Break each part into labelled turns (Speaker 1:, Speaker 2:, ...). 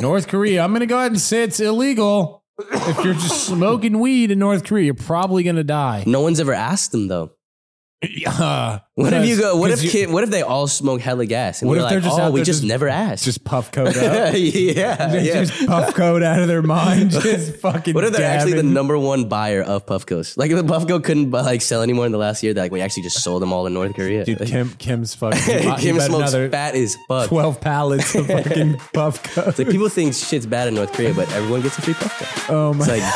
Speaker 1: North Korea. I'm going to go ahead and say it's illegal. If you're just smoking weed in North Korea, you're probably going to die.
Speaker 2: No one's ever asked them though.
Speaker 1: Yeah.
Speaker 2: What if you go? What if
Speaker 1: Because you-
Speaker 2: kid, what if they all smoke hella gas? And
Speaker 1: What
Speaker 2: we're
Speaker 1: if
Speaker 2: like,
Speaker 1: they're just
Speaker 2: oh,
Speaker 1: out
Speaker 2: we
Speaker 1: there
Speaker 2: just,
Speaker 1: just-
Speaker 2: never asked.
Speaker 1: just puff coat
Speaker 2: yeah,
Speaker 1: up? They
Speaker 2: yeah.
Speaker 1: Just puff coat out of their mind. Just fucking.
Speaker 2: What if they're actually the
Speaker 1: dabbing.
Speaker 2: number one buyer of Puffco's? Like if the Puffco couldn't buy, like sell anymore in the last year, they're like we actually just sold them all in North Korea.
Speaker 1: Dude,
Speaker 2: Like,
Speaker 1: Kim, Kim's fucking.
Speaker 2: Kim,
Speaker 1: he bet
Speaker 2: smokes
Speaker 1: another
Speaker 2: fat as fuck.
Speaker 1: twelve pallets of fucking puff coat.
Speaker 2: Like people think shit's bad in North Korea, but everyone gets a free Puffco.
Speaker 1: Oh my!
Speaker 2: It's like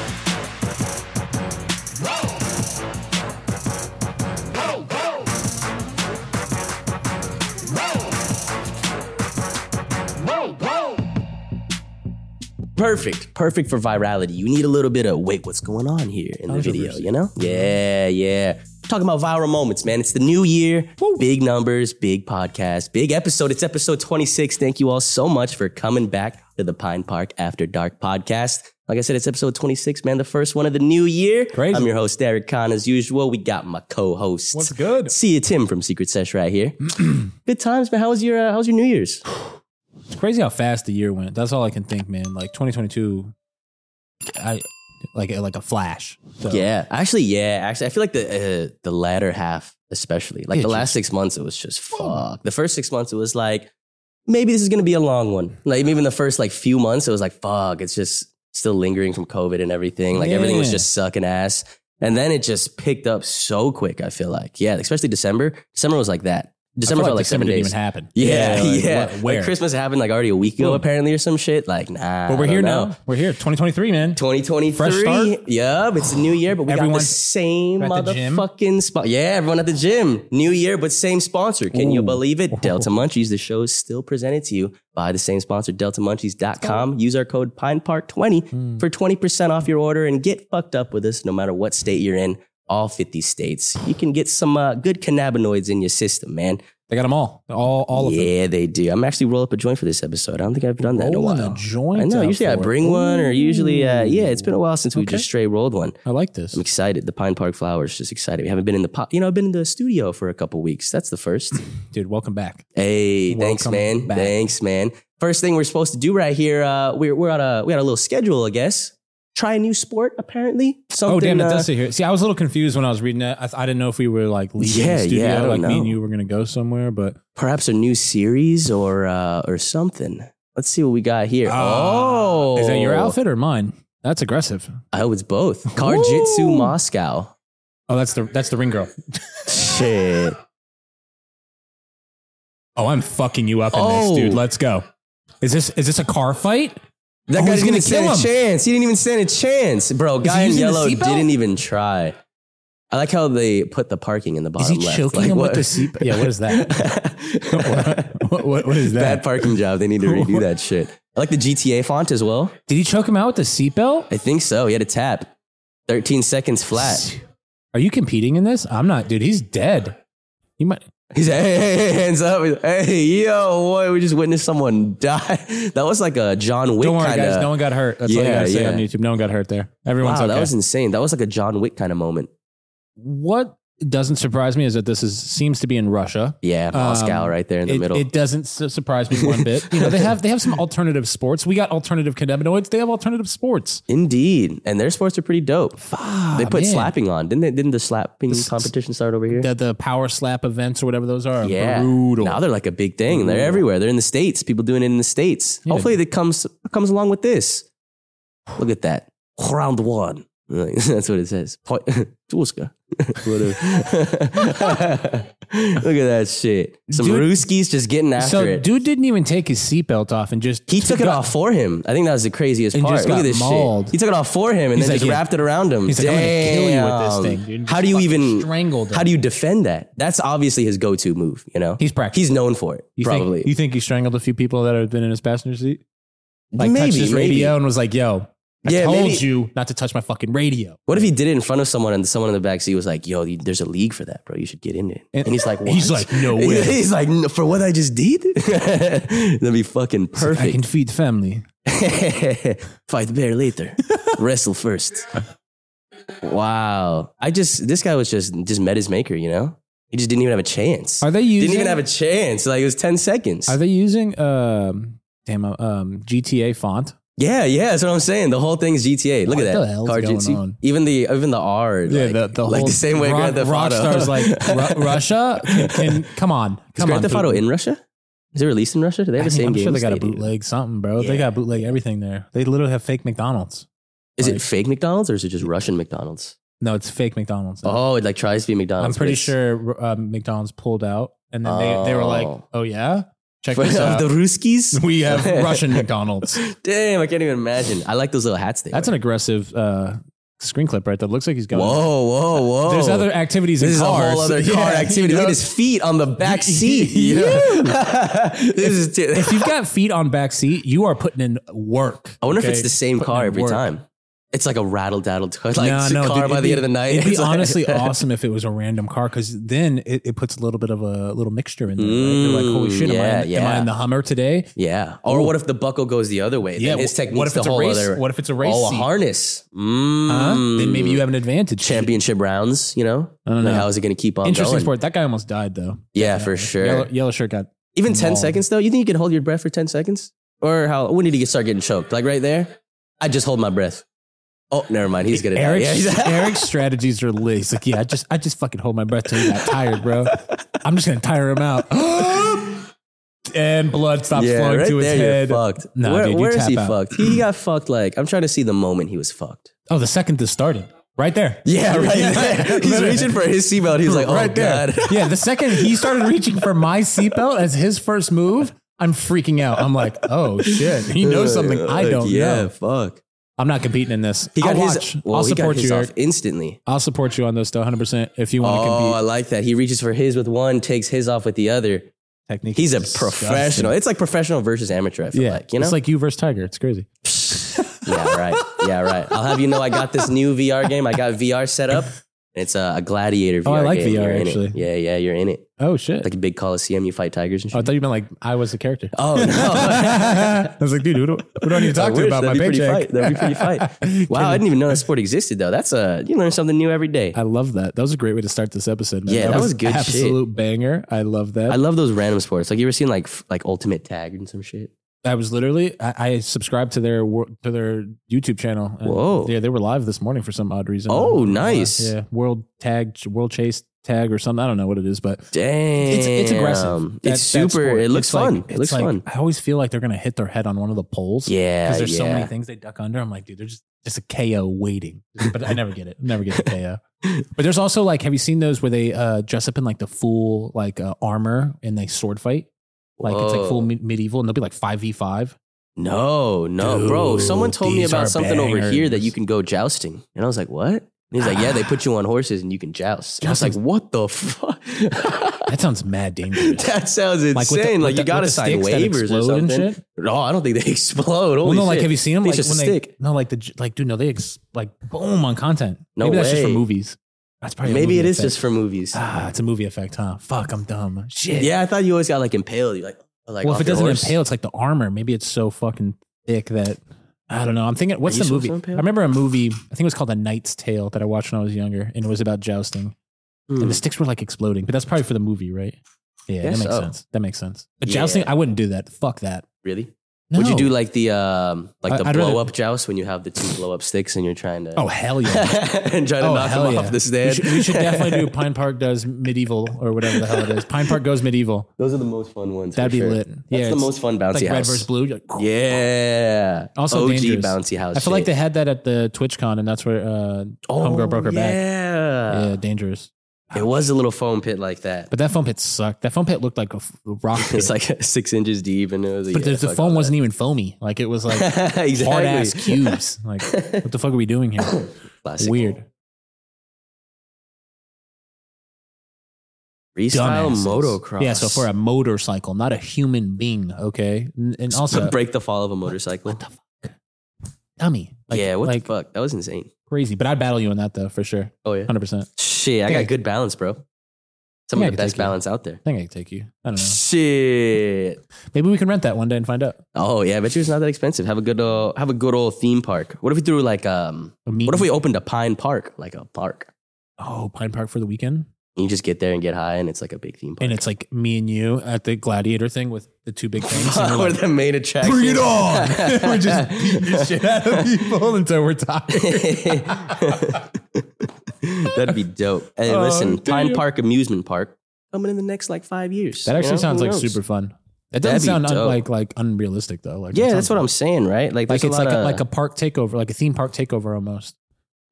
Speaker 2: damn. Perfect, perfect for virality. You need a little bit of wait, what's going on here in the video?
Speaker 1: Controversy.
Speaker 2: You know? Yeah, yeah. Talking about viral moments, man. It's the new year, big numbers, big podcast, big episode. It's episode 26. Thank you all so much for coming back to the Pine Park After Dark podcast. Like I said, it's episode 26, man, the first one of the new year.
Speaker 1: Crazy.
Speaker 2: I'm your host, Derek Khan, as usual. We got my co-hosts.
Speaker 1: What's good?
Speaker 2: See you, Tim from Secret Sesh, right here. good times, man. How was your uh, How was your New Year's?
Speaker 1: It's crazy how fast the year went. That's all I can think, man. Like 2022, I like like a flash. So,
Speaker 2: Yeah, actually, yeah, actually, I feel like the uh, the latter half, especially like
Speaker 1: Yeah,
Speaker 2: the last
Speaker 1: just-
Speaker 2: six months, it was just fuck. The first six months, it was like maybe this is gonna be a long one. Like even the first like few months, it was like fuck. It's just still lingering from COVID and everything. Like everything was
Speaker 1: Yeah.
Speaker 2: just sucking ass, and then it just picked up so quick. I feel like yeah, especially December. December was like that.
Speaker 1: I feel
Speaker 2: December felt like,
Speaker 1: December
Speaker 2: seven
Speaker 1: didn't
Speaker 2: days.
Speaker 1: even happen.
Speaker 2: yeah, yeah.
Speaker 1: like,
Speaker 2: Like,
Speaker 1: wh- where?
Speaker 2: Christmas happened like already a week ago,
Speaker 1: Boom.
Speaker 2: apparently, or some shit. Like nah,
Speaker 1: but
Speaker 2: I
Speaker 1: we're
Speaker 2: don't
Speaker 1: here
Speaker 2: know.
Speaker 1: now. We're here. 2023, man.
Speaker 2: 2023.
Speaker 1: Fresh start.
Speaker 2: Yep, it's a new year, but we got the
Speaker 1: Everyone's
Speaker 2: same
Speaker 1: at the gym.
Speaker 2: motherfucking spot. Yeah, everyone at the gym. New year, but same sponsor. Can you
Speaker 1: Ooh.
Speaker 2: believe it? Delta Munchies. The show is still presented to you by the same sponsor, DeltaMunchies.com. Use our code PinePark20
Speaker 1: Hmm.
Speaker 2: for 20% off your order and get fucked up with us no matter what state you're in. All 50 states. You can get some uh, good cannabinoids in your system, man.
Speaker 1: They got them all. All all of them.
Speaker 2: yeah, they do. I'm actually roll up a joint for this episode. I don't think I've done that in a
Speaker 1: Rolling
Speaker 2: while.
Speaker 1: a joint
Speaker 2: I know.
Speaker 1: out
Speaker 2: Usually I
Speaker 1: for it.
Speaker 2: bring one, or usually, uh, yeah, it's been a while since we
Speaker 1: Okay.
Speaker 2: just straight rolled one.
Speaker 1: I like this.
Speaker 2: I'm excited. The Pine Park Flowers, just excited. We haven't been in the pot. You know, I've been in the studio for a couple weeks. That's the first.
Speaker 1: Dude, welcome back.
Speaker 2: hey, thanks,
Speaker 1: Welcome
Speaker 2: man.
Speaker 1: back.
Speaker 2: Thanks, man. First thing we're supposed to do right here. Uh, we're we're on a we had a little schedule, I guess. Try a new sport, apparently. Something,
Speaker 1: oh, damn, it
Speaker 2: uh,
Speaker 1: does say here. See, I was a little confused when I was reading that. I, I didn't know if we were like leaving
Speaker 2: Yeah,
Speaker 1: the studio,
Speaker 2: yeah, I don't
Speaker 1: like me
Speaker 2: know.
Speaker 1: and you were going to go somewhere, but
Speaker 2: Perhaps a new series or uh, or something. Let's see what we got here.
Speaker 1: Ah,
Speaker 2: oh,
Speaker 1: is that your outfit or mine? That's aggressive.
Speaker 2: I hope it's both. Karjitsu
Speaker 1: Ooh.
Speaker 2: Moscow.
Speaker 1: Oh, that's the that's the ring girl.
Speaker 2: Shit.
Speaker 1: Oh, I'm fucking you up in
Speaker 2: Oh.
Speaker 1: this, dude. Let's go. Is this is this a car fight?
Speaker 2: That
Speaker 1: Oh,
Speaker 2: guy
Speaker 1: he's
Speaker 2: didn't
Speaker 1: gonna
Speaker 2: even stand
Speaker 1: kill
Speaker 2: a
Speaker 1: him.
Speaker 2: chance. He didn't even stand a chance, bro.
Speaker 1: he
Speaker 2: Guy in
Speaker 1: using the
Speaker 2: yellow
Speaker 1: seatbelt?
Speaker 2: didn't even try. I like how they put the parking in the bottom left. like,
Speaker 1: seat? Yeah, what is that? What- what- what is that?
Speaker 2: Bad parking job. They need to redo that shit. I like the GTA font as well.
Speaker 1: Did he choke him out with the seatbelt?
Speaker 2: I think so. He had a tap. 13 seconds flat.
Speaker 1: Are you competing in this? I'm not, dude. He's dead. You might.
Speaker 2: He's like, hey, hey, hey, hands up. He's like, hey, yo, boy, we just witnessed someone die. That was like a John Wick
Speaker 1: Don't worry,
Speaker 2: kind
Speaker 1: guys. No
Speaker 2: of.
Speaker 1: one got hurt. That's all you
Speaker 2: Yeah,
Speaker 1: gotta say
Speaker 2: yeah.
Speaker 1: on YouTube. No one got hurt there. Everyone's
Speaker 2: Wow,
Speaker 1: okay.
Speaker 2: that was insane. That was like a John Wick kind of moment.
Speaker 1: what doesn't surprise me is that this is seems to be in Russia.
Speaker 2: Yeah, Moscow
Speaker 1: Um,
Speaker 2: right there in the
Speaker 1: It,
Speaker 2: middle.
Speaker 1: it doesn't su- surprise me one bit. You know, they have they have some alternative sports. We got alternative cannabinoids. They have alternative sports.
Speaker 2: Indeed, and their sports are pretty dope.
Speaker 1: Fuck,
Speaker 2: They put
Speaker 1: Ah, man.
Speaker 2: slapping on, didn't they? Didn't the slapping
Speaker 1: This-
Speaker 2: competition start over here?
Speaker 1: the, the power slap events or whatever those are. are
Speaker 2: yeah,
Speaker 1: brutal.
Speaker 2: Now they're like a big thing. They're
Speaker 1: Brutal.
Speaker 2: everywhere. They're in the states. People doing it in the states.
Speaker 1: Yeah.
Speaker 2: Hopefully, that comes comes along with this. Look at that round one. That's what it says. Po- Tuska. Whatever. Look at that shit. Some
Speaker 1: Dude-
Speaker 2: Ruskies just getting after
Speaker 1: so
Speaker 2: it.
Speaker 1: dude didn't even take his seatbelt off and just
Speaker 2: he took it off for him. I think that was the craziest
Speaker 1: And
Speaker 2: part.
Speaker 1: just
Speaker 2: Look
Speaker 1: got
Speaker 2: at this
Speaker 1: mauled.
Speaker 2: shit. He took it off for him and
Speaker 1: He's
Speaker 2: then
Speaker 1: like,
Speaker 2: just
Speaker 1: yeah.
Speaker 2: wrapped it around him.
Speaker 1: He's like, I'm gonna kill you with this thing,
Speaker 2: Damn.
Speaker 1: dude.
Speaker 2: How
Speaker 1: Just
Speaker 2: do you
Speaker 1: fucking
Speaker 2: even
Speaker 1: strangled him.
Speaker 2: How do you defend that? That's obviously his go-to move. You know,
Speaker 1: He's practicing.
Speaker 2: he's known for it.
Speaker 1: You
Speaker 2: probably,
Speaker 1: think, you think he strangled a few people that have been in his passenger seat? Like touched
Speaker 2: maybe,
Speaker 1: his
Speaker 2: maybe.
Speaker 1: radio and was like, "Yo, I
Speaker 2: Yeah,
Speaker 1: told
Speaker 2: maybe-
Speaker 1: you not to touch my fucking radio."
Speaker 2: What if he did it in front of someone and someone in the back seat was like, "Yo, you- there's a league for that, bro. You should get in it." And,
Speaker 1: And-
Speaker 2: he's like, what?
Speaker 1: he's like, "No way."
Speaker 2: he's like, "No, "For what I just did, that'd be fucking
Speaker 1: He's like, I can
Speaker 2: perfect."
Speaker 1: feed family.
Speaker 2: Fight the bear later. Wrestle first. Wow. I just this guy was just just met his maker, you know? He just didn't even have a chance.
Speaker 1: Are they using?
Speaker 2: didn't even have a chance. Like it was 10 seconds.
Speaker 1: Are they using um, damn um, GTA font.
Speaker 2: Yeah, yeah, that's what I'm saying. The whole thing's GTA. Look
Speaker 1: What
Speaker 2: at
Speaker 1: the
Speaker 2: that.
Speaker 1: hell's
Speaker 2: Car
Speaker 1: going
Speaker 2: Jutsu.
Speaker 1: on?
Speaker 2: Even the even the R.
Speaker 1: Yeah,
Speaker 2: like,
Speaker 1: the, the
Speaker 2: like
Speaker 1: whole
Speaker 2: the same way
Speaker 1: Rock,
Speaker 2: Grand Theft Auto.
Speaker 1: Rockstar's like Ru- Russia can, can come on,
Speaker 2: Is
Speaker 1: come on.
Speaker 2: Grand Theft Auto
Speaker 1: people.
Speaker 2: in Russia? Is it released in Russia? Do they have
Speaker 1: I
Speaker 2: the same
Speaker 1: am
Speaker 2: game?
Speaker 1: sure they got a bootleg something, bro. They
Speaker 2: Yeah.
Speaker 1: got bootleg everything there. They literally have fake McDonald's.
Speaker 2: Is it
Speaker 1: Like-
Speaker 2: fake McDonald's or is it just Russian McDonald's?
Speaker 1: No, it's fake McDonald's. now.
Speaker 2: Oh, it like tries to be
Speaker 1: I'm
Speaker 2: McDonald's. but
Speaker 1: pretty
Speaker 2: it's-
Speaker 1: sure uh, McDonald's pulled out, and then they, they were like,
Speaker 2: Oh.
Speaker 1: "Oh yeah, check
Speaker 2: Of
Speaker 1: this out.
Speaker 2: the Ruskies?
Speaker 1: we have Russian McDonald's."
Speaker 2: Damn, I can't even imagine. I like those little hats they
Speaker 1: That's an
Speaker 2: wear.
Speaker 1: aggressive uh, screen clip right there. Looks like he's going.
Speaker 2: Whoa, whoa, whoa.
Speaker 1: There's other activities
Speaker 2: This is
Speaker 1: in cars.
Speaker 2: a whole other
Speaker 1: Yeah,
Speaker 2: car activity.
Speaker 1: you
Speaker 2: Look
Speaker 1: know?
Speaker 2: at his feet on the back seat.
Speaker 1: Yeah.
Speaker 2: this is. T-
Speaker 1: if you've got feet on back seat, you are putting in work.
Speaker 2: I wonder if
Speaker 1: okay?
Speaker 2: it's the same
Speaker 1: Putting
Speaker 2: car
Speaker 1: in
Speaker 2: every
Speaker 1: work.
Speaker 2: time. It's like a rattle daddle t- like
Speaker 1: No, no,
Speaker 2: car
Speaker 1: dude,
Speaker 2: by
Speaker 1: it'd
Speaker 2: the
Speaker 1: be-
Speaker 2: end of the night.
Speaker 1: It'd be
Speaker 2: It's like-
Speaker 1: honestly awesome if it was a random car because then it, it puts a little bit of a little mixture in there. right? You're like, holy
Speaker 2: Mm,
Speaker 1: shit, am, I
Speaker 2: yeah,
Speaker 1: in, am I
Speaker 2: yeah.
Speaker 1: in the Hummer today?
Speaker 2: Yeah. Or
Speaker 1: Ooh.
Speaker 2: what if the buckle goes the other way? Yeah. His
Speaker 1: wh-
Speaker 2: technique's
Speaker 1: what if
Speaker 2: the
Speaker 1: it's a
Speaker 2: whole
Speaker 1: race?
Speaker 2: other.
Speaker 1: What if it's a race?
Speaker 2: oh, a
Speaker 1: seat?
Speaker 2: harness. Mm.
Speaker 1: Huh? Then maybe you have an advantage.
Speaker 2: championship rounds. You know,
Speaker 1: I don't
Speaker 2: Like,
Speaker 1: know.
Speaker 2: how is it going to keep on?
Speaker 1: Interesting
Speaker 2: going?
Speaker 1: sport. That guy almost died though.
Speaker 2: Yeah, for sure.
Speaker 1: Yellow, yellow shirt got
Speaker 2: Even ten
Speaker 1: Mauled.
Speaker 2: seconds though. You think you could hold your breath for ten seconds? Or how? When did he get start getting choked? Like right there. I just hold my breath. Oh, never mind. He's gonna die.
Speaker 1: Eric's,
Speaker 2: Yeah, he's-
Speaker 1: Eric's strategies are lit. He's like, yeah, I just I just fucking hold my breath till he got tired, bro. I'm just gonna tire him out. and blood stops
Speaker 2: yeah,
Speaker 1: flowing
Speaker 2: right
Speaker 1: to his
Speaker 2: there.
Speaker 1: head.
Speaker 2: You're fucked.
Speaker 1: Nah,
Speaker 2: where
Speaker 1: dude, you
Speaker 2: where is
Speaker 1: tap
Speaker 2: he
Speaker 1: out.
Speaker 2: fucked? He got fucked. Like I'm trying to see the moment he was fucked.
Speaker 1: Oh, the second this started. Right there.
Speaker 2: Yeah, right
Speaker 1: Yeah.
Speaker 2: there. He's
Speaker 1: Literally.
Speaker 2: reaching for his seatbelt. He's like, oh
Speaker 1: right there.
Speaker 2: god.
Speaker 1: Yeah, the second he started reaching for my seatbelt as his first move, I'm freaking out. I'm like, oh shit. He knows something I
Speaker 2: Like,
Speaker 1: don't
Speaker 2: yeah,
Speaker 1: know.
Speaker 2: fuck.
Speaker 1: I'm not competing in this. I'll watch.
Speaker 2: well,
Speaker 1: I'll
Speaker 2: he got
Speaker 1: support
Speaker 2: his
Speaker 1: you,
Speaker 2: off
Speaker 1: Eric.
Speaker 2: instantly.
Speaker 1: I'll support you on this though, 100 percent if you want to
Speaker 2: Oh, I
Speaker 1: compete.
Speaker 2: like that. He reaches for his with one, takes his off with the other.
Speaker 1: Technique.
Speaker 2: He's a
Speaker 1: is disgusting.
Speaker 2: professional. It's like professional versus amateur. I feel
Speaker 1: Yeah,
Speaker 2: like you know.
Speaker 1: it's like you versus Tiger. It's crazy.
Speaker 2: yeah, right. Yeah, right. I'll have you know, I got this new VR game. I got VR set up. It's a, a gladiator. VR
Speaker 1: Oh, I like VR
Speaker 2: game. You're in it.
Speaker 1: actually.
Speaker 2: Yeah, yeah, you're in it.
Speaker 1: Oh shit!
Speaker 2: Like a big coliseum. You fight tigers and
Speaker 1: oh, I
Speaker 2: shit.
Speaker 1: thought you meant like I was the character.
Speaker 2: Oh, no.
Speaker 1: I was like, dude, who do, who do I need to talk
Speaker 2: I
Speaker 1: to
Speaker 2: wish.
Speaker 1: about
Speaker 2: That'd be
Speaker 1: my
Speaker 2: pretty
Speaker 1: paycheck?
Speaker 2: fight. That'd be pretty fight. wow, I didn't even know that sport existed though. That's a you learn something new every day.
Speaker 1: I love that. That was a great way to start this episode. Man.
Speaker 2: Yeah, that was good shit.
Speaker 1: Absolute banger. I love that.
Speaker 2: I
Speaker 1: I,
Speaker 2: love those random sports. Like you ever seen like f- like ultimate tag and some shit.
Speaker 1: was literally I, I subscribed to their wor- to their YouTube channel. And
Speaker 2: Whoa.
Speaker 1: Yeah, they were live this morning for some odd reason.
Speaker 2: Oh,
Speaker 1: Uh,
Speaker 2: nice.
Speaker 1: Yeah, world tag, world chase tag or something. I don't know what it is, but
Speaker 2: Damn,
Speaker 1: it's it's aggressive. That-
Speaker 2: it's
Speaker 1: that
Speaker 2: super.
Speaker 1: sport.
Speaker 2: It looks
Speaker 1: It's like-
Speaker 2: fun. it
Speaker 1: it's
Speaker 2: looks
Speaker 1: like-
Speaker 2: fun.
Speaker 1: I always feel like they're gonna hit their head on one of the poles.
Speaker 2: Yeah,
Speaker 1: because there's
Speaker 2: yeah.
Speaker 1: so many things they duck under. I'm like, dude, there's just, just a KO waiting. But I never get it. Never get the KO. But there's also like, have you seen those where they uh, dress up in like the full like uh, armor and they sword fight? Like it's like full
Speaker 2: Whoa.
Speaker 1: me- medieval, and they'll be like five v five.
Speaker 2: No, no, bro.
Speaker 1: Dude,
Speaker 2: Someone told me
Speaker 1: these are
Speaker 2: about something over here that
Speaker 1: bangers.
Speaker 2: you can go jousting. And I was like, what? And he's like, yeah, they put you on horses and you can joust. And I was like,
Speaker 1: Jousting's-
Speaker 2: what the fuck?
Speaker 1: That sounds mad dangerous.
Speaker 2: that sounds insane. Like,
Speaker 1: with the- with
Speaker 2: you
Speaker 1: the-
Speaker 2: got to
Speaker 1: with the
Speaker 2: sign
Speaker 1: sticks that
Speaker 2: waivers or
Speaker 1: explode and
Speaker 2: something.
Speaker 1: shit?
Speaker 2: No, I don't think they explode. Holy
Speaker 1: Well, no, like
Speaker 2: shit.
Speaker 1: have you seen them?
Speaker 2: It's
Speaker 1: Like
Speaker 2: just a
Speaker 1: when
Speaker 2: stick.
Speaker 1: they no, like the j- like dude, no, they ex, like boom on content.
Speaker 2: No
Speaker 1: Maybe that's just for
Speaker 2: way.
Speaker 1: movies. That's probably a
Speaker 2: Maybe
Speaker 1: movie
Speaker 2: it is
Speaker 1: effect.
Speaker 2: just for movies.
Speaker 1: ah, it's a movie effect, huh? Fuck, I'm dumb. Shit.
Speaker 2: yeah, I thought you always got like impaled. You're like, like
Speaker 1: well, if
Speaker 2: off
Speaker 1: it
Speaker 2: your
Speaker 1: doesn't
Speaker 2: horse.
Speaker 1: impale, it's like the armor. Maybe it's so fucking thick that I don't know. I'm thinking, what's the
Speaker 2: you supposed
Speaker 1: movie?
Speaker 2: to
Speaker 1: I
Speaker 2: impale?
Speaker 1: remember a movie. I think it was called A Knight's Tale that I watched when I was younger, and it was about jousting.
Speaker 2: Hmm.
Speaker 1: And the sticks were like exploding, but that's probably for the movie, right? Yeah, that
Speaker 2: Guess
Speaker 1: makes
Speaker 2: so.
Speaker 1: sense. That makes sense. But
Speaker 2: Yeah.
Speaker 1: jousting, I wouldn't do that. Fuck that.
Speaker 2: Really? Would you
Speaker 1: No.
Speaker 2: do like the um like
Speaker 1: I-
Speaker 2: the
Speaker 1: I'd rather-
Speaker 2: blow up joust when you have the two blow up sticks and you're trying to
Speaker 1: Oh hell yeah.
Speaker 2: and trying to
Speaker 1: Oh,
Speaker 2: knock
Speaker 1: hell
Speaker 2: them
Speaker 1: yeah.
Speaker 2: off the
Speaker 1: We
Speaker 2: stand?
Speaker 1: should, we should definitely do Pine Park does medieval or whatever the hell it is. Pine Park goes medieval.
Speaker 2: Those are the most fun ones. for
Speaker 1: That'd be
Speaker 2: sure.
Speaker 1: lit.
Speaker 2: That's
Speaker 1: yeah,
Speaker 2: the
Speaker 1: it's
Speaker 2: most fun bouncy
Speaker 1: like red
Speaker 2: house.
Speaker 1: versus blue. You're like,
Speaker 2: yeah.
Speaker 1: Also
Speaker 2: OG
Speaker 1: dangerous.
Speaker 2: bouncy house.
Speaker 1: I feel like
Speaker 2: shit. Oh,
Speaker 1: they had that at the TwitchCon, and that's where uh, homegirl broke her back.
Speaker 2: yeah.
Speaker 1: Yeah, dangerous.
Speaker 2: It was a little foam pit like that.
Speaker 1: But that foam pit sucked. That foam pit looked like a f- rock pit.
Speaker 2: it's like six inches deep and it was.
Speaker 1: but the, the foam wasn't even foamy. Like it was like
Speaker 2: exactly.
Speaker 1: hard ass cubes. Like what the fuck are we doing here?
Speaker 2: Classic.
Speaker 1: Weird.
Speaker 2: Freestyle
Speaker 1: Dumbasses.
Speaker 2: motocross.
Speaker 1: Yeah, so for a motorcycle, not a human being, okay? N- And also,
Speaker 2: break the fall of a motorcycle.
Speaker 1: what the fuck? Dummy. Like,
Speaker 2: yeah, what
Speaker 1: like
Speaker 2: the fuck? That was insane.
Speaker 1: crazy. But I'd battle you on that though, for sure.
Speaker 2: Oh yeah.
Speaker 1: 100%. I
Speaker 2: Shit, I
Speaker 1: Yeah.
Speaker 2: got good balance, bro. Some
Speaker 1: Yeah, I
Speaker 2: of the
Speaker 1: can
Speaker 2: best
Speaker 1: take it.
Speaker 2: balance out there.
Speaker 1: think I could take you. I don't know.
Speaker 2: Shit.
Speaker 1: Maybe we can rent that one day and find out.
Speaker 2: Oh yeah, I bet you it's not that expensive. Have a good old, have a good old theme park. What if we threw like um
Speaker 1: A meet-
Speaker 2: what if we opened a pine park? Like a park.
Speaker 1: Oh, Pine Park for the weekend?
Speaker 2: You just get there and get high, and it's like a big theme park.
Speaker 1: And it's like me and you at the gladiator thing with the two big things. and we're
Speaker 2: Or
Speaker 1: like,
Speaker 2: the main attraction.
Speaker 1: Bring it on! we're just beating the shit out of people until we're tired.
Speaker 2: That'd be dope. Hey,
Speaker 1: Oh,
Speaker 2: listen, Pine
Speaker 1: damn.
Speaker 2: Park Amusement Park coming in the next like five years.
Speaker 1: That
Speaker 2: you
Speaker 1: actually
Speaker 2: know?
Speaker 1: sounds
Speaker 2: Who
Speaker 1: like
Speaker 2: knows?
Speaker 1: super fun. That
Speaker 2: That'd
Speaker 1: doesn't sound
Speaker 2: be
Speaker 1: un-
Speaker 2: dope.
Speaker 1: like like unrealistic though. Like
Speaker 2: Yeah, that's what I'm saying, right? Like,
Speaker 1: like.
Speaker 2: there's
Speaker 1: It's like
Speaker 2: a,
Speaker 1: a, like a park takeover, like a theme park takeover almost.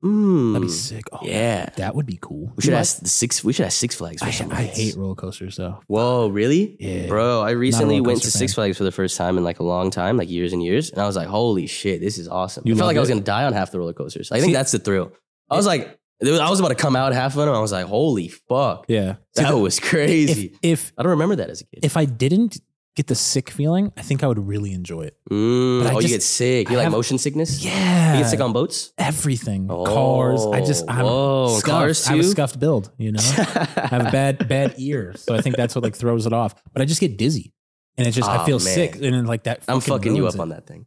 Speaker 1: That'd be
Speaker 2: Mm,
Speaker 1: sick. Oh,
Speaker 2: yeah.
Speaker 1: that would be cool.
Speaker 2: We should
Speaker 1: You
Speaker 2: ask the six. We should ask Six Flags. For
Speaker 1: like-
Speaker 2: some
Speaker 1: I, I
Speaker 2: reason.
Speaker 1: hate roller coasters though.
Speaker 2: Whoa, really?
Speaker 1: Yeah.
Speaker 2: Bro, I recently
Speaker 1: roller
Speaker 2: went to
Speaker 1: coaster
Speaker 2: Six
Speaker 1: fan.
Speaker 2: Flags for the first time in like a long time, like years and years. And I was like, holy shit, this is awesome.
Speaker 1: You
Speaker 2: I felt
Speaker 1: love
Speaker 2: like I was
Speaker 1: it?
Speaker 2: going to die on half the roller coasters. I think
Speaker 1: See-
Speaker 2: that's the thrill. I was like, I was about to come out half of them. I was like, holy fuck.
Speaker 1: Yeah.
Speaker 2: That was crazy.
Speaker 1: If, if
Speaker 2: I don't remember that as a kid.
Speaker 1: if I didn't get the sick feeling, I think I would really enjoy it.
Speaker 2: Mm,
Speaker 1: But I
Speaker 2: oh, you
Speaker 1: just-
Speaker 2: get sick. You
Speaker 1: I
Speaker 2: like
Speaker 1: have-
Speaker 2: motion sickness?
Speaker 1: Yeah.
Speaker 2: You get sick on boats?
Speaker 1: everything. cars. I just I'm
Speaker 2: Oh, whoa,
Speaker 1: scuffed.
Speaker 2: cars
Speaker 1: I have a
Speaker 2: too?
Speaker 1: scuffed build, you know? I have a bad bad ear. So I think that's what like throws it off. But I just get dizzy. And it's just I
Speaker 2: Aw,
Speaker 1: feel
Speaker 2: man.
Speaker 1: sick and then, like that
Speaker 2: I'm
Speaker 1: fucking
Speaker 2: fucking you
Speaker 1: ruins
Speaker 2: up
Speaker 1: it.
Speaker 2: on that thing.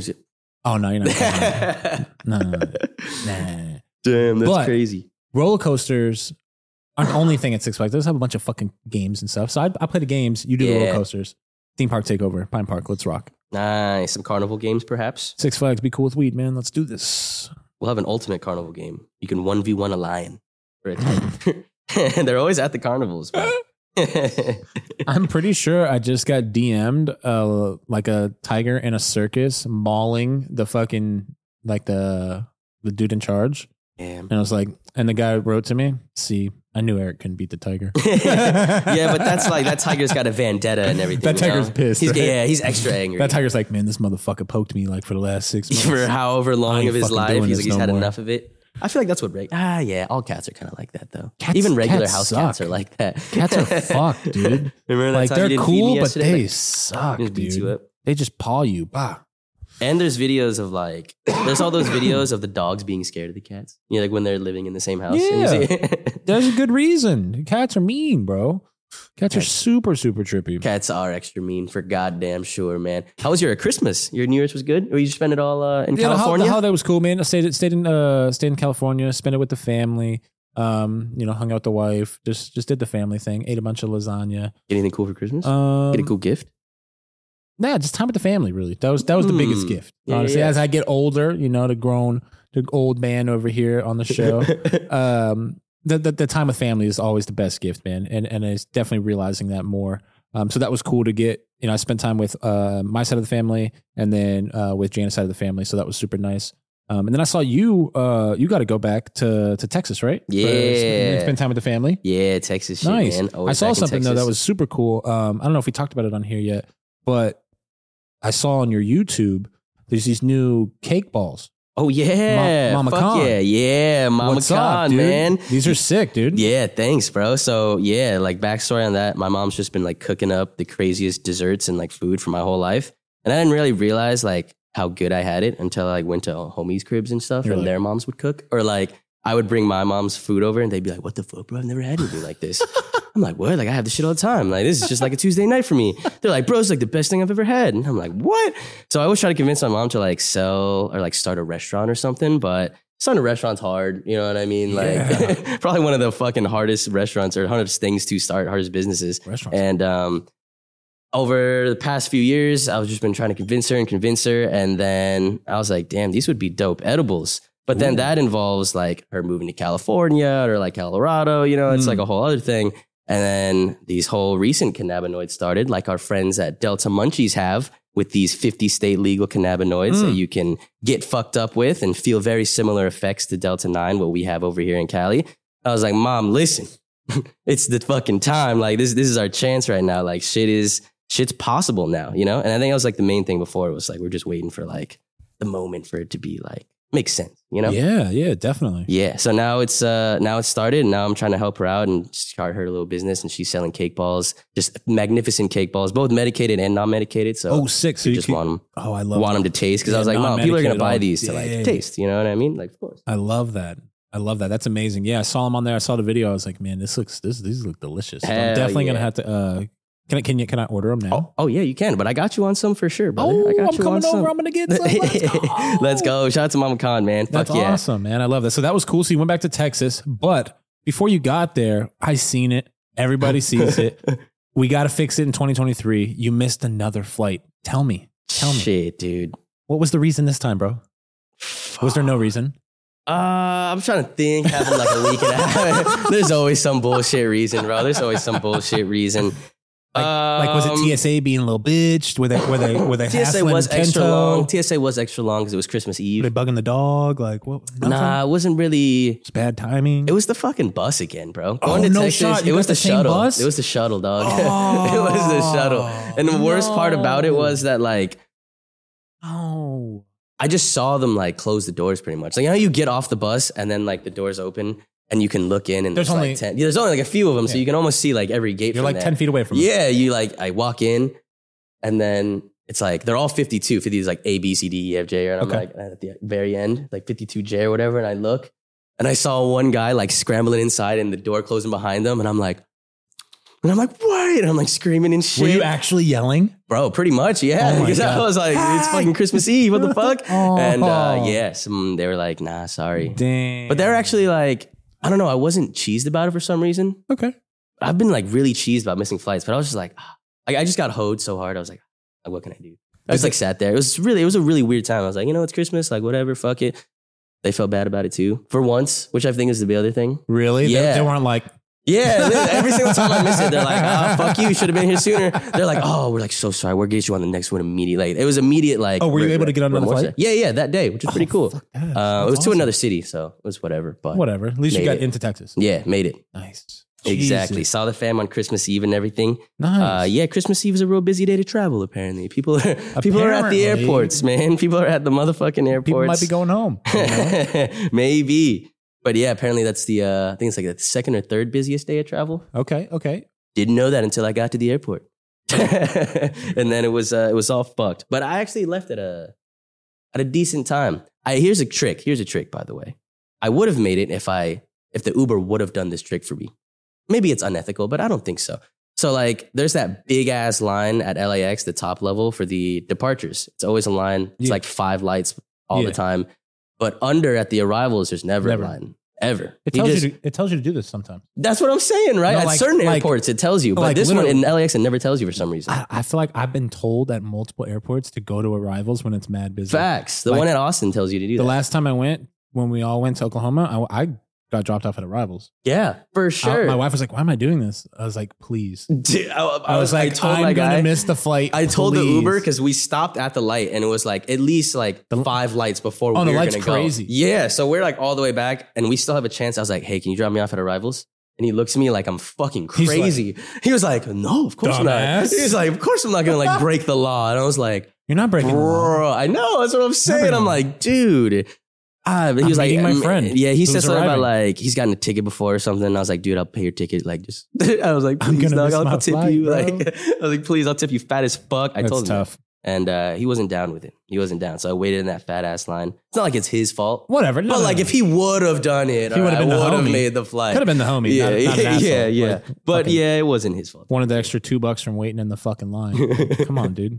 Speaker 2: just.
Speaker 1: Oh no, you're not. kidding.
Speaker 2: Damn,
Speaker 1: no, no, no, no, nah.
Speaker 2: that's
Speaker 1: But-
Speaker 2: crazy.
Speaker 1: Roller coasters aren't the only thing at Six Flags. They just have a bunch of fucking games and stuff. So I, I play the games. You do the
Speaker 2: Yeah.
Speaker 1: roller coasters. Theme park takeover. Pine Park. Let's rock.
Speaker 2: Nice. Some carnival games, perhaps.
Speaker 1: Six Flags. Be cool with weed, man. Let's do this.
Speaker 2: We'll have an ultimate carnival game. You can 1v1 a lion for a time. They're always at the carnivals. man.
Speaker 1: I'm pretty sure I just got DM'd uh, like a tiger in a circus mauling the fucking like the the dude in charge.
Speaker 2: Damn.
Speaker 1: And I was like, and the guy wrote to me, see, I knew Eric couldn't beat the tiger.
Speaker 2: yeah, but that's like, that tiger's got a vendetta and everything.
Speaker 1: That
Speaker 2: you know?
Speaker 1: tiger's pissed,
Speaker 2: He's,
Speaker 1: right?
Speaker 2: Yeah, he's extra angry.
Speaker 1: That tiger's like, man, this motherfucker poked me like for the last six months.
Speaker 2: for however long
Speaker 1: ain't
Speaker 2: of his
Speaker 1: fucking
Speaker 2: life.
Speaker 1: doing
Speaker 2: He's
Speaker 1: this
Speaker 2: like, he's
Speaker 1: no
Speaker 2: had
Speaker 1: more.
Speaker 2: enough of it. I feel like that's what reg- ah yeah, all cats are kind of like that though.
Speaker 1: Cats-
Speaker 2: Even regular
Speaker 1: cats
Speaker 2: house cats
Speaker 1: suck.
Speaker 2: are like that.
Speaker 1: Cats are fucked, dude.
Speaker 2: Remember that
Speaker 1: like
Speaker 2: time you
Speaker 1: they're
Speaker 2: didn't feed me
Speaker 1: cool, but
Speaker 2: yesterday?
Speaker 1: they
Speaker 2: Like,
Speaker 1: suck,
Speaker 2: just beat you
Speaker 1: dude.
Speaker 2: up.
Speaker 1: They just paw you. Bah.
Speaker 2: And there's videos of like there's all those videos of the dogs being scared of the cats. You know, like when they're living in the same house. and you see-
Speaker 1: There's a good reason. Cats are mean, bro. Cats are
Speaker 2: Cats-
Speaker 1: super, super trippy.
Speaker 2: cats are extra mean for goddamn sure, man. How was your uh, Christmas? Your New Year's was good? Or you spend it all uh, in
Speaker 1: Yeah, the hol-
Speaker 2: California?
Speaker 1: The holiday was cool, man. I stayed stayed in uh stayed in California, spent it with the family. Um, you know, hung out with the wife, just just did the family thing, ate a bunch of lasagna.
Speaker 2: Get anything cool for Christmas?
Speaker 1: Um,
Speaker 2: Get a cool gift?
Speaker 1: Nah, just time with the family. Really, that was that was the biggest
Speaker 2: Mm.
Speaker 1: gift.
Speaker 2: Yeah,
Speaker 1: honestly,
Speaker 2: yeah.
Speaker 1: as I get older, you know, the grown, the old man over here on the show. um, the, the the time with family is always the best gift, man, and and it's definitely realizing that more. Um, so that was cool to get. You know, I spent time with uh, my side of the family, and then uh, with Janice's side of the family. So that was super nice. Um, and then I saw you. Uh, you got to go back to to Texas, right? For-
Speaker 2: Yeah.
Speaker 1: spend time with the family.
Speaker 2: yeah, Texas shit,
Speaker 1: Nice.
Speaker 2: man.
Speaker 1: I
Speaker 2: Always
Speaker 1: saw
Speaker 2: back in
Speaker 1: something though that
Speaker 2: Texas.
Speaker 1: was super cool. Um, I don't know if we talked about it on here yet, but I saw on your YouTube there's these new cake balls.
Speaker 2: Oh yeah,
Speaker 1: Ma- Mama
Speaker 2: Fuck
Speaker 1: Khan.
Speaker 2: Yeah, yeah, Mama
Speaker 1: What's up,
Speaker 2: Khan,
Speaker 1: dude?
Speaker 2: man.
Speaker 1: These are sick, dude.
Speaker 2: Yeah, thanks, bro. So yeah, like backstory on that. My mom's just been like cooking up the craziest desserts and like food for my whole life, and I didn't really realize like how good I had it until I like, went to homies' cribs and stuff,
Speaker 1: You're
Speaker 2: and
Speaker 1: like-
Speaker 2: their moms would cook, or like I would bring my mom's food over, and they'd be like, "What the fuck, bro? I've never had anything like this." I'm like, "What? Like I have this shit all the time. Like this is just like a Tuesday night for me." They're like, "Bro, it's like the best thing I've ever had," and I'm like, "What?" So I always try to convince my mom to like sell or like start a restaurant or something, but starting a restaurant's hard. You know what I mean? Like
Speaker 1: Yeah.
Speaker 2: probably one of the fucking hardest restaurants or hardest things to start, hardest businesses.
Speaker 1: Restaurants.
Speaker 2: And um, over the past few years, I've just been trying to convince her and convince her. And then I was like, damn, these would be dope edibles. But then
Speaker 1: Ooh.
Speaker 2: that involves like her moving to California or like Colorado, you know, it's
Speaker 1: Mm.
Speaker 2: like a whole other thing. And then these whole recent cannabinoids started, like our friends at Delta Munchies have with these 50 state legal cannabinoids that
Speaker 1: Mm.
Speaker 2: you can get fucked up with and feel very similar effects to Delta 9, what we have over here in Cali. I was like, Mom, listen, it's the fucking time. Like this, this is our chance right now. Like shit is shit's possible now, you know? And I think that was like the main thing before was like we're just waiting for like the moment for it to be like makes sense, you know?
Speaker 1: yeah, yeah, definitely.
Speaker 2: Yeah. So now it's uh now it's started and now I'm trying to help her out and start her little business and she's selling cake balls, just magnificent cake balls, both medicated and non medicated. So
Speaker 1: Oh, sick. So
Speaker 2: you
Speaker 1: you
Speaker 2: just
Speaker 1: could-
Speaker 2: want 'em want
Speaker 1: Oh, I
Speaker 2: them
Speaker 1: love.
Speaker 2: want them to taste because I
Speaker 1: Yeah,
Speaker 2: was like, mom, people are gonna
Speaker 1: non-medicated
Speaker 2: buy
Speaker 1: all
Speaker 2: these to
Speaker 1: day.
Speaker 2: like taste. You know what I mean? Like of course.
Speaker 1: I love that. I love that. That's amazing. Yeah, I saw him on there. I saw the video. I was like, man, this looks this these look delicious. So
Speaker 2: Hell
Speaker 1: I'm definitely
Speaker 2: yeah.
Speaker 1: gonna have to. uh Can I can you can I order them now? Oh,
Speaker 2: Oh, oh yeah, you can, but I got you on some for sure, Oh, brother. I got
Speaker 1: I'm
Speaker 2: you
Speaker 1: coming
Speaker 2: on
Speaker 1: over.
Speaker 2: some.
Speaker 1: I'm gonna get some. Let's go.
Speaker 2: Let's go. Shout out to Mama Khan, man.
Speaker 1: That's
Speaker 2: Fuck yeah.
Speaker 1: awesome, man. I love that. So that was cool. So you went back to Texas, but before you got there, I seen it. Everybody sees it. We got to fix it in 2023. You missed another flight. Tell me. Tell me.
Speaker 2: Shit, dude.
Speaker 1: What was the reason this time, bro? Was there no reason?
Speaker 2: Uh, I'm trying to think. Having like a week and a half. There's always some bullshit reason, bro. There's always some bullshit reason.
Speaker 1: Like, like
Speaker 2: Um,
Speaker 1: was it TSA being a little bitch? Were they were they were they
Speaker 2: TSA
Speaker 1: hassling
Speaker 2: was extra
Speaker 1: Kento?
Speaker 2: long. TSA was extra long because it was Christmas
Speaker 1: Were they
Speaker 2: Eve.
Speaker 1: bugging the dog? Like what? Nothing?
Speaker 2: Nah, it wasn't really.
Speaker 1: it's bad timing.
Speaker 2: It was the fucking bus again, bro.
Speaker 1: Oh,
Speaker 2: Going to
Speaker 1: no
Speaker 2: Texas,
Speaker 1: shot. You
Speaker 2: it
Speaker 1: got
Speaker 2: was
Speaker 1: the
Speaker 2: the,
Speaker 1: same
Speaker 2: shuttle.
Speaker 1: bus?
Speaker 2: It was the shuttle, dog. it was the shuttle. And the worst part about it was that like
Speaker 1: oh,
Speaker 2: I just saw them like close the doors pretty much. Like you know, how you get off the bus and then like the doors open and you can look in and
Speaker 1: There's
Speaker 2: there's,
Speaker 1: only-
Speaker 2: like ten. Yeah, there's only like a few of them, so
Speaker 1: Yeah.
Speaker 2: you can almost see like every gate.
Speaker 1: you're
Speaker 2: from
Speaker 1: like
Speaker 2: there.
Speaker 1: ten feet away from it.
Speaker 2: Yeah, you like I walk in and then it's like they're all 52. 50 is like A, B, C, D, E, F, J, and I'm
Speaker 1: Okay.
Speaker 2: like at the very end, like 52J or whatever, and I look and I saw one guy like scrambling inside and the door closing behind them, and I'm like, and I'm like, what? And I'm like screaming and
Speaker 1: Were
Speaker 2: shit.
Speaker 1: you actually yelling?
Speaker 2: Bro, pretty much, yeah.
Speaker 1: Oh my
Speaker 2: Because I
Speaker 1: God.
Speaker 2: was like, it's
Speaker 1: Hey!
Speaker 2: fucking Christmas Eve, what the fuck?
Speaker 1: Oh.
Speaker 2: And uh, yeah, some they were like, nah, sorry.
Speaker 1: Dang.
Speaker 2: But they're actually like, I don't know, I wasn't cheesed about it for some reason.
Speaker 1: okay.
Speaker 2: I've been like really cheesed about missing flights, but I was just like, ah. I, I just got hoed so hard. I was like, ah, what can I do? I
Speaker 1: Is
Speaker 2: just
Speaker 1: it-
Speaker 2: like sat there. It was really, it was a really weird time. I was like, you know, it's Christmas, like whatever, fuck it. They felt bad about it too, for once, which I think is the other thing.
Speaker 1: Really? They-
Speaker 2: Yeah. Uh,
Speaker 1: They, weren't like
Speaker 2: Yeah, li- every single time I miss it, they're like, ah, fuck you, you should have been here sooner. They're like, oh, we're like so sorry, we'll get you on the next one immediately. Like, it was immediate, like,
Speaker 1: Oh, were you
Speaker 2: re-
Speaker 1: able to get on another
Speaker 2: remorse.
Speaker 1: flight?
Speaker 2: Yeah, yeah, that day, which was pretty
Speaker 1: oh,
Speaker 2: cool.
Speaker 1: fuck that.
Speaker 2: Uh,
Speaker 1: That's
Speaker 2: it was to
Speaker 1: awesome.
Speaker 2: another city, so it was whatever. But
Speaker 1: Whatever. At least you
Speaker 2: Made
Speaker 1: got
Speaker 2: it.
Speaker 1: into Texas.
Speaker 2: yeah, made it
Speaker 1: Nice.
Speaker 2: exactly.
Speaker 1: Jesus.
Speaker 2: Saw the fam on Christmas Eve and everything. Uh,
Speaker 1: Nice.
Speaker 2: yeah, Christmas Eve is a real busy day to travel. Apparently, people are people are at
Speaker 1: Apparently.
Speaker 2: the airports, man. People are at the motherfucking Uh, airports.
Speaker 1: People might be going home. you know?
Speaker 2: Maybe, but yeah, apparently that's the uh, I think it's like the second or third busiest day of travel.
Speaker 1: okay. Okay.
Speaker 2: Didn't know that until I got to the airport, and then it was uh, it was all fucked. But I actually left at a at a decent time. I here's a trick. Here's a trick, by the way. I would have made it if I if the Uber would have done this trick for me. Maybe it's unethical, but I don't think so. So like, there's that big ass line at LAX, the top level for the departures. It's always a line. It's
Speaker 1: Yeah.
Speaker 2: like five lights all
Speaker 1: Yeah.
Speaker 2: the time, but under at the arrivals, there's never,
Speaker 1: Never.
Speaker 2: a line ever.
Speaker 1: It
Speaker 2: You
Speaker 1: tells
Speaker 2: just-
Speaker 1: you. To, it tells you to do this sometimes.
Speaker 2: that's what I'm saying, right?
Speaker 1: No,
Speaker 2: at
Speaker 1: like-
Speaker 2: certain
Speaker 1: like-
Speaker 2: airports, it tells you, but
Speaker 1: like,
Speaker 2: this one
Speaker 1: literally-
Speaker 2: in LAX, it never tells you for some reason.
Speaker 1: I, I feel like I've been told at multiple airports to go to arrivals when it's mad busy.
Speaker 2: Facts. The
Speaker 1: Like-
Speaker 2: one at Austin tells you to do
Speaker 1: The
Speaker 2: that.
Speaker 1: last time I went, when we all went to Oklahoma, I, I got dropped off at arrivals.
Speaker 2: yeah, for
Speaker 1: I-
Speaker 2: sure.
Speaker 1: Oh, my wife was like, "Why am I doing this?" I was like, "Please."
Speaker 2: Dude, I,
Speaker 1: I was like,
Speaker 2: told
Speaker 1: "I'm
Speaker 2: my
Speaker 1: gonna
Speaker 2: guy-
Speaker 1: miss the flight."
Speaker 2: I told the
Speaker 1: please."
Speaker 2: Uber because we stopped at the light and it was like at least like
Speaker 1: The-
Speaker 2: five lights before
Speaker 1: Oh,
Speaker 2: we
Speaker 1: the
Speaker 2: were
Speaker 1: light's
Speaker 2: gonna
Speaker 1: crazy.
Speaker 2: go. Yeah, so we're like all the way back and we still have a chance. I was like, "Hey, can you drop me off at Arrivals?" And he looks at me like I'm fucking
Speaker 1: He's like-
Speaker 2: crazy. he was like, "No, of course
Speaker 1: Dumbass.
Speaker 2: not." He was like, "Of course I'm not gonna like break the law." And I was like,
Speaker 1: you're not breaking. the law.
Speaker 2: Bro, I know that's what I'm saying.
Speaker 1: breaking
Speaker 2: I'm
Speaker 1: the law.
Speaker 2: like, dude. Ah, but he
Speaker 1: I'm
Speaker 2: was like,
Speaker 1: meeting my
Speaker 2: um,
Speaker 1: friend
Speaker 2: Yeah, he
Speaker 1: who
Speaker 2: said
Speaker 1: was
Speaker 2: something about
Speaker 1: arriving.
Speaker 2: like he's gotten a ticket before or something. And I was like, dude, I'll pay your ticket. Like, just I was like,
Speaker 1: I'm
Speaker 2: please,
Speaker 1: gonna
Speaker 2: dog,
Speaker 1: miss
Speaker 2: I'll,
Speaker 1: my
Speaker 2: I'll tip
Speaker 1: flight,
Speaker 2: you.
Speaker 1: bro.
Speaker 2: Like, I was like, please, I'll tip you fat as fuck. I
Speaker 1: That's
Speaker 2: told him, that.
Speaker 1: tough.
Speaker 2: and uh, he wasn't down with it. He wasn't down, so I waited in that fat ass line. It's not like it's his fault,
Speaker 1: Whatever. No,
Speaker 2: but
Speaker 1: no,
Speaker 2: like
Speaker 1: no.
Speaker 2: if he would have done it,
Speaker 1: He would've
Speaker 2: all right, I
Speaker 1: been the
Speaker 2: would have
Speaker 1: homie.
Speaker 2: made the flight.
Speaker 1: could have been the homie.
Speaker 2: yeah,
Speaker 1: not- not an
Speaker 2: yeah,
Speaker 1: asshole,
Speaker 2: yeah, yeah.
Speaker 1: like,
Speaker 2: But
Speaker 1: fucking
Speaker 2: yeah, it wasn't his fault.
Speaker 1: wanted the extra two bucks from waiting in the fucking line. Come on, dude.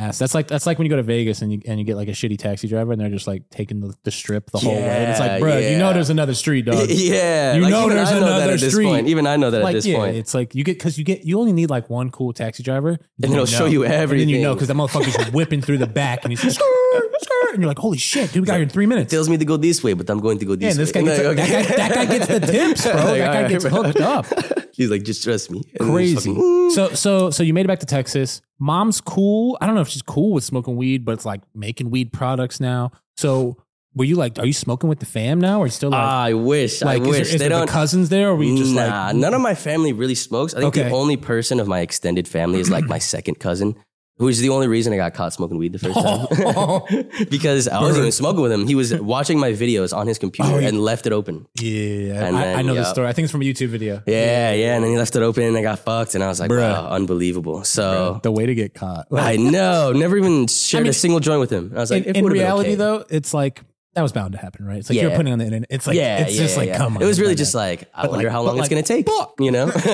Speaker 1: Ass. That's like that's like when you go to Vegas and you and you get like a shitty taxi driver and they're just like taking the, the strip the whole way. And it's like,
Speaker 2: Yeah,
Speaker 1: bro, you
Speaker 2: yeah.
Speaker 1: know there's another street, dog.
Speaker 2: yeah,
Speaker 1: You
Speaker 2: like,
Speaker 1: know
Speaker 2: even
Speaker 1: there's
Speaker 2: I know that
Speaker 1: another
Speaker 2: at this
Speaker 1: street.
Speaker 2: point. Even I know that
Speaker 1: like,
Speaker 2: at this
Speaker 1: yeah,
Speaker 2: point.
Speaker 1: it's like you get because you get you only need like one cool taxi driver, and
Speaker 2: then it'll show you
Speaker 1: And then you
Speaker 2: everything.
Speaker 1: know because that motherfucker's just whipping through the back, and he's like, "Skrr, skrr," and you're like, holy shit, dude, we got here in three minutes.
Speaker 2: tells me to go this way, but I'm going to go
Speaker 1: Man,
Speaker 2: this
Speaker 1: this guy
Speaker 2: way.
Speaker 1: gets,
Speaker 2: And like,
Speaker 1: that, guy, that guy gets the tips, bro.
Speaker 2: Like,
Speaker 1: that guy
Speaker 2: alright,
Speaker 1: gets
Speaker 2: bro.
Speaker 1: hooked up.
Speaker 2: He's like, just trust me. And then he's
Speaker 1: Crazy.
Speaker 2: fucking, "Ooh."
Speaker 1: So so so you made it back to Texas. Mom's cool. I don't know if she's cool with smoking weed, but it's like making weed products now. So were you like, are you smoking with the fam now, or you still like,
Speaker 2: I wish.
Speaker 1: like
Speaker 2: Uh, I
Speaker 1: is there-
Speaker 2: wish
Speaker 1: is,
Speaker 2: they
Speaker 1: there the
Speaker 2: don't.
Speaker 1: cousins there, or were you just
Speaker 2: nah,
Speaker 1: like,
Speaker 2: none of my family really smokes. I think
Speaker 1: Okay.
Speaker 2: the only person of my extended family is like my second cousin, who is the only reason I got caught smoking weed the first
Speaker 1: Oh.
Speaker 2: time. because I wasn't even smoking with him. He was watching my videos on his computer
Speaker 1: Oh, he-
Speaker 2: and left it open.
Speaker 1: yeah, I,
Speaker 2: And
Speaker 1: I
Speaker 2: then,
Speaker 1: know this
Speaker 2: yeah.
Speaker 1: story. I think it's from a YouTube video.
Speaker 2: Yeah, yeah. And then he left it open and I got fucked. And I was like,
Speaker 1: Bruh.
Speaker 2: wow, unbelievable. So
Speaker 1: The way to get caught.
Speaker 2: I know. Never even shared
Speaker 1: mean,
Speaker 2: a single joint with him. I was like,
Speaker 1: in,
Speaker 2: it
Speaker 1: in
Speaker 2: would've been
Speaker 1: reality
Speaker 2: okay.
Speaker 1: though it's like that was bound to happen, right? It's like you're
Speaker 2: Yeah.
Speaker 1: putting on the internet. It's like
Speaker 2: yeah,
Speaker 1: it's
Speaker 2: yeah,
Speaker 1: just
Speaker 2: yeah,
Speaker 1: like
Speaker 2: yeah.
Speaker 1: come on.
Speaker 2: It was really
Speaker 1: why
Speaker 2: just
Speaker 1: not?
Speaker 2: like I
Speaker 1: But
Speaker 2: wonder
Speaker 1: like-
Speaker 2: how
Speaker 1: but
Speaker 2: long it's
Speaker 1: like,
Speaker 2: gonna take.
Speaker 1: fuck.
Speaker 2: You know?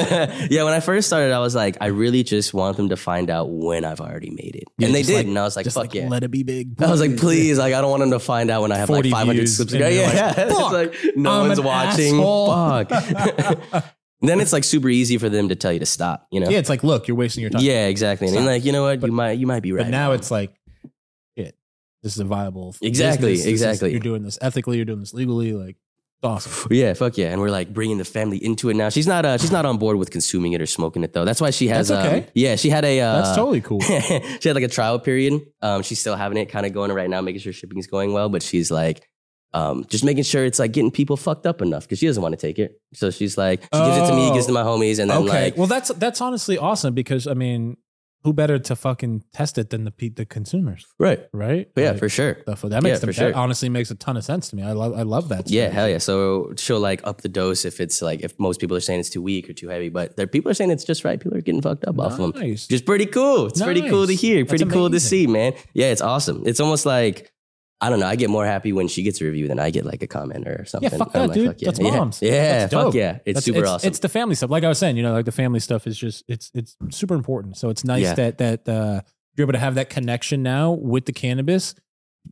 Speaker 2: yeah. When I first started, I was like, I really just want them to find out when I've alady made it,
Speaker 1: Yeah,
Speaker 2: and they
Speaker 1: just
Speaker 2: did,
Speaker 1: like-
Speaker 2: and I was like,
Speaker 1: just
Speaker 2: fuck
Speaker 1: like
Speaker 2: yeah.
Speaker 1: let it be big.
Speaker 2: I was like, please, like I don't want them to find out when I have like
Speaker 1: 40
Speaker 2: 500
Speaker 1: views,
Speaker 2: subscribers.
Speaker 1: and
Speaker 2: Yeah,
Speaker 1: you're like,
Speaker 2: yeah.
Speaker 1: "Fuck,
Speaker 2: it's like no
Speaker 1: I'm
Speaker 2: one's
Speaker 1: an
Speaker 2: watching.
Speaker 1: asshole."
Speaker 2: Fuck. then it's like super easy for them to tell you to stop. You know?
Speaker 1: yeah, it's like look, you're wasting your time.
Speaker 2: Yeah, exactly. And
Speaker 1: Stop.
Speaker 2: like you know what,
Speaker 1: But-
Speaker 2: you might you might be right.
Speaker 1: but now it's like, shit, this is a viable
Speaker 2: Exactly,
Speaker 1: business. This is-
Speaker 2: exactly.
Speaker 1: you're doing this ethically. You're doing this legally. Like, it's awesome.
Speaker 2: yeah, fuck yeah, and we're like bringing the family into it now. She's not uh, she's not on board with consuming it or smoking it though. That's why she has
Speaker 1: That's okay.
Speaker 2: um, yeah she had a uh,
Speaker 1: That's totally cool.
Speaker 2: she had like a trial period. Um, she's still having it kind of going right now, making sure shipping's going well. But she's like, um, just making sure it's like getting people fucked up enough because she doesn't want to take it. So she's like, she gives it to me,
Speaker 1: Oh.
Speaker 2: gives it to my homies, and then
Speaker 1: okay,
Speaker 2: like,
Speaker 1: well that's that's honestly awesome because I mean, who better to fucking test it than the pe- the consumers,
Speaker 2: right,
Speaker 1: right?
Speaker 2: but yeah,
Speaker 1: Like,
Speaker 2: for sure.
Speaker 1: stuff. uh, That makes
Speaker 2: Yeah,
Speaker 1: them,
Speaker 2: for
Speaker 1: that
Speaker 2: sure.
Speaker 1: honestly makes a ton of sense to me. I love I love that.
Speaker 2: Yeah,
Speaker 1: story.
Speaker 2: hell yeah. So she'll like up the dose if it's like if most people are saying it's too weak or too heavy, but there people are saying it's just right. People are getting fucked up off them.
Speaker 1: Nice.
Speaker 2: Just pretty cool. It's pretty cool to
Speaker 1: Nice.
Speaker 2: hear.
Speaker 1: That's
Speaker 2: Pretty cool to
Speaker 1: amazing.
Speaker 2: see, man. Yeah, it's awesome. It's almost like I don't know. I get more happy when she gets a review than I get like a comment or something.
Speaker 1: fuck
Speaker 2: I'm
Speaker 1: that,
Speaker 2: like,
Speaker 1: dude.
Speaker 2: fuck yeah.
Speaker 1: That's
Speaker 2: yeah.
Speaker 1: bombs.
Speaker 2: Yeah,
Speaker 1: That's
Speaker 2: fuck
Speaker 1: dope.
Speaker 2: yeah. It's
Speaker 1: That's-
Speaker 2: super
Speaker 1: it's,
Speaker 2: awesome.
Speaker 1: It's the family stuff. Like I was saying, you know, like the family stuff is just it's it's super important. So it's nice
Speaker 2: Yeah.
Speaker 1: that that uh, you're able to have that connection now with the cannabis.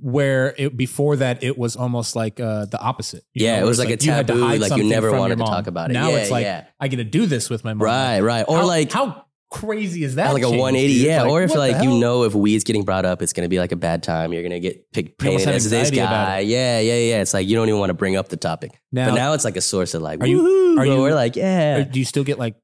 Speaker 1: Where it before that it was almost like uh, the opposite. You
Speaker 2: yeah,
Speaker 1: know,
Speaker 2: it
Speaker 1: where
Speaker 2: was like, a
Speaker 1: you had to
Speaker 2: taboo.
Speaker 1: hide
Speaker 2: Like you
Speaker 1: something
Speaker 2: never
Speaker 1: from
Speaker 2: wanted to
Speaker 1: your mom.
Speaker 2: talk about it.
Speaker 1: Now
Speaker 2: yeah,
Speaker 1: it's like
Speaker 2: yeah.
Speaker 1: I get to do this with my mom.
Speaker 2: right, right. Or
Speaker 1: How-
Speaker 2: like
Speaker 1: how crazy is that?
Speaker 2: like a
Speaker 1: change,
Speaker 2: 180
Speaker 1: dude?
Speaker 2: yeah or if
Speaker 1: what the
Speaker 2: like you
Speaker 1: hell?
Speaker 2: know if weed's getting brought up it's going to be like a bad time you're going to get picked
Speaker 1: You almost
Speaker 2: painted
Speaker 1: have
Speaker 2: as this
Speaker 1: anxiety about
Speaker 2: guy yeah yeah yeah it's like you don't even want to bring up the topic but now it's like a source of like
Speaker 1: Are you-
Speaker 2: woohoo,
Speaker 1: are
Speaker 2: bro.
Speaker 1: you-
Speaker 2: we're like yeah
Speaker 1: Or do you still get like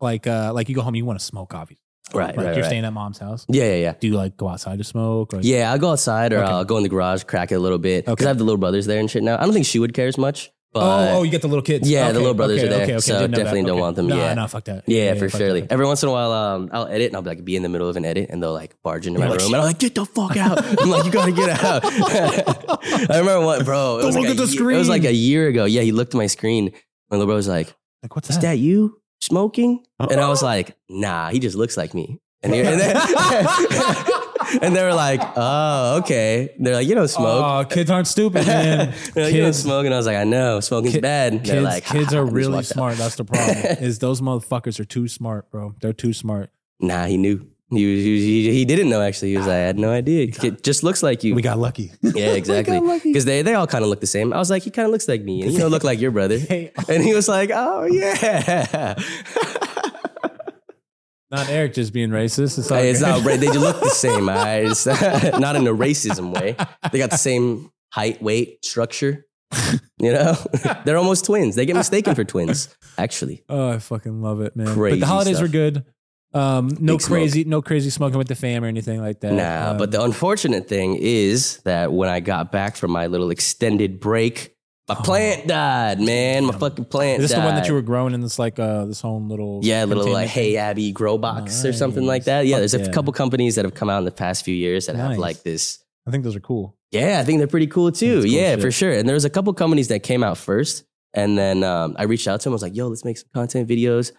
Speaker 1: like uh like you go home you want to smoke obviously
Speaker 2: right
Speaker 1: like
Speaker 2: right,
Speaker 1: you're
Speaker 2: right.
Speaker 1: staying at mom's house
Speaker 2: yeah yeah yeah
Speaker 1: do you like go outside to smoke or
Speaker 2: yeah i'll go outside or
Speaker 1: Okay.
Speaker 2: i'll go in the garage crack it a little bit because
Speaker 1: Okay.
Speaker 2: i have the little brothers there and shit now i don't think she would care as much but
Speaker 1: oh, oh you get the little kids
Speaker 2: Yeah, the little brothers are there,
Speaker 1: I
Speaker 2: so
Speaker 1: didn't know
Speaker 2: definitely
Speaker 1: that.
Speaker 2: don't want them,
Speaker 1: Nah,
Speaker 2: yeah.
Speaker 1: nah, fuck that
Speaker 2: Yeah, for
Speaker 1: fuck
Speaker 2: surely.
Speaker 1: that.
Speaker 2: Every once in a while, um, I'll edit and I'll be like be in the middle of an edit and they'll like barge into
Speaker 1: You're
Speaker 2: my
Speaker 1: like,
Speaker 2: room and I'm like, get the fuck out. I'm like, you gotta get out. I remember what, bro. It
Speaker 1: Don't
Speaker 2: was
Speaker 1: look
Speaker 2: like
Speaker 1: at
Speaker 2: a
Speaker 1: the
Speaker 2: year- It was
Speaker 1: screen.
Speaker 2: like a year ago. Yeah, he looked at my screen and the bro was like,
Speaker 1: like what's
Speaker 2: is
Speaker 1: that
Speaker 2: that you smoking? And I was like, nah, he just looks like me. And they, and they, and they were like, oh, okay. They're like, you don't smoke.
Speaker 1: oh kids aren't stupid
Speaker 2: They're
Speaker 1: man
Speaker 2: like, you don't
Speaker 1: kids
Speaker 2: smoke. And I was like, I know, smoking's
Speaker 1: Ki-
Speaker 2: bad. And They're
Speaker 1: kids,
Speaker 2: like,
Speaker 1: kids
Speaker 2: "Ha, ha,"
Speaker 1: are
Speaker 2: and just
Speaker 1: really
Speaker 2: walked out.
Speaker 1: smart that's the problem is those motherfuckers are too smart bro they're too smart
Speaker 2: Nah, he knew. He was, he, was- he, he didn't know actually. He was like, I had no idea. It just looks like you.
Speaker 1: we got lucky
Speaker 2: yeah, exactly. Because they, they all kind of look the same. I was like, he kind of looks like me, and you don't look like your brother.
Speaker 1: hey
Speaker 2: And he was like, oh yeah.
Speaker 1: not Eric just being racist it's, all
Speaker 2: Hey, it's
Speaker 1: good.
Speaker 2: not right. They just look the same. All right? It's not in a racism way. They got the same height, weight, structure. You know, they're almost twins. They get mistaken for twins, actually.
Speaker 1: Oh, I fucking love it, man. but
Speaker 2: Crazy
Speaker 1: the holidays
Speaker 2: stuff.
Speaker 1: were good. Um, no
Speaker 2: Big smoke.
Speaker 1: crazy, no crazy smoking with the fam or anything like that.
Speaker 2: Nah,
Speaker 1: Um,
Speaker 2: but the unfortunate thing is that when I got back from my little extended break, my
Speaker 1: Oh.
Speaker 2: plant died, man. My
Speaker 1: Damn.
Speaker 2: fucking plant
Speaker 1: is this
Speaker 2: died.
Speaker 1: the one that you were growing in this like uh this whole little
Speaker 2: Yeah, little like
Speaker 1: containment
Speaker 2: Hey Abby grow box or something like
Speaker 1: Nice.
Speaker 2: that. Yeah,
Speaker 1: Fuck
Speaker 2: there's a
Speaker 1: yeah.
Speaker 2: couple companies that have come out in the past few years that have
Speaker 1: Nice.
Speaker 2: like this.
Speaker 1: thing? I think those are cool.
Speaker 2: Yeah, I think they're pretty cool too.
Speaker 1: That's cool
Speaker 2: yeah,
Speaker 1: shit.
Speaker 2: for sure. And there was a couple companies that came out first, and then um, I reached out to them. I was like, "Yo, let's make some content videos."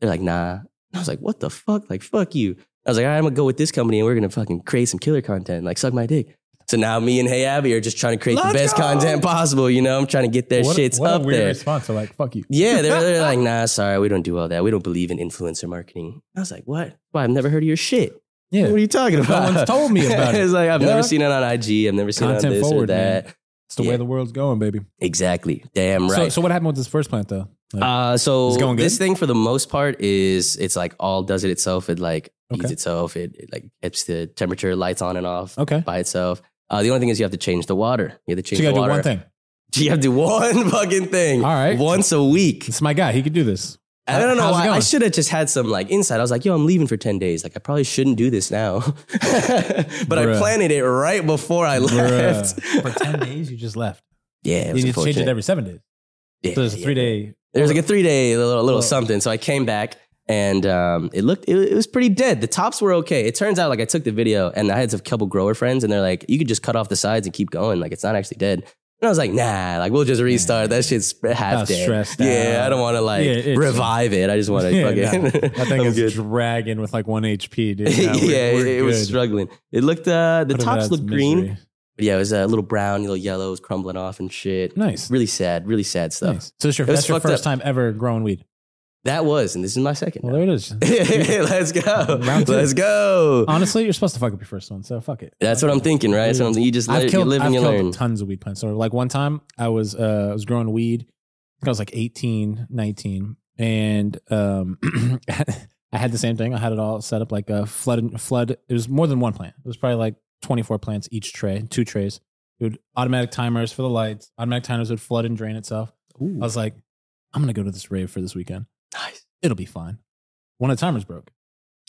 Speaker 2: They're like, "Nah." I was like, "What the fuck? Like, fuck you." I was like, "All right, I'm gonna go with this company, and we're gonna fucking create some killer content. Like, suck my dick." So now me and Hey Abby are just trying to create the
Speaker 1: Let's
Speaker 2: best
Speaker 1: go!
Speaker 2: content possible. You know, I'm trying to get their
Speaker 1: what,
Speaker 2: shits
Speaker 1: what
Speaker 2: up
Speaker 1: a weird
Speaker 2: there.
Speaker 1: response. They're like, "Fuck you."
Speaker 2: Yeah, they're, they're like, nah, sorry, we don't do all that. We don't believe in influencer marketing. I was like, what? Why? I've never heard of your shit.
Speaker 1: Yeah,
Speaker 2: What are you talking
Speaker 1: No
Speaker 2: about?
Speaker 1: one's told me about it.
Speaker 2: it's like, I've
Speaker 1: Yeah.
Speaker 2: never seen it on IG. I've never seen it on
Speaker 1: Content
Speaker 2: this
Speaker 1: forward,
Speaker 2: or that.
Speaker 1: it's the
Speaker 2: yeah.
Speaker 1: way the world's going, baby.
Speaker 2: Exactly. Damn
Speaker 1: So,
Speaker 2: right.
Speaker 1: so what happened with this first plant though? Like,
Speaker 2: uh, so
Speaker 1: Is it going good?
Speaker 2: this thing, for the most part, is it's like all does it itself. It like feeds
Speaker 1: Okay.
Speaker 2: itself. It, it like keeps the temperature lights on and off
Speaker 1: okay,
Speaker 2: by itself. Uh, the only thing is you have to change the water. You have to
Speaker 1: so
Speaker 2: change
Speaker 1: you gotta
Speaker 2: the
Speaker 1: do
Speaker 2: water.
Speaker 1: one thing.
Speaker 2: You have to do one fucking thing.
Speaker 1: All right.
Speaker 2: Once a week.
Speaker 1: It's my guy. He could do this.
Speaker 2: I don't know
Speaker 1: How's it
Speaker 2: why. I
Speaker 1: going?
Speaker 2: should have just had some like insight. I was like, yo, I'm leaving for 10 days. Like, I probably shouldn't do this now. but I
Speaker 1: Bruh.
Speaker 2: planted it right before I left.
Speaker 1: Bruh. for ten days, you just left.
Speaker 2: yeah, it
Speaker 1: You
Speaker 2: was
Speaker 1: need to change it
Speaker 2: unfortunate.
Speaker 1: every seven days.
Speaker 2: Yeah,
Speaker 1: So there's a
Speaker 2: yeah.
Speaker 1: three day.
Speaker 2: There's like a three day little, little
Speaker 1: Well-
Speaker 2: something. So I came back and um, it looked, it, it was pretty dead. The tops were okay. It turns out, like, I took the video and I had a couple grower friends and they're like, you could just cut off the sides and keep going. Like, it's not actually dead. And I was like, nah, like, we'll just restart. That shit's half
Speaker 1: Not
Speaker 2: dead.
Speaker 1: stressed
Speaker 2: yeah,
Speaker 1: out.
Speaker 2: I don't want to like
Speaker 1: Yeah, it's-
Speaker 2: revive it. I just want to
Speaker 1: Yeah,
Speaker 2: fucking.
Speaker 1: no. That thing
Speaker 2: I'm
Speaker 1: is
Speaker 2: good.
Speaker 1: dragging with like one HP, dude.
Speaker 2: yeah,
Speaker 1: No, we're-
Speaker 2: it-
Speaker 1: we're
Speaker 2: it was
Speaker 1: good.
Speaker 2: struggling. It looked uh, the
Speaker 1: Put it out
Speaker 2: tops
Speaker 1: of
Speaker 2: looked green.
Speaker 1: misery.
Speaker 2: But yeah, it was a little brown, little yellow, it was crumbling off and shit.
Speaker 1: Nice.
Speaker 2: Really sad, really sad stuff.
Speaker 1: nice. So it's your,
Speaker 2: It was
Speaker 1: that's your
Speaker 2: fucked
Speaker 1: first
Speaker 2: up.
Speaker 1: time ever growing weed.
Speaker 2: That was, and this is my second.
Speaker 1: Well,
Speaker 2: now.
Speaker 1: there it is.
Speaker 2: Let's go.
Speaker 1: Round two.
Speaker 2: Let's go.
Speaker 1: Honestly, you're supposed to fuck up your first one, so fuck it.
Speaker 2: That's what I'm thinking, right? That's what I'm thinking. You just let
Speaker 1: I've
Speaker 2: it,
Speaker 1: killed,
Speaker 2: you live
Speaker 1: I've
Speaker 2: and you
Speaker 1: killed
Speaker 2: learn.
Speaker 1: tons of weed plants. So like one time I was uh I was growing weed. I think I was like 18, 19. And um I had the same thing. I had it all set up like a flood flood. It was more than one plant. It was probably like 24 plants each tray, two trays. It would automatic timers for the lights. Automatic timers would flood and drain itself. I was like, I'm gonna go to this rave for this weekend.
Speaker 2: Nice.
Speaker 1: It'll be fine. One of the timers broke.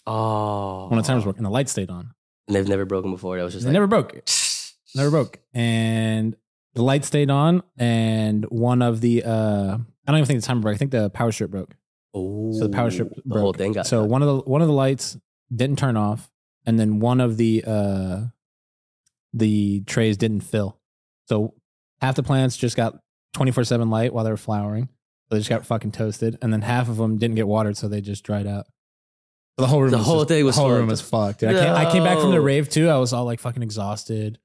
Speaker 2: Oh.
Speaker 1: One of the timers broke and the light stayed on.
Speaker 2: And they've never broken before. That was just
Speaker 1: It
Speaker 2: like,
Speaker 1: never broke. never broke and the light stayed on and one of the uh i don't even think the timer broke i think the power strip broke
Speaker 2: Oh.
Speaker 1: so the power strip broke.
Speaker 2: The whole thing got
Speaker 1: so one of the one of the lights didn't turn off and then one of the uh the trays didn't fill so half the plants just got 24-7 light while they were flowering so they just got fucking toasted and then half of them didn't get watered so they just dried out So the whole room
Speaker 2: The
Speaker 1: was
Speaker 2: whole
Speaker 1: just-
Speaker 2: thing was
Speaker 1: the whole room
Speaker 2: fucked.
Speaker 1: was fucked dude. I, came, I came back from the
Speaker 2: No.
Speaker 1: rave too i was all like fucking exhausted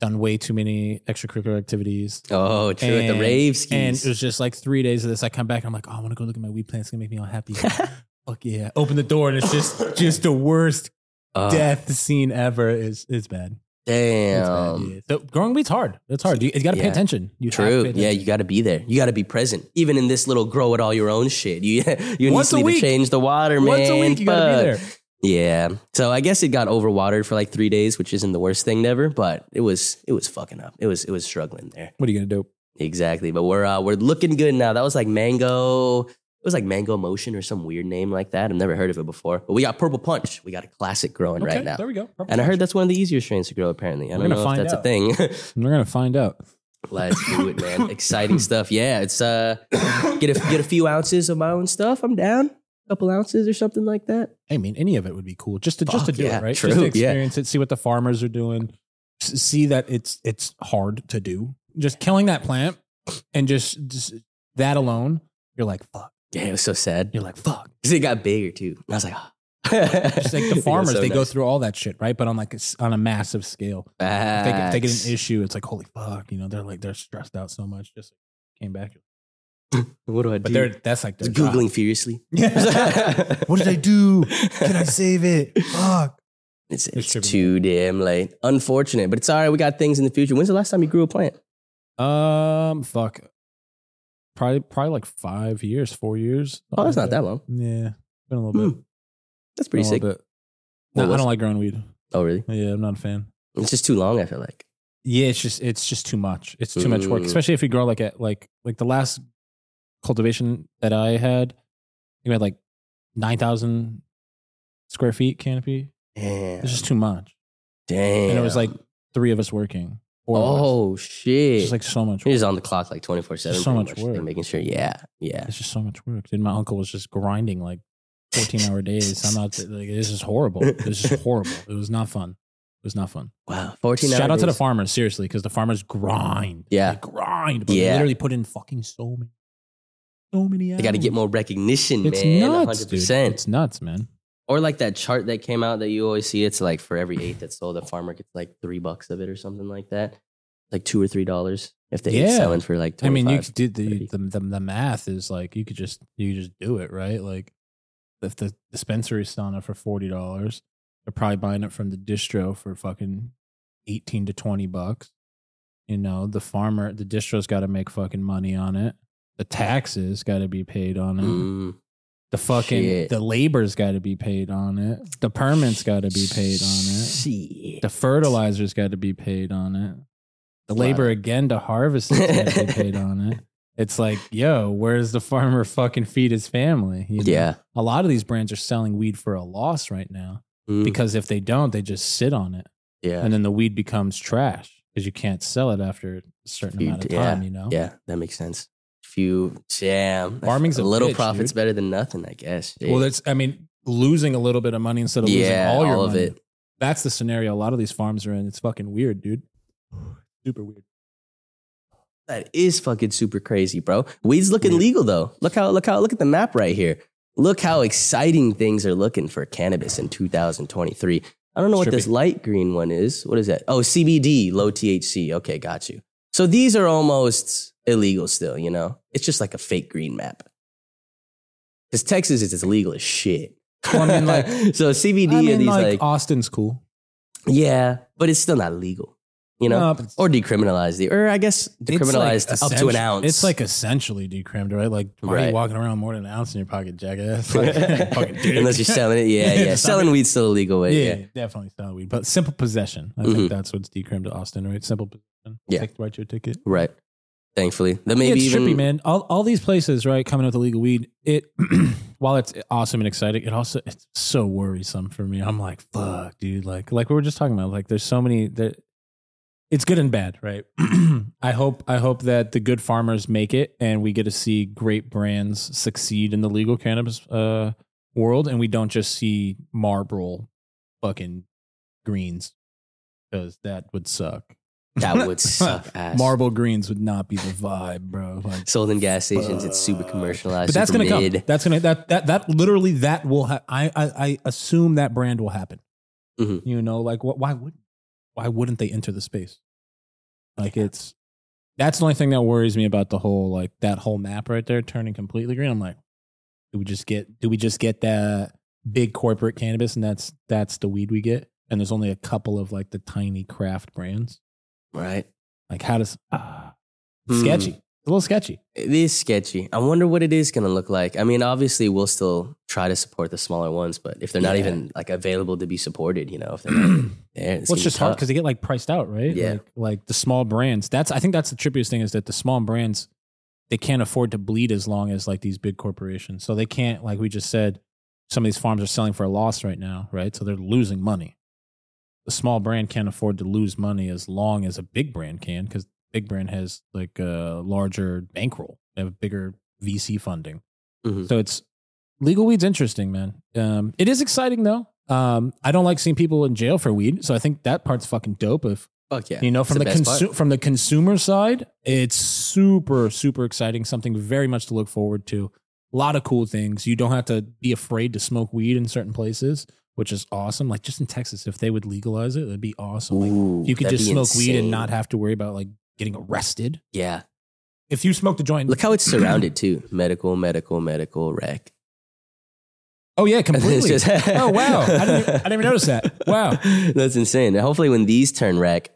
Speaker 1: done way too many extracurricular activities
Speaker 2: Oh, true. at the
Speaker 1: And-
Speaker 2: rave
Speaker 1: and
Speaker 2: skis.
Speaker 1: it was just like three days of this. I come back and I'm like, oh, I want to go look at my weed plants. It's gonna make me all happy. Fuck yeah! Open the door and it's just just the worst
Speaker 2: Oh,
Speaker 1: death scene ever. Is it's bad. It's bad,
Speaker 2: Damn.
Speaker 1: yeah. So growing weed's hard. It's hard. You, you got to pay
Speaker 2: Yeah.
Speaker 1: attention. You have to
Speaker 2: True.
Speaker 1: pay
Speaker 2: Yeah,
Speaker 1: attention.
Speaker 2: you got to be there. You got to be present, even in this little grow it all your own shit. You you
Speaker 1: Once a
Speaker 2: need to
Speaker 1: week.
Speaker 2: change the water, man.
Speaker 1: Once a week, you gotta
Speaker 2: Fuck.
Speaker 1: be there.
Speaker 2: Yeah. So I guess it got overwatered for like three days, which isn't the worst thing never, but it was it was fucking up. It was it was struggling there.
Speaker 1: What are you gonna do?
Speaker 2: Exactly. But we're uh, we're looking good now. That was like mango. It was like mango motion or some weird name like that. I've never heard of it before. But we got purple punch. We got a classic growing
Speaker 1: Okay,
Speaker 2: right now.
Speaker 1: there we go. Purple
Speaker 2: And I heard
Speaker 1: punch.
Speaker 2: that's one of the easier strains to grow. Apparently, I
Speaker 1: We're
Speaker 2: don't
Speaker 1: gonna
Speaker 2: know if
Speaker 1: find
Speaker 2: that's
Speaker 1: out.
Speaker 2: a thing.
Speaker 1: we're gonna find out.
Speaker 2: Let's do it, man! Exciting stuff. Yeah, it's uh, get a get a few ounces of my own stuff. I'm down. A couple ounces or something like that.
Speaker 1: I mean, any of it would be cool. Just to just to
Speaker 2: Fuck
Speaker 1: do
Speaker 2: yeah,
Speaker 1: it, right?
Speaker 2: true,
Speaker 1: Just to
Speaker 2: yeah.
Speaker 1: experience it, see what the farmers are doing, s- see that it's it's hard to do. Just killing that plant and just, just that alone, you're like fuck.
Speaker 2: Yeah, it was so sad.
Speaker 1: You're like fuck.
Speaker 2: Because it got bigger too. And I was like, oh. It's
Speaker 1: Just like the farmers, they go through all that shit, right? But on like a s on a massive scale. If they, get- if they get an issue, it's like holy fuck, you know, they're like they're stressed out so much. Just came back,
Speaker 2: What do I do?
Speaker 1: but they're that's like their
Speaker 2: Just
Speaker 1: job.
Speaker 2: Googling furiously.
Speaker 1: Yeah. what did I do? Can I save it? Fuck.
Speaker 2: It's,
Speaker 1: It's
Speaker 2: it's
Speaker 1: tripping.
Speaker 2: too damn late. Unfortunate, but it's all right. We got things in the future. When's the last time you grew a plant?
Speaker 1: Um, fuck. Probably, probably like five years, four years.
Speaker 2: Oh, that's not that long.
Speaker 1: Yeah, been a little
Speaker 2: Hmm.
Speaker 1: bit.
Speaker 2: That's pretty
Speaker 1: been a
Speaker 2: sick.
Speaker 1: little bit.
Speaker 2: What
Speaker 1: No, I
Speaker 2: was
Speaker 1: don't
Speaker 2: it?
Speaker 1: like growing weed.
Speaker 2: Oh, really?
Speaker 1: Yeah, I'm not a fan.
Speaker 2: It's just too long. I feel like.
Speaker 1: Yeah, it's just it's just too much. It's too much work,
Speaker 2: Mm.
Speaker 1: especially if you grow like at like like the last cultivation that I had. You had like nine thousand square feet canopy.
Speaker 2: Damn.
Speaker 1: It's just too much,
Speaker 2: damn.
Speaker 1: and it was like three of us working. Four of us.
Speaker 2: oh shit.
Speaker 1: it's just like so much.
Speaker 2: You're
Speaker 1: Work.
Speaker 2: just on the clock like twenty four seven.
Speaker 1: Just so much work.
Speaker 2: making sure. Yeah, yeah.
Speaker 1: It's just so much work, dude. My uncle was just grinding like fourteen hour days. I'm not like this is horrible. This is horrible. It was not fun. It was not fun.
Speaker 2: Wow. Fourteen.
Speaker 1: Shout out to the
Speaker 2: farm.
Speaker 1: farmers, seriously, because the farmers grind.
Speaker 2: Yeah.
Speaker 1: They grind. But they
Speaker 2: Yeah.
Speaker 1: literally put in fucking so many, so many hours.
Speaker 2: They got to get more recognition,
Speaker 1: It's
Speaker 2: man.
Speaker 1: nuts, dude.
Speaker 2: 100%.
Speaker 1: It's nuts, man.
Speaker 2: Or like that chart that came out that you always see. It's like for every eight that's sold, the farmer gets like three bucks of it or something like that. Like two or three dollars if they
Speaker 1: Yeah.
Speaker 2: selling for like. 25.
Speaker 1: I mean, you could do the,
Speaker 2: 30.
Speaker 1: the, the, the math is like, you could just, you could just do it, right? Like, if the dispensary's selling it for $40, they're probably buying it from the distro for fucking 18 to 20 bucks. You know, the farmer, the distro's got to make fucking money on it. The taxes got to be paid on it.
Speaker 2: Mm.
Speaker 1: The fucking
Speaker 2: Shit.
Speaker 1: the labor's got to be paid on it. The permits got to be paid on it.
Speaker 2: Shit.
Speaker 1: The fertilizer's got to be paid on it. The
Speaker 2: Wow.
Speaker 1: labor again to harvest is got to be paid on it. It's like, yo, where's the farmer fucking feed his family? You know?
Speaker 2: yeah.
Speaker 1: A lot of these brands are selling weed for a loss right now
Speaker 2: Mm.
Speaker 1: because if they don't, they just sit on it,
Speaker 2: yeah.
Speaker 1: and then the weed becomes trash because you can't sell it after a certain
Speaker 2: Feed-
Speaker 1: amount of
Speaker 2: yeah,
Speaker 1: time. You know,
Speaker 2: Yeah. That makes sense. Few. Damn.
Speaker 1: Farming's
Speaker 2: a
Speaker 1: a
Speaker 2: little
Speaker 1: bitch,
Speaker 2: profits
Speaker 1: dude.
Speaker 2: better than nothing, I guess. Shit.
Speaker 1: Well, that's I mean, losing a little bit of money instead of
Speaker 2: Yeah,
Speaker 1: losing all your
Speaker 2: all of
Speaker 1: money.
Speaker 2: it.
Speaker 1: That's the scenario a lot of these farms are in. It's fucking weird, dude. Super weird.
Speaker 2: That is fucking super crazy, bro. Weed's looking legal though. Look how look how look at the map right here. Look how exciting things are looking for cannabis in 2023. I don't know what
Speaker 1: Strippy.
Speaker 2: this light green one is. What is that? Oh, CBD, low THC. Okay, got you. So these are almost illegal still, you know? It's just like a fake green map. Because Texas is as illegal as shit.
Speaker 1: Well, I mean, like-
Speaker 2: so CBD
Speaker 1: I
Speaker 2: are
Speaker 1: mean,
Speaker 2: these
Speaker 1: like, uh,
Speaker 2: like,
Speaker 1: Austin's cool.
Speaker 2: yeah, but it's still not legal, you know?
Speaker 1: No, but it's-
Speaker 2: or decriminalize the, or I guess
Speaker 1: it's like
Speaker 2: decriminalized up to an
Speaker 1: essentially-
Speaker 2: ounce.
Speaker 1: It's like essentially decrimmed, right? Like, why are
Speaker 2: Right.
Speaker 1: you walking around more than an ounce in your pocket, jackass? Like, fucking dick.
Speaker 2: unless you're selling it, yeah, yeah.
Speaker 1: Yeah, stop
Speaker 2: selling weed's still illegal, way,
Speaker 1: yeah,
Speaker 2: yeah.
Speaker 1: definitely solid weed. But simple possession. I
Speaker 2: Mhm.
Speaker 1: think that's what's decrimmed to Austin, right? Simple possession.
Speaker 2: Yeah.
Speaker 1: Like, write your ticket.
Speaker 2: right. Thankfully, then maybe
Speaker 1: it's
Speaker 2: even
Speaker 1: trippy, man. All, all these places, right, coming up with illegal weed. It while it's awesome and exciting, it also it's so worrisome for me. I'm like, fuck, dude. Like, like we were just talking about. Like, there's so many that it's good and bad, right? I hope I hope that the good farmers make it, and we get to see great brands succeed in the legal cannabis uh, world, and we don't just see Marlboro fucking greens because that would suck.
Speaker 2: that would suck ass.
Speaker 1: Marble greens would not be the vibe, bro. Like,
Speaker 2: sold in gas stations. It's super commercialized.
Speaker 1: but that's
Speaker 2: super
Speaker 1: gonna come.
Speaker 2: mid.
Speaker 1: That's gonna that that that literally that will. Ha- I, I I assume that brand will happen.
Speaker 2: Mhm.
Speaker 1: You know, like what? Why would? Why wouldn't they enter the space? Like it's that's the only thing that worries me about the whole like that whole map right there turning completely green. I'm like, do we just get? Do we just get that big corporate cannabis and that's that's the weed we get? And there's only a couple of like the tiny craft brands.
Speaker 2: Right.
Speaker 1: Like how does ah
Speaker 2: Hmm.
Speaker 1: sketchy? It's a little sketchy.
Speaker 2: It is sketchy. I wonder what it is going to look like. I mean, obviously, we'll still try to support the smaller ones, but if they're not
Speaker 1: Yeah.
Speaker 2: even like available to be supported, you know, if they're not there, it's,
Speaker 1: well,
Speaker 2: gonna be
Speaker 1: it's just hard
Speaker 2: tough.
Speaker 1: because they get like priced out, right?
Speaker 2: Yeah.
Speaker 1: Like, like the small brands. That's I think that's the trippiest thing is that the small brands they can't afford to bleed as long as like these big corporations. So they can't like we just said, some of these farms are selling for a loss right now, right? So they're losing money. The small brand can't afford to lose money as long as a big brand can because big brand has like a larger bankroll. They have bigger VC funding.
Speaker 2: Mhm.
Speaker 1: So it's legal weed's interesting, man. Um, it is exciting though. Um, I don't like seeing people in jail for weed, so I think that part's fucking dope. If
Speaker 2: Fuck yeah.
Speaker 1: you know,
Speaker 2: It's
Speaker 1: from the,
Speaker 2: best part.
Speaker 1: consu- from the consumer side, it's super super exciting. Something very much to look forward to. A lot of cool things. You don't have to be afraid to smoke weed in certain places, which is awesome. Like just in Texas, if they would legalize it, that'd be awesome. Like,
Speaker 2: Ooh,
Speaker 1: you could
Speaker 2: that'd
Speaker 1: just
Speaker 2: be
Speaker 1: smoke weed and
Speaker 2: insane.
Speaker 1: not have to worry about like getting arrested.
Speaker 2: Yeah.
Speaker 1: If you smoked a joint,
Speaker 2: Look how it's surrounded too. Medical, medical, medical, wreck.
Speaker 1: oh yeah, completely.
Speaker 2: It's just-
Speaker 1: oh wow, I didn't, I didn't even notice that. Wow.
Speaker 2: That's insane. And hopefully, when these turn wreck,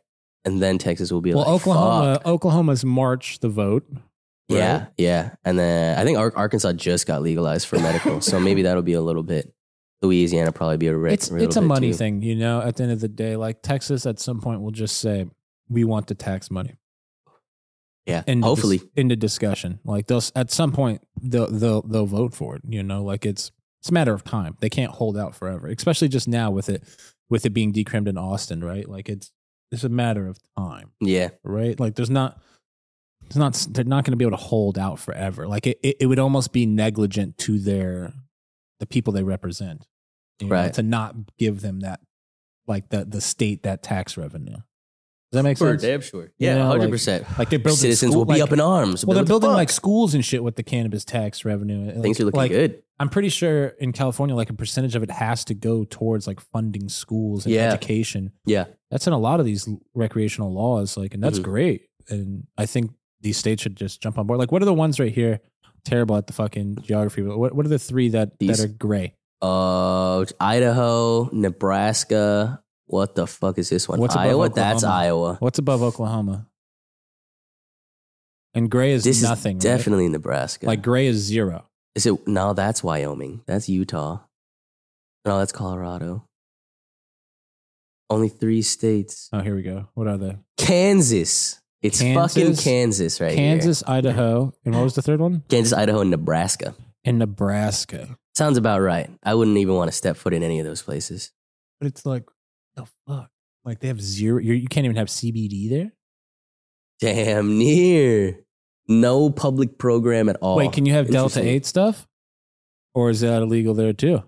Speaker 2: and then Texas will be
Speaker 1: Well,
Speaker 2: like,
Speaker 1: Oklahoma,
Speaker 2: fuck.
Speaker 1: Oklahoma's March the vote. right?
Speaker 2: Yeah, yeah. And then I think Ar- Arkansas just got legalized for medical, so maybe that'll be a little bit. Louisiana probably be a wreck.
Speaker 1: it's
Speaker 2: little
Speaker 1: it's a
Speaker 2: bit
Speaker 1: money
Speaker 2: too.
Speaker 1: thing, you know. At the end of the day, like Texas, at some point will just say we want the tax money.
Speaker 2: Yeah,
Speaker 1: End of dis-
Speaker 2: hopefully.
Speaker 1: end of discussion. Like they'll s- at some point they'll they'll they'll vote for it. You know, like it's it's a matter of time. They can't hold out forever, especially just now with it with it being decrimmed in Austin, right? Like it's it's a matter of time.
Speaker 2: yeah,
Speaker 1: right? Like there's not it's not they're not going to be able to hold out forever. Like it, it, it would almost be negligent to their the people they represent, you know,
Speaker 2: Right.
Speaker 1: To not give them that like the the state that tax revenue. Does that make sense?
Speaker 2: sure.
Speaker 1: You know,
Speaker 2: Yeah,
Speaker 1: like-
Speaker 2: hundred percent.
Speaker 1: Like they're building
Speaker 2: Citizens
Speaker 1: school-
Speaker 2: will be
Speaker 1: like-
Speaker 2: up in arms.
Speaker 1: Well,
Speaker 2: Be
Speaker 1: they're
Speaker 2: what the
Speaker 1: building
Speaker 2: fuck?
Speaker 1: like schools and shit with the cannabis tax revenue.
Speaker 2: things are looking
Speaker 1: like,
Speaker 2: good.
Speaker 1: I'm pretty sure in California, like a percentage of it has to go towards like funding schools and
Speaker 2: Yeah.
Speaker 1: education.
Speaker 2: Yeah.
Speaker 1: That's in a lot of these recreational laws. Like, and that's
Speaker 2: Mhm.
Speaker 1: great. And I think these states should just jump on board. Like, what are the ones right here? Terrible at the fucking geography, but what, what are the three that, that
Speaker 2: These.
Speaker 1: are gray?
Speaker 2: Uh, Idaho, Nebraska. What the fuck is this one?
Speaker 1: What's above
Speaker 2: Iowa. That's
Speaker 1: Oklahoma?
Speaker 2: Iowa.
Speaker 1: What's above Oklahoma? And gray is
Speaker 2: This
Speaker 1: nothing.
Speaker 2: is
Speaker 1: right?
Speaker 2: definitely Nebraska.
Speaker 1: like gray is zero.
Speaker 2: Is it no? That's Wyoming. That's Utah. No, that's Colorado. Only three states.
Speaker 1: Oh, here we go. What are they?
Speaker 2: Kansas. It's
Speaker 1: Kansas.
Speaker 2: fucking Kansas right here.
Speaker 1: Kansas, Idaho, and what was the third one?
Speaker 2: Kansas, Idaho, and Nebraska.
Speaker 1: And Nebraska.
Speaker 2: Sounds about right. I wouldn't even want to step foot in any of those places.
Speaker 1: But it's like, the fuck? Like they have zero. You're, you can't even have CBD there.
Speaker 2: Damn near. No public program at all.
Speaker 1: Wait, can you have Delta
Speaker 2: interesting.
Speaker 1: Eight stuff, or is that illegal there too?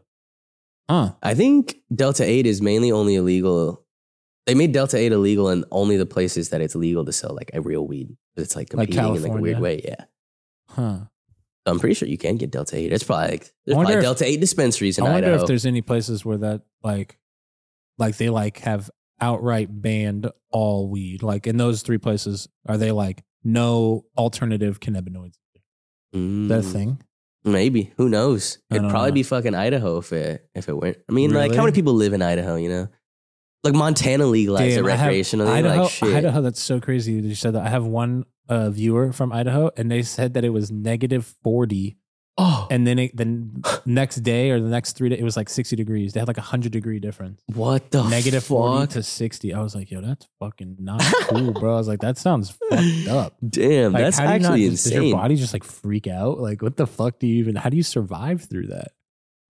Speaker 1: Huh?
Speaker 2: I think Delta 8 is mainly only illegal. They made Delta 8 illegal in only the places that it's legal to sell like a real weed. It's like
Speaker 1: Like
Speaker 2: competing in like a weird
Speaker 1: California.
Speaker 2: way. Yeah.
Speaker 1: Huh?
Speaker 2: I'm pretty sure you can get Delta 8. It's probably like, there's
Speaker 1: I wonder
Speaker 2: probably
Speaker 1: if-
Speaker 2: Delta 8 dispensaries in
Speaker 1: I wonder
Speaker 2: Idaho.
Speaker 1: if there's any places where that like like they like have outright banned all weed. Like in those three places, are they like no alternative cannabinoids?
Speaker 2: Mm,
Speaker 1: Is that a thing?
Speaker 2: Maybe. Who knows?
Speaker 1: I
Speaker 2: It'd
Speaker 1: don't
Speaker 2: probably
Speaker 1: know.
Speaker 2: be fucking Idaho if it if it weren't. I mean, like how
Speaker 1: Really?
Speaker 2: many people live in Idaho? You know, like Montana legalized
Speaker 1: Damn,
Speaker 2: it
Speaker 1: I have-
Speaker 2: recreational.
Speaker 1: Idaho,
Speaker 2: like shit.
Speaker 1: Idaho, that's so crazy that you said that. I have one uh, viewer from Idaho, and they said that it was negative forty,
Speaker 2: Oh,
Speaker 1: and then it, the n- next day or the next three days, it was like sixty degrees. They had like a hundred degree difference,
Speaker 2: what the
Speaker 1: negative forty
Speaker 2: Oh, fuck?
Speaker 1: to sixty. I was like, yo, that's fucking not cool, bro. I was like, that sounds fucked up.
Speaker 2: Damn,
Speaker 1: Like,
Speaker 2: that's
Speaker 1: how do you not-
Speaker 2: actually
Speaker 1: does- Does your
Speaker 2: insane.
Speaker 1: body just like freak out? Like, what the fuck do you even? How do you survive through that?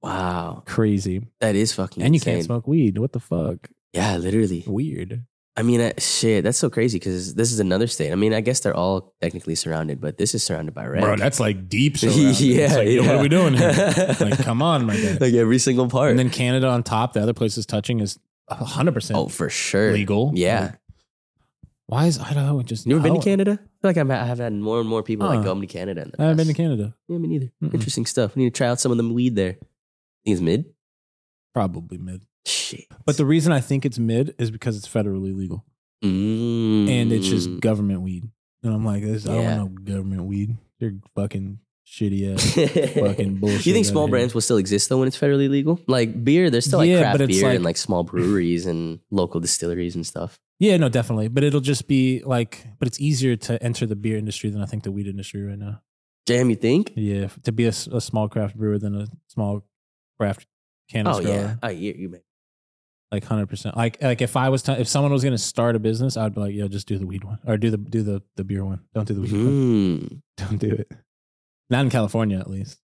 Speaker 2: Wow,
Speaker 1: Crazy.
Speaker 2: that is fucking.
Speaker 1: And you
Speaker 2: insane.
Speaker 1: can't smoke weed. What the fuck?
Speaker 2: Yeah, literally.
Speaker 1: Weird.
Speaker 2: I mean, I, shit, that's so crazy because this is another state. I mean, I guess they're all technically surrounded, but this is surrounded by red.
Speaker 1: that's like deep.
Speaker 2: yeah, yeah.
Speaker 1: Like, come on, my guy.
Speaker 2: like every single part.
Speaker 1: And then Canada on top, the other places touching is 100%
Speaker 2: oh, for sure.
Speaker 1: legal.
Speaker 2: Yeah.
Speaker 1: Like, why is Idaho just.
Speaker 2: You ever been
Speaker 1: how-
Speaker 2: to Canada? I feel like I'm, I've had more and more people
Speaker 1: Huh.
Speaker 2: like going to Canada. In the
Speaker 1: I haven't
Speaker 2: past.
Speaker 1: been to Canada.
Speaker 2: Yeah, me neither.
Speaker 1: Mm-mm.
Speaker 2: Interesting stuff. We need to try out some of them weed there. I think it's mid.
Speaker 1: Probably mid.
Speaker 2: Shit.
Speaker 1: But the reason I think it's mid is because it's federally legal
Speaker 2: Mm.
Speaker 1: and it's just government weed. And I'm like, this, I
Speaker 2: Yeah.
Speaker 1: don't know government weed. You're fucking shitty ass. fucking bullshit
Speaker 2: You think
Speaker 1: out
Speaker 2: small
Speaker 1: here.
Speaker 2: brands will still exist though when it's federally legal? Like beer, there's still like
Speaker 1: Yeah,
Speaker 2: craft
Speaker 1: but it's
Speaker 2: beer and
Speaker 1: like-
Speaker 2: like small breweries and local distilleries and stuff.
Speaker 1: Yeah, no, definitely. But it'll just be like, but it's easier to enter the beer industry than I think the weed industry right now.
Speaker 2: Damn, you think?
Speaker 1: Yeah, f- to be a, s- a small craft brewer than a small craft cannabis
Speaker 2: Oh
Speaker 1: grower,
Speaker 2: yeah. Oh, you, you may-
Speaker 1: like hundred percent. Like like if I was to, if someone was going to start a business, I'd be like, yo, just do the weed one or do the do the the beer one. Don't do the weed one.
Speaker 2: Mm.
Speaker 1: Don't do it. Not in California, at least.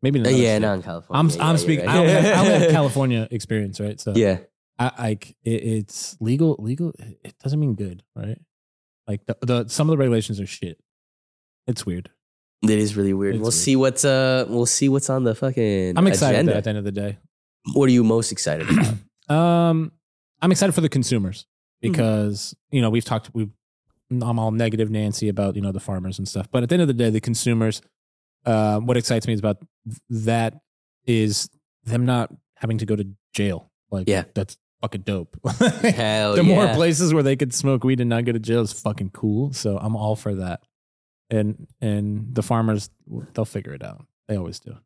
Speaker 1: Maybe in
Speaker 2: Uh,
Speaker 1: another
Speaker 2: yeah,
Speaker 1: state.
Speaker 2: not in California.
Speaker 1: I'm
Speaker 2: Yeah,
Speaker 1: I'm
Speaker 2: you're
Speaker 1: speaking.
Speaker 2: right.
Speaker 1: I, only have, I only have California experience, right? So
Speaker 2: Yeah.
Speaker 1: I like it, it's legal. Legal. it- It doesn't mean good, right? Like the, the some of the regulations are shit. It's weird.
Speaker 2: It is really weird.
Speaker 1: It's
Speaker 2: we'll
Speaker 1: weird.
Speaker 2: see what's uh we'll see what's on the fucking
Speaker 1: I'm excited though,
Speaker 2: agenda.
Speaker 1: at the end of the day.
Speaker 2: What are you most excited about?
Speaker 1: Um, I'm excited for the consumers
Speaker 2: Mm-hmm.
Speaker 1: because you know we've talked. We I'm all negative Nancy about you know the farmers and stuff, but at the end of the day, the consumers. Uh, what excites me is about th- that is them not having to go to jail. Like
Speaker 2: Yeah.
Speaker 1: that's fucking dope.
Speaker 2: Hell
Speaker 1: the
Speaker 2: Oh, yeah.
Speaker 1: more places where they could smoke weed and not go to jail is fucking cool. So I'm all for that. And and the farmers, they'll figure it out. They always do.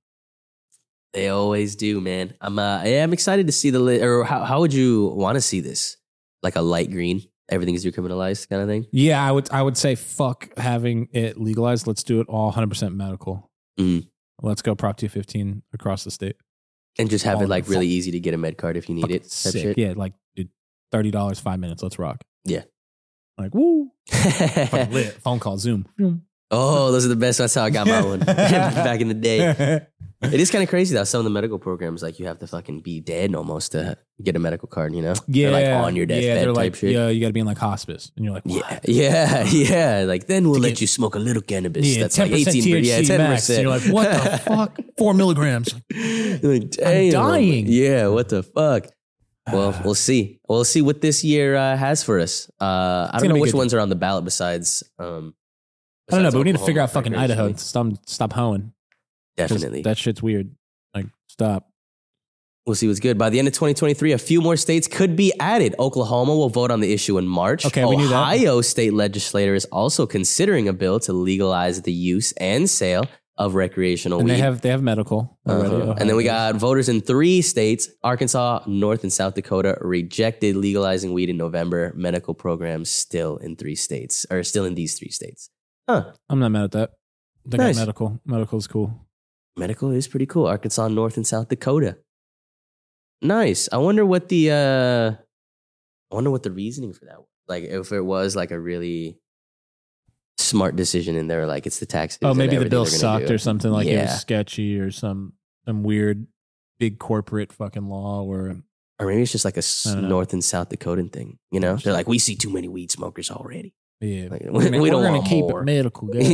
Speaker 2: They always do, man. I'm uh, yeah, I'm excited to see the li- or how how would you want to see this? Like a light green, everything is decriminalized kind of thing.
Speaker 1: Yeah, I would I would say fuck having it legalized. Let's do it all 100% medical.
Speaker 2: Mhm.
Speaker 1: Let's go Prop 215 across the state.
Speaker 2: And just have
Speaker 1: Oh,
Speaker 2: it like
Speaker 1: fuck.
Speaker 2: really easy to get a med card if you need it.
Speaker 1: Fucking
Speaker 2: type
Speaker 1: Sick.
Speaker 2: shit.
Speaker 1: Yeah, like dude, $30 5 minutes. Let's rock.
Speaker 2: Yeah.
Speaker 1: Like woo. Fucking lit. Phone call Zoom.
Speaker 2: oh, those are the best. That's how I got my one back in the day. It is kind of crazy though. Some of the medical programs, like you have to fucking be dead almost to get a medical card. You know,
Speaker 1: yeah.
Speaker 2: They're, like on your deathbed
Speaker 1: Yeah, they're
Speaker 2: type
Speaker 1: like,
Speaker 2: shit.
Speaker 1: yeah, you got to be in like hospice. And you're like, what?
Speaker 2: Yeah, yeah, yeah. Like then we'll
Speaker 1: To
Speaker 2: let
Speaker 1: get-
Speaker 2: you smoke a little cannabis.
Speaker 1: Yeah,
Speaker 2: That's like
Speaker 1: 10%
Speaker 2: eighteen. per- yeah,
Speaker 1: THC
Speaker 2: ten
Speaker 1: max. And
Speaker 2: percent.
Speaker 1: you're like, what the fuck? Four milligrams.
Speaker 2: like, damn.
Speaker 1: dying.
Speaker 2: Yeah, what the fuck? Well,
Speaker 1: Ah.
Speaker 2: we'll see. We'll see what this year uh, has for us. Uh, I
Speaker 1: It's
Speaker 2: don't
Speaker 1: gonna
Speaker 2: know
Speaker 1: be
Speaker 2: which
Speaker 1: good.
Speaker 2: ones are on the ballot besides. Um,
Speaker 1: I don't know,
Speaker 2: besides
Speaker 1: but we need to
Speaker 2: Oklahoma,
Speaker 1: figure out fucking Idaho.
Speaker 2: recreationally.
Speaker 1: Stop, stop hoeing. 'Cause
Speaker 2: Definitely.
Speaker 1: That shit's weird. Like, stop.
Speaker 2: We'll see what's good. By the end of 2023, a few more states could be added. Oklahoma will vote on the issue in March.
Speaker 1: Okay,
Speaker 2: Ohio
Speaker 1: we knew that.
Speaker 2: state legislator is also considering a bill to legalize the use and sale of recreational
Speaker 1: And
Speaker 2: weed.
Speaker 1: they have they have medical already. Oh,
Speaker 2: Uh-huh.
Speaker 1: Ohio
Speaker 2: And then we
Speaker 1: does.
Speaker 2: got voters in three states Arkansas, North, and South Dakota rejected legalizing weed in November. Medical programs still in three states, or still in these three states. Huh.
Speaker 1: I'm not mad at that. They
Speaker 2: Nice.
Speaker 1: got medical. Medical's cool.
Speaker 2: Medical is pretty cool. Arkansas, North, and South Dakota. Nice. I wonder what the, uh, I wonder what the reasoning for that was. Like, if it was like a really smart decision and they were like, it's the taxes.
Speaker 1: Oh,
Speaker 2: and
Speaker 1: maybe the
Speaker 2: everything
Speaker 1: bill
Speaker 2: we're gonna
Speaker 1: sucked
Speaker 2: do.
Speaker 1: or something like it
Speaker 2: Yeah.
Speaker 1: was sketchy or some some weird big corporate fucking law or
Speaker 2: Or maybe it's just like a s-
Speaker 1: I don't know.
Speaker 2: North and South Dakotan thing. You know, they're like, we see too many weed smokers already.
Speaker 1: yeah.
Speaker 2: Like,
Speaker 1: We're gonna-
Speaker 2: we don't
Speaker 1: we're gonna
Speaker 2: want
Speaker 1: keep
Speaker 2: more.
Speaker 1: it medical.
Speaker 2: That's,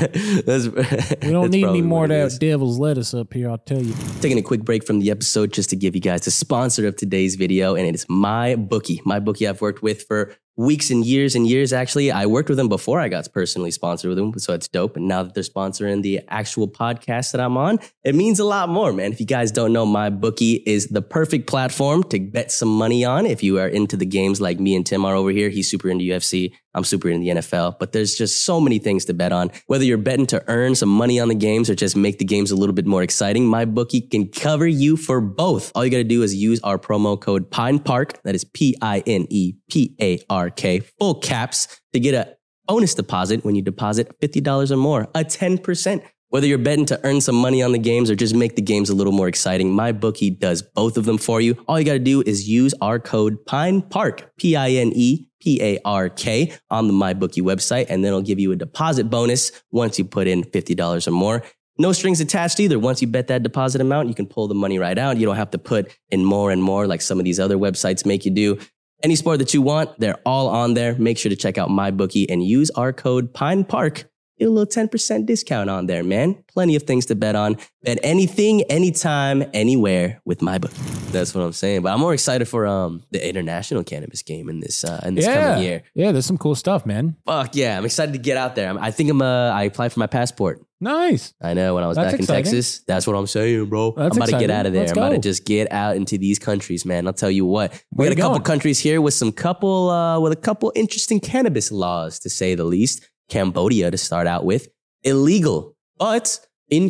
Speaker 1: goddamn. we don't
Speaker 2: that's
Speaker 1: need
Speaker 2: probably
Speaker 1: any more
Speaker 2: what
Speaker 1: of
Speaker 2: it
Speaker 1: that
Speaker 2: is.
Speaker 1: devil's lettuce up here. I'll tell you.
Speaker 2: Taking a quick break from the episode just to give you guys the sponsor of today's video, and it is my bookie. My bookie I've worked with for weeks and years and years actually i worked with them before i got personally sponsored with them so it's dope and now that they're sponsoring the actual podcast that i'm on it means a lot more man if you guys don't know my bookie is the perfect platform to bet some money on if you are into the games like me and tim are over here he's super into ufc i'm super into the nfl but there's just so many things to bet on whether you're betting to earn some money on the games or just make the games a little bit more exciting my bookie can cover you for both all you gotta do is use our promo code pine park that is E p-i-n-e-p-a-r RK full caps to get a bonus deposit when you deposit $50 or more, a 10%. Whether you're betting to earn some money on the games or just make the games a little more exciting, my bookie does both of them for you. All you got to do is use our code Pine Park, P I N E P A R K, on the MyBookie website, and then it'll give you a deposit bonus once you put in $50 or more. No strings attached either. Once you bet that deposit amount, you can pull the money right out. You don't have to put in more and more like some of these other websites make you do. Any sport that you want, they're all on there. Make sure to check out my bookie and use our code Pine Park. Get a little 10% discount on there, man. Plenty of things to bet on. Bet anything, anytime, anywhere with my bookie. That's what I'm saying. But I'm more excited for um the international cannabis game in this uh, in this coming year.
Speaker 1: Yeah, there's some cool stuff, man.
Speaker 2: Fuck yeah! I'm excited to get out there. I'm, I think I'm uh I applied for my passport.
Speaker 1: Nice.
Speaker 2: I know when I was
Speaker 1: That's
Speaker 2: back in
Speaker 1: exciting.
Speaker 2: Texas. That's what I'm saying, bro.
Speaker 1: That's
Speaker 2: I'm about to
Speaker 1: exciting.
Speaker 2: get out of there.
Speaker 1: Let's
Speaker 2: I'm about to
Speaker 1: go.
Speaker 2: just get out into these countries, man. I'll tell you what. We
Speaker 1: Where
Speaker 2: got a
Speaker 1: you
Speaker 2: couple
Speaker 1: going?
Speaker 2: countries here with some couple uh, with a couple interesting cannabis laws, to say the least. Cambodia to start out with, illegal but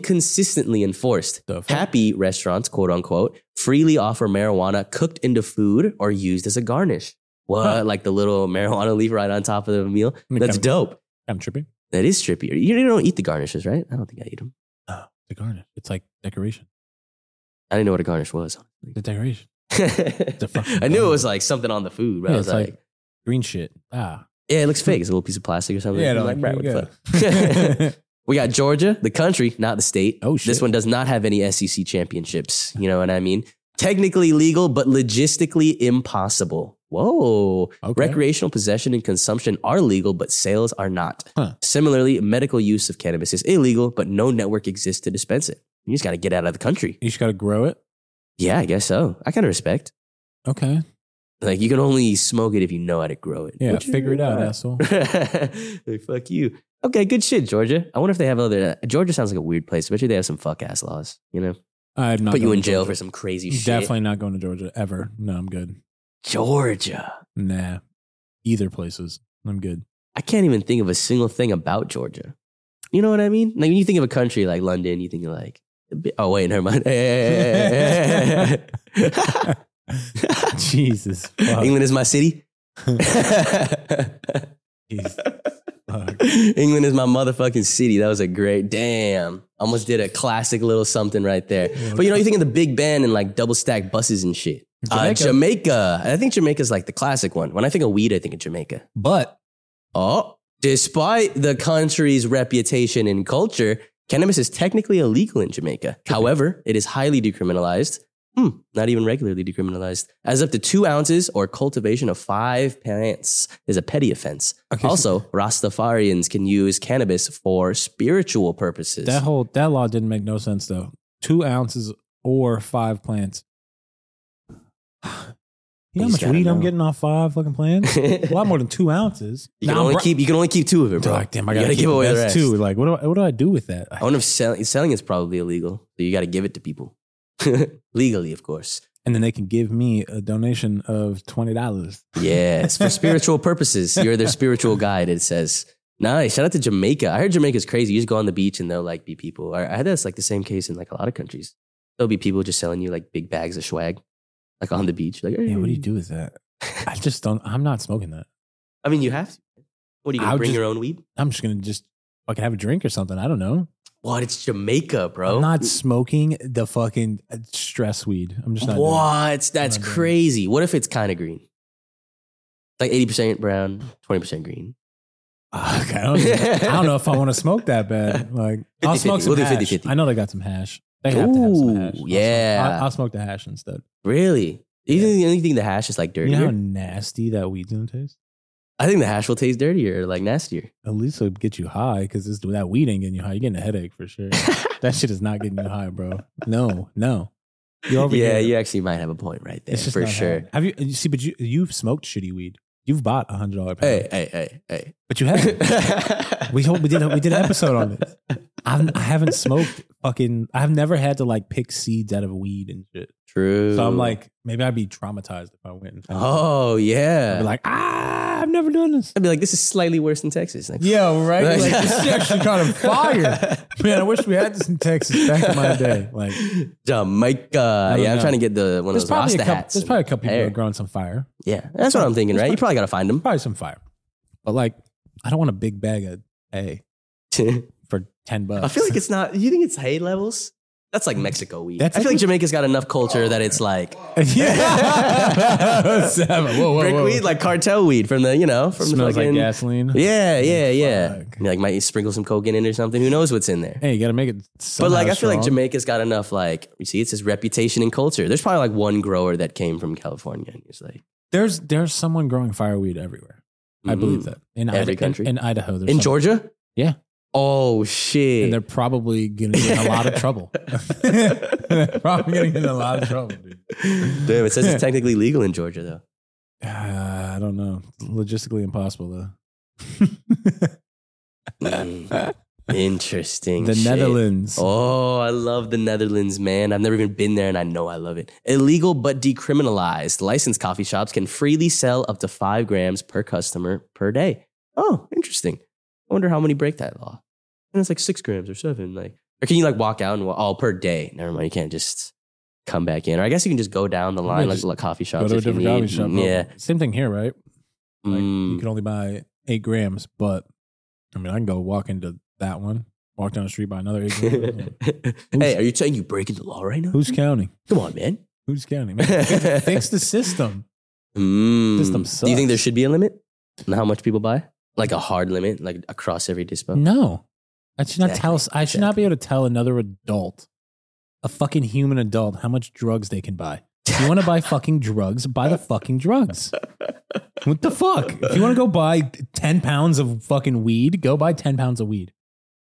Speaker 2: inconsistently enforced.
Speaker 1: The fuck?
Speaker 2: Happy restaurants, quote unquote, freely offer marijuana cooked into food or used as a garnish. What?
Speaker 1: Huh.
Speaker 2: Like the little marijuana leaf right on top of the meal?
Speaker 1: Okay.
Speaker 2: That's dope.
Speaker 1: I'm tripping.
Speaker 2: That is trippy. You you don't eat the garnishes, right? I don't think I eat them.
Speaker 1: Oh, the garnish. It's like decoration.
Speaker 2: I didn't know what a garnish was.
Speaker 1: The decoration. fucking
Speaker 2: I knew it was like something on the food, but
Speaker 1: Yeah,
Speaker 2: I was
Speaker 1: it's
Speaker 2: like,
Speaker 1: like- Green shit. Ah.
Speaker 2: yeah, it looks fake. It's a little piece of plastic or something. I'm
Speaker 1: like,
Speaker 2: right,
Speaker 1: here
Speaker 2: what the
Speaker 1: you
Speaker 2: fuck?
Speaker 1: go.
Speaker 2: we got Georgia, the country, not the state.
Speaker 1: Oh, shit.
Speaker 2: This one does not have any SEC championships. You know what I mean? Technically legal, but logistically impossible. Whoa.
Speaker 1: Okay.
Speaker 2: Recreational possession and consumption are legal, but sales are not.
Speaker 1: Huh.
Speaker 2: Similarly, medical use of cannabis is illegal, but no network exists to dispense it. You just got to get out of the country.
Speaker 1: you just got to grow it.
Speaker 2: Yeah, I guess so. I kind of respect.
Speaker 1: Okay.
Speaker 2: Like you can only smoke it if you know how to grow it.
Speaker 1: Yeah.
Speaker 2: Which is
Speaker 1: figure it out,
Speaker 2: not.
Speaker 1: asshole.
Speaker 2: like, fuck you. Okay, good shit, Georgia. I wonder if they have other. uh, Georgia sounds like a weird place. I bet you they have some fuck ass laws. You know,
Speaker 1: I'm not
Speaker 2: put you
Speaker 1: going
Speaker 2: in
Speaker 1: to
Speaker 2: jail
Speaker 1: Georgia.
Speaker 2: for some crazy shit.
Speaker 1: Definitely not going to Georgia ever. No, I'm good.
Speaker 2: Georgia.
Speaker 1: Nah. Either places. I'm good.
Speaker 2: I can't even think of a single thing about Georgia. You know what I mean? Like when you think of a country like London, you think of like, a bit- oh wait, never mind.
Speaker 1: Jesus. fuck.
Speaker 2: England is my city.
Speaker 1: Jesus. fuck.
Speaker 2: England is my motherfucking city. That was a great damn. Almost did a classic little something right there. But you know, you think of the Big Ben and like double stack buses and shit. Jamaica. Uh,
Speaker 1: Jamaica.
Speaker 2: Jamaica. I think Jamaica's like the classic one. When I think of weed, I think of Jamaica.
Speaker 1: but
Speaker 2: Oh, despite the country's reputation and culture, cannabis is technically illegal in Jamaica. However, it is highly decriminalized. Hmm, not even regularly decriminalized. As up to two ounces or cultivation of five plants is a petty offense.
Speaker 1: Okay, so-
Speaker 2: also, Rastafarians can use cannabis for spiritual purposes.
Speaker 1: that whole that law didn't make no sense though. Two ounces or five plants. You know
Speaker 2: You
Speaker 1: how
Speaker 2: just
Speaker 1: much
Speaker 2: gotta
Speaker 1: weed I'm
Speaker 2: know.
Speaker 1: getting off five fucking plants? a lot more than two ounces.
Speaker 2: you can
Speaker 1: Now I'm
Speaker 2: only
Speaker 1: bro-
Speaker 2: keep you can only keep two of it, bro.
Speaker 1: Dog, damn, I
Speaker 2: You
Speaker 1: gotta,
Speaker 2: gotta
Speaker 1: keep
Speaker 2: give away the
Speaker 1: the
Speaker 2: rest. Oh.
Speaker 1: rest too. Like, what do I, what do I do with that?
Speaker 2: I wonder if sell, selling is probably illegal. So you got to give it to people legally, of course.
Speaker 1: and then they can give me a donation of twenty dollars.
Speaker 2: Yes, for spiritual purposes. You're their spiritual guide, it says. Nice. Shout out to Jamaica. I heard Jamaica's crazy. You just go on the beach and they'll like be people. I I had that's like the same case in like a lot of countries. There'll be people just selling you like big bags of swag, like on the beach. Like,
Speaker 1: Yeah, what do you do with that? I just don't. I'm not smoking that.
Speaker 2: I mean, you have to. What do you gonna
Speaker 1: I'll
Speaker 2: bring
Speaker 1: just-
Speaker 2: your own weed?
Speaker 1: I'm just gonna just fucking have a drink or something. I don't know.
Speaker 2: What? It's Jamaica, bro.
Speaker 1: I'm not smoking the fucking uh, stress weed. I'm just not. doing it.
Speaker 2: What? That's
Speaker 1: not doing it.
Speaker 2: crazy. What if it's kind of green? Like 80% brown, 20% green.
Speaker 1: Okay, I don't, I don't know if I want to smoke that bad. Like, I'll
Speaker 2: 50-50.
Speaker 1: smoke some
Speaker 2: We'll do
Speaker 1: hash.
Speaker 2: 50-50.
Speaker 1: I know they got some hash. They have to have some hash.
Speaker 2: Ooh,
Speaker 1: I'll smoke-
Speaker 2: yeah.
Speaker 1: I'll, I'll smoke the hash instead.
Speaker 2: Really? You
Speaker 1: Yeah.
Speaker 2: think the only thing the hash is like dirtier?
Speaker 1: You know how nasty that weed's gonna taste.
Speaker 2: I think the hash will taste dirtier, like nastier.
Speaker 1: At least it'll get you high because that weed ain't getting you high. You're getting a headache for sure. that shit is not getting you high, bro. No, no. You're over
Speaker 2: yeah,
Speaker 1: here.
Speaker 2: you actually might have a point right there
Speaker 1: It's just
Speaker 2: for
Speaker 1: not
Speaker 2: sure.
Speaker 1: happening. Have you? You see, but you you've smoked shitty weed. You've bought a hundred dollar
Speaker 2: Hey, hey, hey,
Speaker 1: but you haven't.
Speaker 2: hey.
Speaker 1: we hope we did. We did an episode on this. I'm, I haven't smoked fucking. I've never had to like pick seeds out of weed and shit.
Speaker 2: True.
Speaker 1: So I'm like, maybe I'd be traumatized if I went. And found it.
Speaker 2: oh yeah.
Speaker 1: I'd be like, ah, I'm never doing this.
Speaker 2: I'd be like, this is slightly worse than Texas. Like,
Speaker 1: Yeah, right.
Speaker 2: Like-
Speaker 1: Like, this is actually kind of fire. Man, I wish we had this in Texas back in my day. Like,
Speaker 2: Jamaica.
Speaker 1: I don't
Speaker 2: Yeah, I'm
Speaker 1: know.
Speaker 2: trying to get the one
Speaker 1: there's
Speaker 2: of those Rasta
Speaker 1: probably a couple.
Speaker 2: hats.
Speaker 1: There's probably a couple people that
Speaker 2: hair.
Speaker 1: are growing some fire.
Speaker 2: yeah, that's what I'm thinking, right? You probably got to find them.
Speaker 1: Probably some fire. But like, I don't want a big bag of hay for ten bucks.
Speaker 2: I feel like it's not. You think it's hay levels? That's like Mexico weed.
Speaker 1: Mm. That's Oh,
Speaker 2: I feel
Speaker 1: like-
Speaker 2: like Jamaica's got enough culture that it's like
Speaker 1: yeah. Seven. Whoa, whoa,
Speaker 2: brick
Speaker 1: whoa.
Speaker 2: weed, like cartel weed from the you know from
Speaker 1: Smells
Speaker 2: the
Speaker 1: like
Speaker 2: fucking.
Speaker 1: gasoline.
Speaker 2: yeah, yeah, yeah.
Speaker 1: Fuck.
Speaker 2: You, Like might you sprinkle some coke in it or something? Who knows what's in there?
Speaker 1: Hey, you gotta make it.
Speaker 2: but
Speaker 1: somehow
Speaker 2: like I feel like
Speaker 1: strong.
Speaker 2: Jamaica's got enough. Like you see, it's his reputation and culture. There's probably like one grower that came from California and he's like
Speaker 1: there's there's someone growing fireweed everywhere. I believe
Speaker 2: mm.
Speaker 1: that in
Speaker 2: Every
Speaker 1: Ida- in-
Speaker 2: country.
Speaker 1: in, Idaho, there's
Speaker 2: in
Speaker 1: someone-
Speaker 2: Georgia.
Speaker 1: Yeah.
Speaker 2: Oh shit.
Speaker 1: and they're probably getting in a lot of trouble. they're probably getting in a lot of trouble, dude.
Speaker 2: Damn, it says it's technically legal in Georgia though.
Speaker 1: Uh, I don't know. It's logistically impossible
Speaker 2: Mm,
Speaker 1: though.
Speaker 2: Interesting.
Speaker 1: the
Speaker 2: shit.
Speaker 1: Netherlands.
Speaker 2: Oh, I love the Netherlands, man. I've never even been there and I know I love it. Illegal but decriminalized. Licensed coffee shops can freely sell up to five grams per customer per day. Oh, interesting. I wonder how many break that law. And it's like six grams or seven. Like, or can you like walk out and wa- oh per day? Never mind. You can't just come back in. Or I guess you can just go down the line, like,
Speaker 1: just
Speaker 2: like coffee shops.
Speaker 1: Go to a
Speaker 2: if you
Speaker 1: different coffee
Speaker 2: need.
Speaker 1: shop.
Speaker 2: Yeah.
Speaker 1: Same thing here, right? Like
Speaker 2: Mm.
Speaker 1: you can only buy eight grams, but I mean, I can go walk into that one, walk down the street, buy another eight grams.
Speaker 2: Mm. hey, are you saying you breaking the law right now?
Speaker 1: Who's counting?
Speaker 2: Come on, man.
Speaker 1: Who's counting? Man,
Speaker 2: Thanks.
Speaker 1: fix the system. System
Speaker 2: Hmm. Do you
Speaker 1: sucks.
Speaker 2: think there should be a limit on how much people buy? Like a hard limit, like across every dispo?
Speaker 1: No, I should not tell. I should not
Speaker 2: Exactly.
Speaker 1: be able to tell another adult, a fucking human adult, how much drugs they can buy. If you want to buy fucking drugs, buy the fucking drugs. What the fuck? If you want to go buy ten pounds of fucking weed, go buy ten pounds of weed.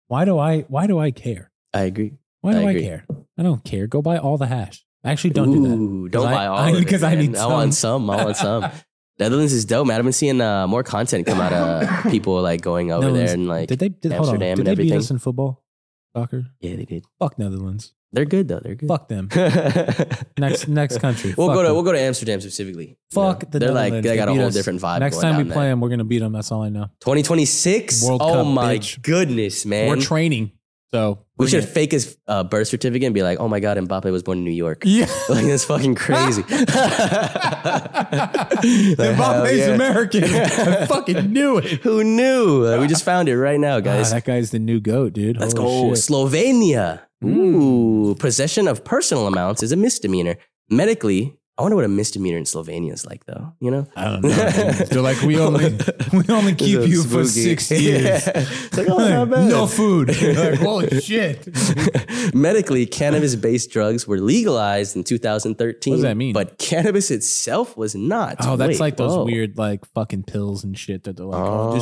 Speaker 1: Why do I? Why do I care?
Speaker 2: I agree.
Speaker 1: Why do
Speaker 2: I
Speaker 1: I,
Speaker 2: agree.
Speaker 1: care? I don't care. Go buy all the hash. Actually, don't do that.
Speaker 2: Ooh, Don't
Speaker 1: I-
Speaker 2: buy all
Speaker 1: I-
Speaker 2: of it,
Speaker 1: because I
Speaker 2: man.
Speaker 1: need
Speaker 2: I want some. I want some. Netherlands is dope, man. I've been seeing uh, more content come out of people like going over
Speaker 1: Netherlands.
Speaker 2: there and like,
Speaker 1: did they did, hold on?
Speaker 2: Amsterdam
Speaker 1: Did
Speaker 2: and
Speaker 1: they beat
Speaker 2: everything.
Speaker 1: us in football, soccer?
Speaker 2: yeah, they did.
Speaker 1: Fuck Netherlands.
Speaker 2: They're good though. They're good.
Speaker 1: Fuck them. Next next country.
Speaker 2: We'll
Speaker 1: Fuck
Speaker 2: go to
Speaker 1: them.
Speaker 2: we'll go to Amsterdam specifically.
Speaker 1: Fuck the
Speaker 2: They're like
Speaker 1: Netherlands.
Speaker 2: they
Speaker 1: They
Speaker 2: got a
Speaker 1: beat
Speaker 2: whole
Speaker 1: us.
Speaker 2: different vibe.
Speaker 1: Next
Speaker 2: going
Speaker 1: time we
Speaker 2: down
Speaker 1: play
Speaker 2: there.
Speaker 1: them, we're gonna beat them. That's all I know.
Speaker 2: 2026.
Speaker 1: World
Speaker 2: oh
Speaker 1: Cup,
Speaker 2: my
Speaker 1: bitch.
Speaker 2: goodness, man.
Speaker 1: We're training, so
Speaker 2: we
Speaker 1: bring
Speaker 2: should
Speaker 1: it.
Speaker 2: fake his uh, birth certificate and be like, "Oh my god, Mbappe was born in New York."
Speaker 1: Yeah,
Speaker 2: Like that's fucking crazy.
Speaker 1: Mbappe's American. I fucking knew it.
Speaker 2: Who knew? Uh, we just found it right now, guys.
Speaker 1: Ah, that guy's the new goat, dude.
Speaker 2: Let's
Speaker 1: Holy
Speaker 2: go.
Speaker 1: shit.
Speaker 2: Slovenia.
Speaker 1: Hmm.
Speaker 2: Ooh, possession of personal amounts is a misdemeanor. Medically, I wonder what a misdemeanor in Slovenia is like, though. You know,
Speaker 1: I don't know. dude. They're like we only we only keep
Speaker 2: It's
Speaker 1: you
Speaker 2: so
Speaker 1: for
Speaker 2: spooky.
Speaker 1: six years.
Speaker 2: Yeah. It's like, oh, not bad.
Speaker 1: no food. Like, holy shit.
Speaker 2: Medically, cannabis based drugs were legalized in 2013.
Speaker 1: What does that mean?
Speaker 2: But cannabis itself was not.
Speaker 1: Oh, that's
Speaker 2: Wait,
Speaker 1: like those
Speaker 2: whoa.
Speaker 1: weird like fucking pills and shit that they're like, oh,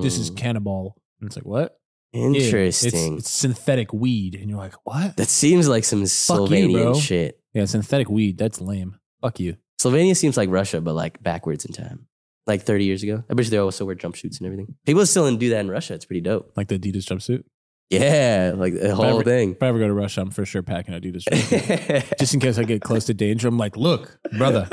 Speaker 1: this is this is cannibal. And it's like what? Yeah, it's-
Speaker 2: interesting.
Speaker 1: it's synthetic weed, and you're like, what?
Speaker 2: that seems like some
Speaker 1: you,
Speaker 2: Slovenian
Speaker 1: bro.
Speaker 2: shit.
Speaker 1: Yeah, synthetic weed. That's lame. Fuck you.
Speaker 2: Slovenia seems like Russia, but like backwards in time. Like 30 years ago. I bet you they always still wear jumpsuits and everything. People still do that in Russia. It's pretty dope.
Speaker 1: Like the Adidas jumpsuit.
Speaker 2: Yeah, like the whole
Speaker 1: Whatever.
Speaker 2: thing.
Speaker 1: If I ever go to Russia, I'm for sure packing Adidas jumpsuit. Just in case I get close to danger, I'm like, look, brother,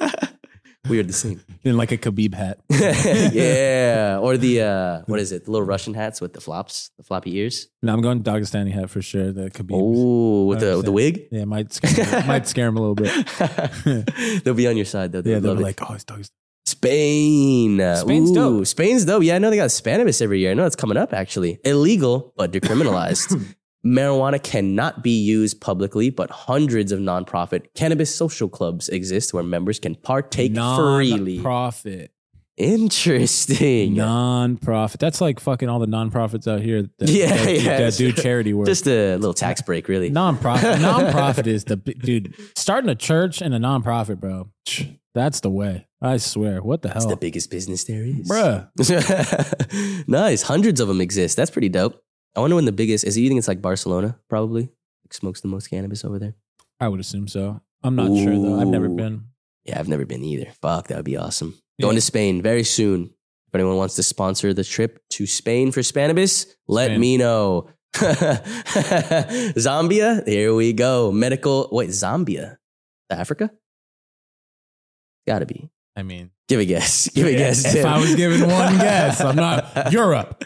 Speaker 2: we are the same.
Speaker 1: in like a Khabib hat.
Speaker 2: yeah, or the uh, what is it? The little Russian hats with the flops, the floppy ears.
Speaker 1: No, I'm going Dagestani hat for sure. The Khabib.
Speaker 2: Oh, with the with the
Speaker 1: 100%.
Speaker 2: wig.
Speaker 1: Yeah, might scare, might scare him a little bit.
Speaker 2: they'll be on your side though. They'll
Speaker 1: Yeah, they're
Speaker 2: love it.
Speaker 1: like, oh, it's Dagestani.
Speaker 2: Spain.
Speaker 1: Spain's dope.
Speaker 2: Spain's dope. Yeah, I know they got Spanibus every year. I know it's coming up actually. Illegal but decriminalized. Marijuana cannot be used publicly, but hundreds of nonprofit cannabis social clubs exist where members can partake freely.
Speaker 1: Profit.
Speaker 2: Interesting.
Speaker 1: Non-profit. That's like fucking all the non-profits out here that,
Speaker 2: Yeah,
Speaker 1: that,
Speaker 2: yeah,
Speaker 1: that do
Speaker 2: sure.
Speaker 1: charity work.
Speaker 2: Just a little tax break, really.
Speaker 1: Non-profit. non-profit is the big- dude starting a church and a non-profit, bro. That's the way. I swear. What the
Speaker 2: It's
Speaker 1: hell,
Speaker 2: the biggest business there is.
Speaker 1: bruh?
Speaker 2: nice. Hundreds of them exist. That's pretty dope. I wonder when the biggest is. You think it's like Barcelona, probably? Like smokes the most cannabis over there.
Speaker 1: I would assume so. I'm not sure though. I've never
Speaker 2: Ooh.
Speaker 1: been.
Speaker 2: Yeah, I've never been either. Fuck, that would be awesome. Going to Spain very soon. If anyone wants to sponsor the trip to Spain for Spanibus, let
Speaker 1: Spain.
Speaker 2: me know. Zambia, here we go. Medical, wait, Zambia, Africa? Gotta be.
Speaker 1: I mean,
Speaker 2: Give a guess. Give a guess.
Speaker 1: If
Speaker 2: Tim.
Speaker 1: I was given one guess, I'm not Europe.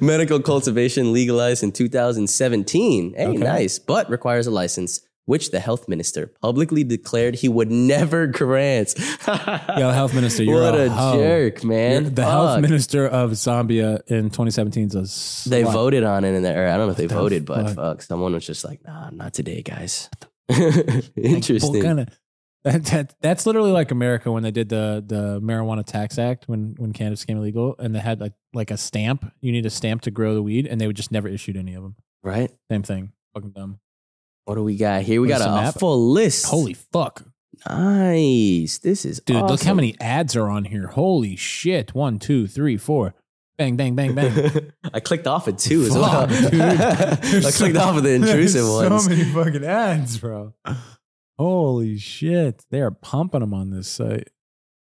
Speaker 2: Medical cultivation legalized in 2017. Hey,
Speaker 1: Okay.
Speaker 2: nice, but requires a license, which the health minister publicly declared he would never grant.
Speaker 1: Yo, health minister, you're
Speaker 2: what a
Speaker 1: hoe.
Speaker 2: jerk, man.
Speaker 1: You're- the health
Speaker 2: Fuck.
Speaker 1: minister of Zambia in 2017 is a slut.
Speaker 2: They voted on it, in the, or I don't know if they
Speaker 1: the
Speaker 2: voted, but
Speaker 1: fuck?
Speaker 2: fuck, someone was just like, nah, not today, guys.
Speaker 1: Like,
Speaker 2: Interesting.
Speaker 1: what kinda- that, that, that's literally like America when they did the the marijuana tax act when when cannabis became illegal and they had like like a stamp. You need a stamp to grow the weed, and they would just never issued any of them.
Speaker 2: right?
Speaker 1: Same thing. Fucking dumb.
Speaker 2: What do we got here? We
Speaker 1: What is
Speaker 2: got
Speaker 1: the
Speaker 2: a,
Speaker 1: map?
Speaker 2: full list.
Speaker 1: Holy fuck,
Speaker 2: nice. This is
Speaker 1: dude! Look how
Speaker 2: awesome.
Speaker 1: many ads are on here. Holy shit! One, two, three, four. Bang, bang, bang, bang.
Speaker 2: I clicked off it too as well.
Speaker 1: Fuck, dude. There's
Speaker 2: I
Speaker 1: so-
Speaker 2: clicked off of the intrusive
Speaker 1: There's
Speaker 2: ones.
Speaker 1: So many fucking ads, bro. Holy shit. They are pumping them on this site.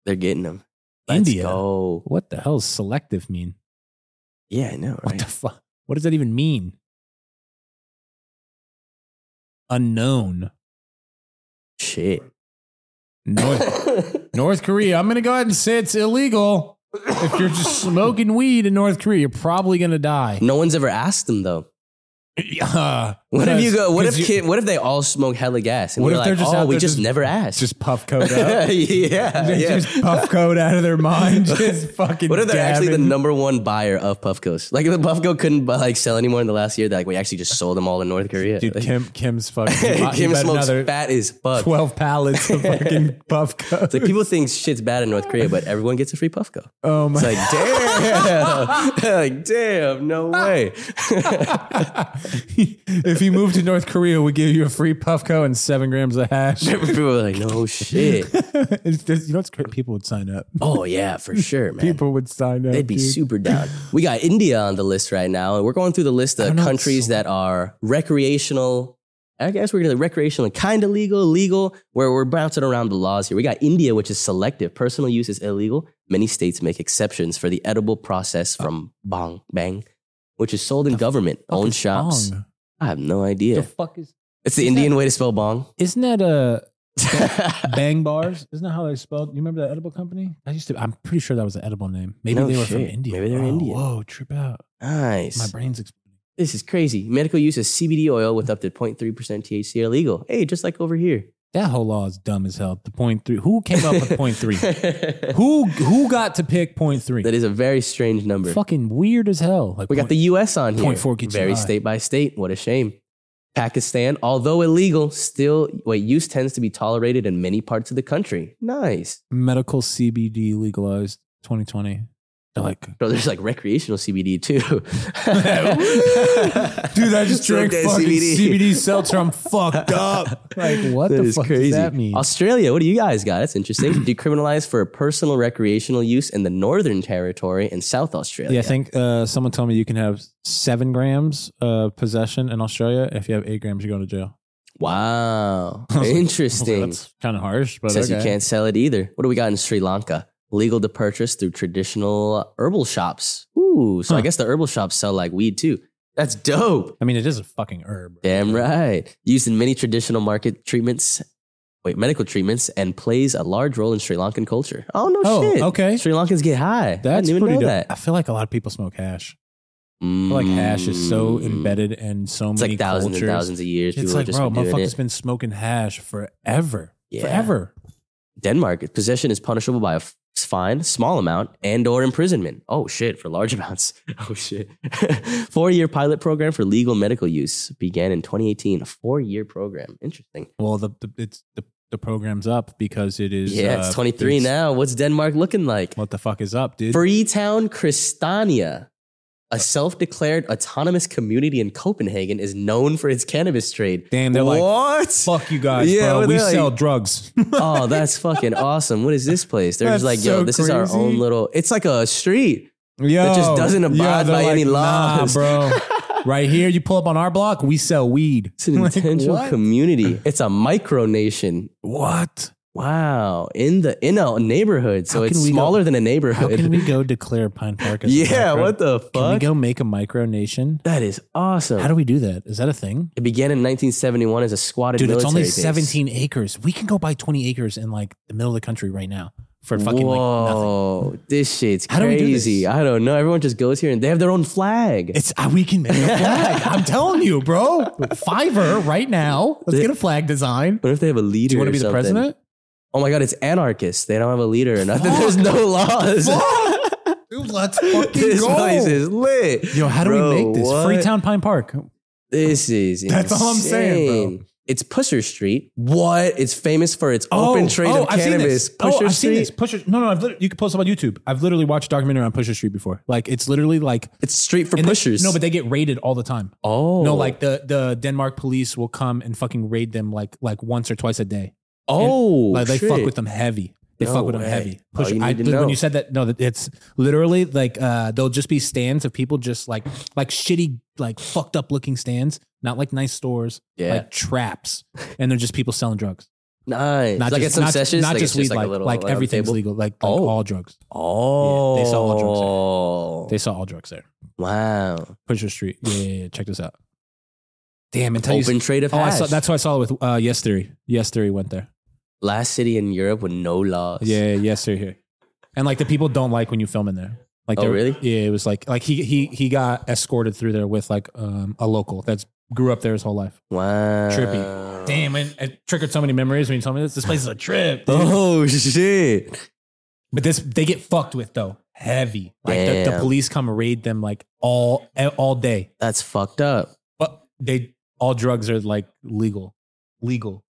Speaker 2: They're getting them.
Speaker 1: India.
Speaker 2: Oh,
Speaker 1: What the hell does selective mean?
Speaker 2: yeah, I know,
Speaker 1: What
Speaker 2: right?
Speaker 1: the fuck? What does that even mean? Unknown.
Speaker 2: Shit.
Speaker 1: North, North Korea. I'm going to go ahead and say it's illegal. If you're just smoking weed in North Korea, you're probably going to die.
Speaker 2: no one's ever asked them though.
Speaker 1: Yeah.
Speaker 2: What if you go? What if
Speaker 1: Because you-
Speaker 2: kid, what if they all smoke hella gas? And
Speaker 1: What
Speaker 2: we're
Speaker 1: if
Speaker 2: like,
Speaker 1: they're just
Speaker 2: oh,
Speaker 1: out
Speaker 2: we
Speaker 1: there
Speaker 2: just,
Speaker 1: just-
Speaker 2: never asked.
Speaker 1: just puff coat
Speaker 2: yeah,
Speaker 1: up? They
Speaker 2: yeah.
Speaker 1: Just puff coat out of their mind. Just fucking.
Speaker 2: What if they're actually the
Speaker 1: dabbing.
Speaker 2: number one buyer of Puffco's? Like if the Puffco couldn't buy, like sell anymore in the last year, they're like we actually just sold them all in North Korea.
Speaker 1: Dude,
Speaker 2: Like,
Speaker 1: Kim Kim's fucking.
Speaker 2: Kim
Speaker 1: about
Speaker 2: smokes
Speaker 1: another
Speaker 2: fat as fuck.
Speaker 1: twelve pallets of fucking puff coat.
Speaker 2: It's like people think shit's bad in North Korea, but everyone gets a free Puffco.
Speaker 1: oh my!
Speaker 2: It's like, damn. like, damn, no way.
Speaker 1: if you move to North Korea, we give you a free puff coat and seven grams of hash.
Speaker 2: People were like, no shit.
Speaker 1: it's just, you know what's great? People would sign up.
Speaker 2: Oh, yeah, for sure, man.
Speaker 1: People would sign up.
Speaker 2: They'd be
Speaker 1: dude.
Speaker 2: super down. We got India on the list right now, and we're going through the list
Speaker 1: I
Speaker 2: of
Speaker 1: don't know, it's
Speaker 2: countries
Speaker 1: so-
Speaker 2: that are recreational. I guess we're gonna recreational, kind of legal, legal, where we're bouncing around the laws here. We got India, which is selective. Personal use is illegal. Many states make exceptions for the edible process from bong bang, which is sold in
Speaker 1: Uh. The
Speaker 2: government
Speaker 1: Fucking
Speaker 2: owned shops.
Speaker 1: bong.
Speaker 2: I have no idea.
Speaker 1: The fuck is?
Speaker 2: It's
Speaker 1: Is that-
Speaker 2: the Indian way to spell bong.
Speaker 1: Isn't that a Bang Bars? Isn't that how they're spelled? You remember that edible company? I used to. I'm pretty sure that was an edible name. Maybe
Speaker 2: No
Speaker 1: they were from
Speaker 2: shit.
Speaker 1: India.
Speaker 2: Maybe they're
Speaker 1: Oh,
Speaker 2: Indian.
Speaker 1: Whoa, trip out. My
Speaker 2: nice.
Speaker 1: brain's exploding.
Speaker 2: This is crazy. Medical use is CBD oil with up to 0.3% THC illegal. Hey, just like over here.
Speaker 1: That whole law is dumb as hell. The point three. Who came up with point three?
Speaker 2: that
Speaker 1: Who who got to pick point three?
Speaker 2: is a very strange number.
Speaker 1: Fucking weird as hell. Like
Speaker 2: we got the US on here.
Speaker 1: Point four gets you
Speaker 2: very
Speaker 1: high.
Speaker 2: state by state. What a shame. Pakistan, although illegal, still wait, use tends to be tolerated in many parts of the country. Nice.
Speaker 1: medical CBD legalized 2020. They're like,
Speaker 2: Bro, there's like recreational CBD too.
Speaker 1: dude, I just
Speaker 2: Smoke
Speaker 1: drank
Speaker 2: that
Speaker 1: fucking CBD. seltzer. I'm fucked up. Like, what
Speaker 2: That
Speaker 1: the
Speaker 2: is
Speaker 1: fuck
Speaker 2: crazy.
Speaker 1: does that mean?
Speaker 2: Australia, what do you guys got? That's interesting. Decriminalized for personal recreational use in the Northern Territory and South Australia.
Speaker 1: yeah, I think uh, someone told me you can have seven grams of possession in Australia. If you have eight grams, you're going to jail.
Speaker 2: Wow.
Speaker 1: I was like,
Speaker 2: Interesting.
Speaker 1: Okay, that's kind of harsh, but
Speaker 2: Says
Speaker 1: okay.
Speaker 2: you can't sell it either. What do we got in Sri Lanka? Legal to purchase through traditional herbal shops. Ooh, so I
Speaker 1: Huh.
Speaker 2: guess the herbal shops sell like weed too. That's dope.
Speaker 1: I mean, it is a fucking herb.
Speaker 2: Damn right. Used in many traditional market treatments, wait, medical treatments, and plays a large role in Sri Lankan culture. Oh no
Speaker 1: Oh,
Speaker 2: shit.
Speaker 1: okay.
Speaker 2: Sri Lankans get high. I
Speaker 1: That's
Speaker 2: didn't even
Speaker 1: pretty
Speaker 2: know
Speaker 1: dope.
Speaker 2: that.
Speaker 1: I feel like a lot of people smoke hash. I feel like hash is so
Speaker 2: Mm.
Speaker 1: embedded in so
Speaker 2: It's
Speaker 1: many
Speaker 2: like thousands
Speaker 1: cultures.
Speaker 2: and thousands of years.
Speaker 1: It's
Speaker 2: people
Speaker 1: like,
Speaker 2: have just
Speaker 1: bro,
Speaker 2: been doing
Speaker 1: motherfucker's
Speaker 2: it.
Speaker 1: been smoking hash forever.
Speaker 2: Yeah.
Speaker 1: Forever.
Speaker 2: Denmark, possession is punishable by a f- fine, small amount, and or imprisonment. Oh shit, for large amounts. Oh shit. Four-year pilot program for legal medical use began in 2018. A four-year program. Interesting.
Speaker 1: Well, the, the it's the, the program's up because it is.
Speaker 2: yeah,
Speaker 1: uh,
Speaker 2: it's 23
Speaker 1: it's-
Speaker 2: now. What's Denmark looking like?
Speaker 1: What the fuck is up, dude?
Speaker 2: Freetown Christiania,
Speaker 1: Uh,
Speaker 2: a self-declared autonomous community in Copenhagen, is known for its cannabis trade.
Speaker 1: Damn, they're like,
Speaker 2: what?
Speaker 1: fuck you guys,
Speaker 2: Yeah,
Speaker 1: bro.
Speaker 2: what
Speaker 1: We
Speaker 2: the hell?
Speaker 1: sell drugs.
Speaker 2: oh, that's fucking awesome. What is this place? They're just
Speaker 1: That's
Speaker 2: like, yo,
Speaker 1: so
Speaker 2: this is our
Speaker 1: crazy.
Speaker 2: own little. It's like a street.
Speaker 1: Yo,
Speaker 2: It just doesn't
Speaker 1: yeah,
Speaker 2: abide
Speaker 1: they're
Speaker 2: by any laws."
Speaker 1: nah, bro. right here, you pull up on our block, we sell weed.
Speaker 2: It's an
Speaker 1: Like,
Speaker 2: intentional
Speaker 1: what?
Speaker 2: community. It's a micronation.
Speaker 1: What?
Speaker 2: Wow, in the in a neighborhood, so
Speaker 1: How
Speaker 2: it's
Speaker 1: can we go-
Speaker 2: smaller than a
Speaker 1: How
Speaker 2: neighborhood.
Speaker 1: can we go declare Pine Park as a
Speaker 2: yeah,
Speaker 1: micro-
Speaker 2: what the
Speaker 1: Can we
Speaker 2: fuck?
Speaker 1: go make a micro nation?
Speaker 2: That is awesome.
Speaker 1: How do we do that? Is that a thing?
Speaker 2: it began in 1971 as a squatted
Speaker 1: Dude, it's only
Speaker 2: military base.
Speaker 1: 17 acres. We can go buy 20 acres in like the middle of the country right now for fucking like nothing.
Speaker 2: Whoa, this shit's
Speaker 1: How do we do
Speaker 2: crazy.
Speaker 1: this?
Speaker 2: I don't know. Everyone just goes here and they have their own flag.
Speaker 1: It's uh, we can make a flag. I'm telling you, bro. Fiverr right now. Let's get a flag design.
Speaker 2: what if they have a leader?
Speaker 1: Do you want to be
Speaker 2: or
Speaker 1: the
Speaker 2: something?
Speaker 1: president?
Speaker 2: Oh my god, it's anarchists. They don't have a leader or nothing. There's no laws.
Speaker 1: Dude, let's fucking
Speaker 2: this place is lit.
Speaker 1: Yo, how do
Speaker 2: Bro,
Speaker 1: we make this?
Speaker 2: what?
Speaker 1: Freetown Pine Park.
Speaker 2: This is
Speaker 1: That's all I'm saying, bro.
Speaker 2: insane. It's Pusher Street. What? It's famous for its open trade of cannabis.
Speaker 1: Seen this.
Speaker 2: Pusher
Speaker 1: oh, I've
Speaker 2: Street.
Speaker 1: seen this. Pusher. No, no. I've lit- you can post up on YouTube. I've literally watched a documentary on Pusher Street before. Like it's literally like
Speaker 2: It's street for
Speaker 1: and they-
Speaker 2: pushers.
Speaker 1: no, but they get raided all the time.
Speaker 2: oh
Speaker 1: No, like the the Denmark police will come and fucking raid them like like once or twice a day.
Speaker 2: oh,
Speaker 1: Like they
Speaker 2: shit.
Speaker 1: fuck with them heavy. They
Speaker 2: No
Speaker 1: fuck with them
Speaker 2: way.
Speaker 1: heavy.
Speaker 2: Oh,
Speaker 1: Push.
Speaker 2: you
Speaker 1: I,
Speaker 2: need to
Speaker 1: when
Speaker 2: know.
Speaker 1: you said that, no, that it's literally like uh, there'll just be stands of people just like like shitty, like fucked up looking stands, not like nice stores,
Speaker 2: Yeah,
Speaker 1: like traps, and they're just people selling drugs.
Speaker 2: nice.
Speaker 1: Not
Speaker 2: like
Speaker 1: just
Speaker 2: at some
Speaker 1: not,
Speaker 2: sessions,
Speaker 1: not
Speaker 2: like
Speaker 1: just
Speaker 2: it's
Speaker 1: weed,
Speaker 2: like,
Speaker 1: like
Speaker 2: a little
Speaker 1: like
Speaker 2: round
Speaker 1: everything's
Speaker 2: table.
Speaker 1: legal, like, like
Speaker 2: Oh.
Speaker 1: all drugs.
Speaker 2: Oh,
Speaker 1: Yeah, they sell all drugs there.
Speaker 2: all
Speaker 1: They saw all drugs there.
Speaker 2: Oh. Wow,
Speaker 1: Pusher Street. Yeah, yeah, yeah. check this out. Damn, and tell
Speaker 2: open
Speaker 1: you.
Speaker 2: trade of
Speaker 1: Oh, I
Speaker 2: hash.
Speaker 1: saw, that's why I saw it with uh, Yes Theory. Yes Theory went there.
Speaker 2: last city in Europe with no laws.
Speaker 1: Yeah, yeah, yes, sir. Here, and like the people don't like when you film in there. Like,
Speaker 2: Oh,
Speaker 1: they were-
Speaker 2: really?
Speaker 1: Yeah, it was like like he he he got escorted through there with like um a local that's grew up there his whole life.
Speaker 2: Wow.
Speaker 1: Trippy. Damn, man, it triggered so many memories when you told me this. This place is a trip. dude.
Speaker 2: Oh shit.
Speaker 1: But this they get fucked with though, heavy. Like the, the
Speaker 2: Damn.
Speaker 1: police come raid them like all e, all day.
Speaker 2: That's fucked up.
Speaker 1: But they all drugs are like legal, legal.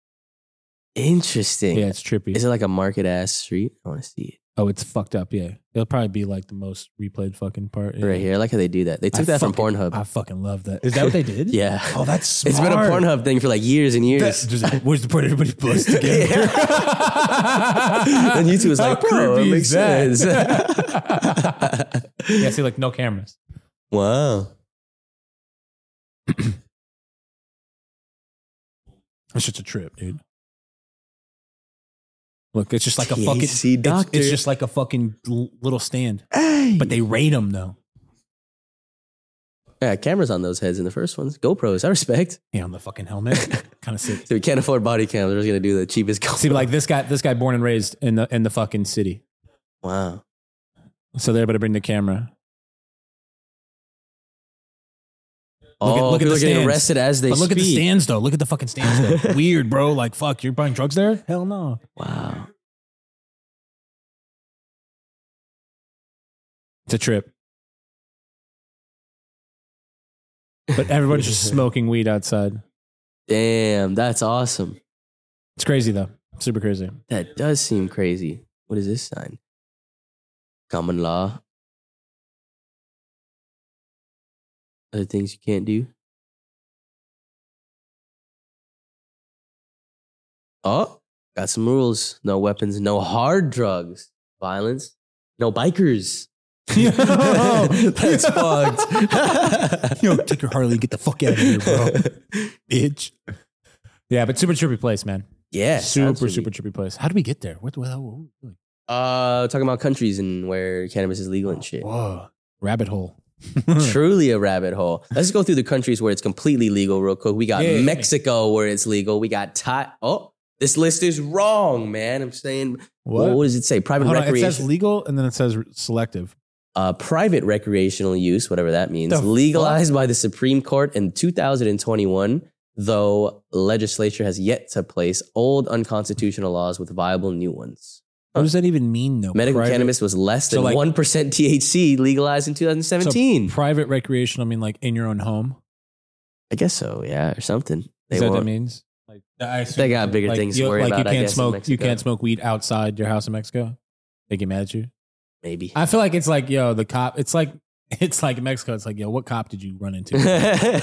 Speaker 2: Interesting.
Speaker 1: Yeah, it's trippy.
Speaker 2: Is it like a market ass street? I want to see it.
Speaker 1: oh, it's fucked up. Yeah, it'll probably be like the most replayed fucking part. Yeah.
Speaker 2: Right here. I like how they do that. They
Speaker 1: I
Speaker 2: took that from
Speaker 1: fucking-
Speaker 2: Pornhub.
Speaker 1: I fucking love that. Is that what they did?
Speaker 2: yeah.
Speaker 1: Oh, that's smart.
Speaker 2: It's been a Pornhub thing for like years and years.
Speaker 1: That- just- where's the part everybody puts together?
Speaker 2: Yeah. And YouTube was
Speaker 1: How
Speaker 2: like,
Speaker 1: creepy
Speaker 2: "Oh, it
Speaker 1: is
Speaker 2: makes
Speaker 1: that?"
Speaker 2: sense.
Speaker 1: yeah, see, like no cameras.
Speaker 2: wow.
Speaker 1: It's just a trip, dude. Look, it's just like a
Speaker 2: THC
Speaker 1: fucking it's-
Speaker 2: doctor.
Speaker 1: It's, just like a fucking l- little stand,
Speaker 2: Hey.
Speaker 1: but they raid them though.
Speaker 2: yeah, cameras on those heads in the first ones. GoPros, I respect.
Speaker 1: Yeah, on the fucking helmet, kind of sick.
Speaker 2: So we can't afford body cams. We're just gonna do the cheapest. GoPro.
Speaker 1: See, but like this guy, this guy born and raised in the in the fucking city,
Speaker 2: wow.
Speaker 1: so they're able to bring the camera.
Speaker 2: oh,
Speaker 1: look at
Speaker 2: people
Speaker 1: the
Speaker 2: are getting
Speaker 1: stands.
Speaker 2: arrested as they
Speaker 1: But look at the
Speaker 2: speak.
Speaker 1: stands though. Look at the fucking stands. Though. Weird, bro. Like fuck, you're buying drugs there? Hell no.
Speaker 2: Wow.
Speaker 1: It's a trip. But everyone's just smoking weed outside.
Speaker 2: Damn, that's awesome.
Speaker 1: It's crazy though. Super crazy.
Speaker 2: That does seem crazy. What is this sign? Common law. Other things you can't do. Oh, got some rules. No weapons, no hard drugs, violence, no bikers.
Speaker 1: Yo,
Speaker 2: That's fucked.
Speaker 1: Yo, take your Harley and get the fuck out of here, bro. Bitch. Yeah, but super trippy place, man.
Speaker 2: Yeah.
Speaker 1: super,
Speaker 2: absolutely.
Speaker 1: super trippy place. How do we get there? What the hell were we doing?
Speaker 2: Uh, talking about countries and where cannabis is legal and shit.
Speaker 1: Whoa. Rabbit hole.
Speaker 2: truly a rabbit hole. Let's go through the countries where it's completely legal real quick. We got
Speaker 1: Yeah, yeah, yeah.
Speaker 2: Mexico where it's legal. We got Thai. Oh, this list is wrong, man. I'm saying, what,
Speaker 1: Hold
Speaker 2: does it say? Private
Speaker 1: on, it
Speaker 2: recreation,
Speaker 1: says legal and then it says selective.
Speaker 2: uh, private recreational use, whatever that means,
Speaker 1: The
Speaker 2: legalized by the Supreme Court in 2021. Though legislature has yet to place old unconstitutional laws with viable new ones.
Speaker 1: What does that even mean though?
Speaker 2: Medical
Speaker 1: Private-
Speaker 2: cannabis was less
Speaker 1: So,
Speaker 2: than
Speaker 1: like-
Speaker 2: one THC legalized in 2017.
Speaker 1: Private recreational I mean like in your own home.
Speaker 2: I guess so, yeah, or something.
Speaker 1: Is that what that
Speaker 2: won't-
Speaker 1: means? Like, I assume-
Speaker 2: They got bigger
Speaker 1: like,
Speaker 2: things to
Speaker 1: you,
Speaker 2: worry
Speaker 1: like,
Speaker 2: about,
Speaker 1: You
Speaker 2: I
Speaker 1: can't
Speaker 2: guess, in
Speaker 1: smoke. You
Speaker 2: Mexico.
Speaker 1: can't smoke weed outside your house in Mexico. They get mad at you.
Speaker 2: Maybe.
Speaker 1: I feel like it's like yo, the cop. It's like it's like in Mexico. It's like yo, what cop did you run into?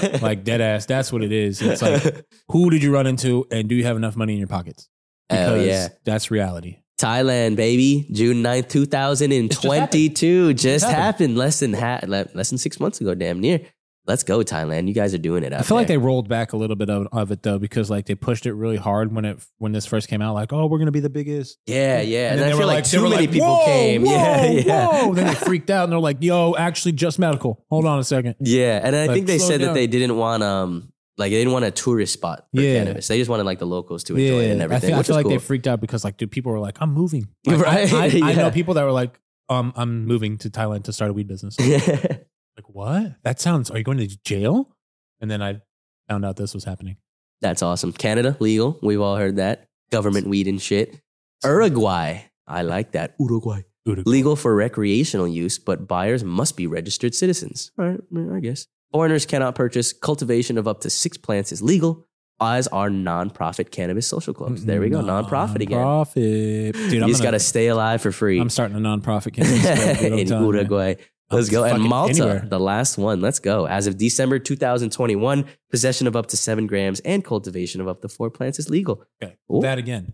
Speaker 2: like,
Speaker 1: like dead ass. That's what it is. It's like who did you run into, and do you have enough money in your pockets?
Speaker 2: Hell
Speaker 1: Because
Speaker 2: yeah.
Speaker 1: that's reality.
Speaker 2: Thailand, baby, June 9th, 2022.
Speaker 1: happened.
Speaker 2: Just, happened.
Speaker 1: Just happened.
Speaker 2: less than ha- le- less than six months ago, damn near. Let's go, Thailand. You guys are doing it.
Speaker 1: I feel like they rolled back a little bit of, of it though, because like they pushed it really hard when it when this first came out. Like, oh, we're gonna be the biggest.
Speaker 2: Yeah, yeah. And,
Speaker 1: then they
Speaker 2: I feel
Speaker 1: were
Speaker 2: like,
Speaker 1: like- they
Speaker 2: too
Speaker 1: were
Speaker 2: many
Speaker 1: like,
Speaker 2: people
Speaker 1: whoa,
Speaker 2: came.
Speaker 1: Whoa,
Speaker 2: yeah, yeah.
Speaker 1: Whoa. Then they freaked out and they're like, yo, actually, just medical. Hold on a second.
Speaker 2: Yeah, and I
Speaker 1: Like,
Speaker 2: think they
Speaker 1: slow
Speaker 2: said that
Speaker 1: down.
Speaker 2: they didn't want um like they didn't want a tourist spot for
Speaker 1: Yeah.
Speaker 2: cannabis. They just wanted like the locals to enjoy it and
Speaker 1: I
Speaker 2: everything,
Speaker 1: feel, I
Speaker 2: which
Speaker 1: feel
Speaker 2: is
Speaker 1: like
Speaker 2: cool.
Speaker 1: they freaked out because like, dude, people were like, I'm moving. Like,
Speaker 2: Right?
Speaker 1: I, I, I
Speaker 2: Yeah.
Speaker 1: know people that were like, um, I'm moving to Thailand to start a weed business. like, what? That sounds. Are you going to jail? And then I found out this was happening.
Speaker 2: That's awesome. Canada legal. We've all heard that government weed and shit. Uruguay. I like that. Uruguay.
Speaker 1: Uruguay.
Speaker 2: Legal for recreational use, but buyers must be registered citizens. All right, yeah, I guess. Foreigners cannot purchase. Cultivation of up to six plants is legal, as are nonprofit cannabis social clubs. There we go. Nonprofit again.
Speaker 1: Nonprofit. Dude,
Speaker 2: you
Speaker 1: I'm
Speaker 2: just got
Speaker 1: gonna-
Speaker 2: to stay alive for free.
Speaker 1: I'm starting a nonprofit campaign.
Speaker 2: in Uruguay. Let's go. And Malta, the last one. Let's go. As of December 2021, possession of up to seven grams and cultivation of up to four plants is legal.
Speaker 1: Okay,
Speaker 2: Ooh.
Speaker 1: that again.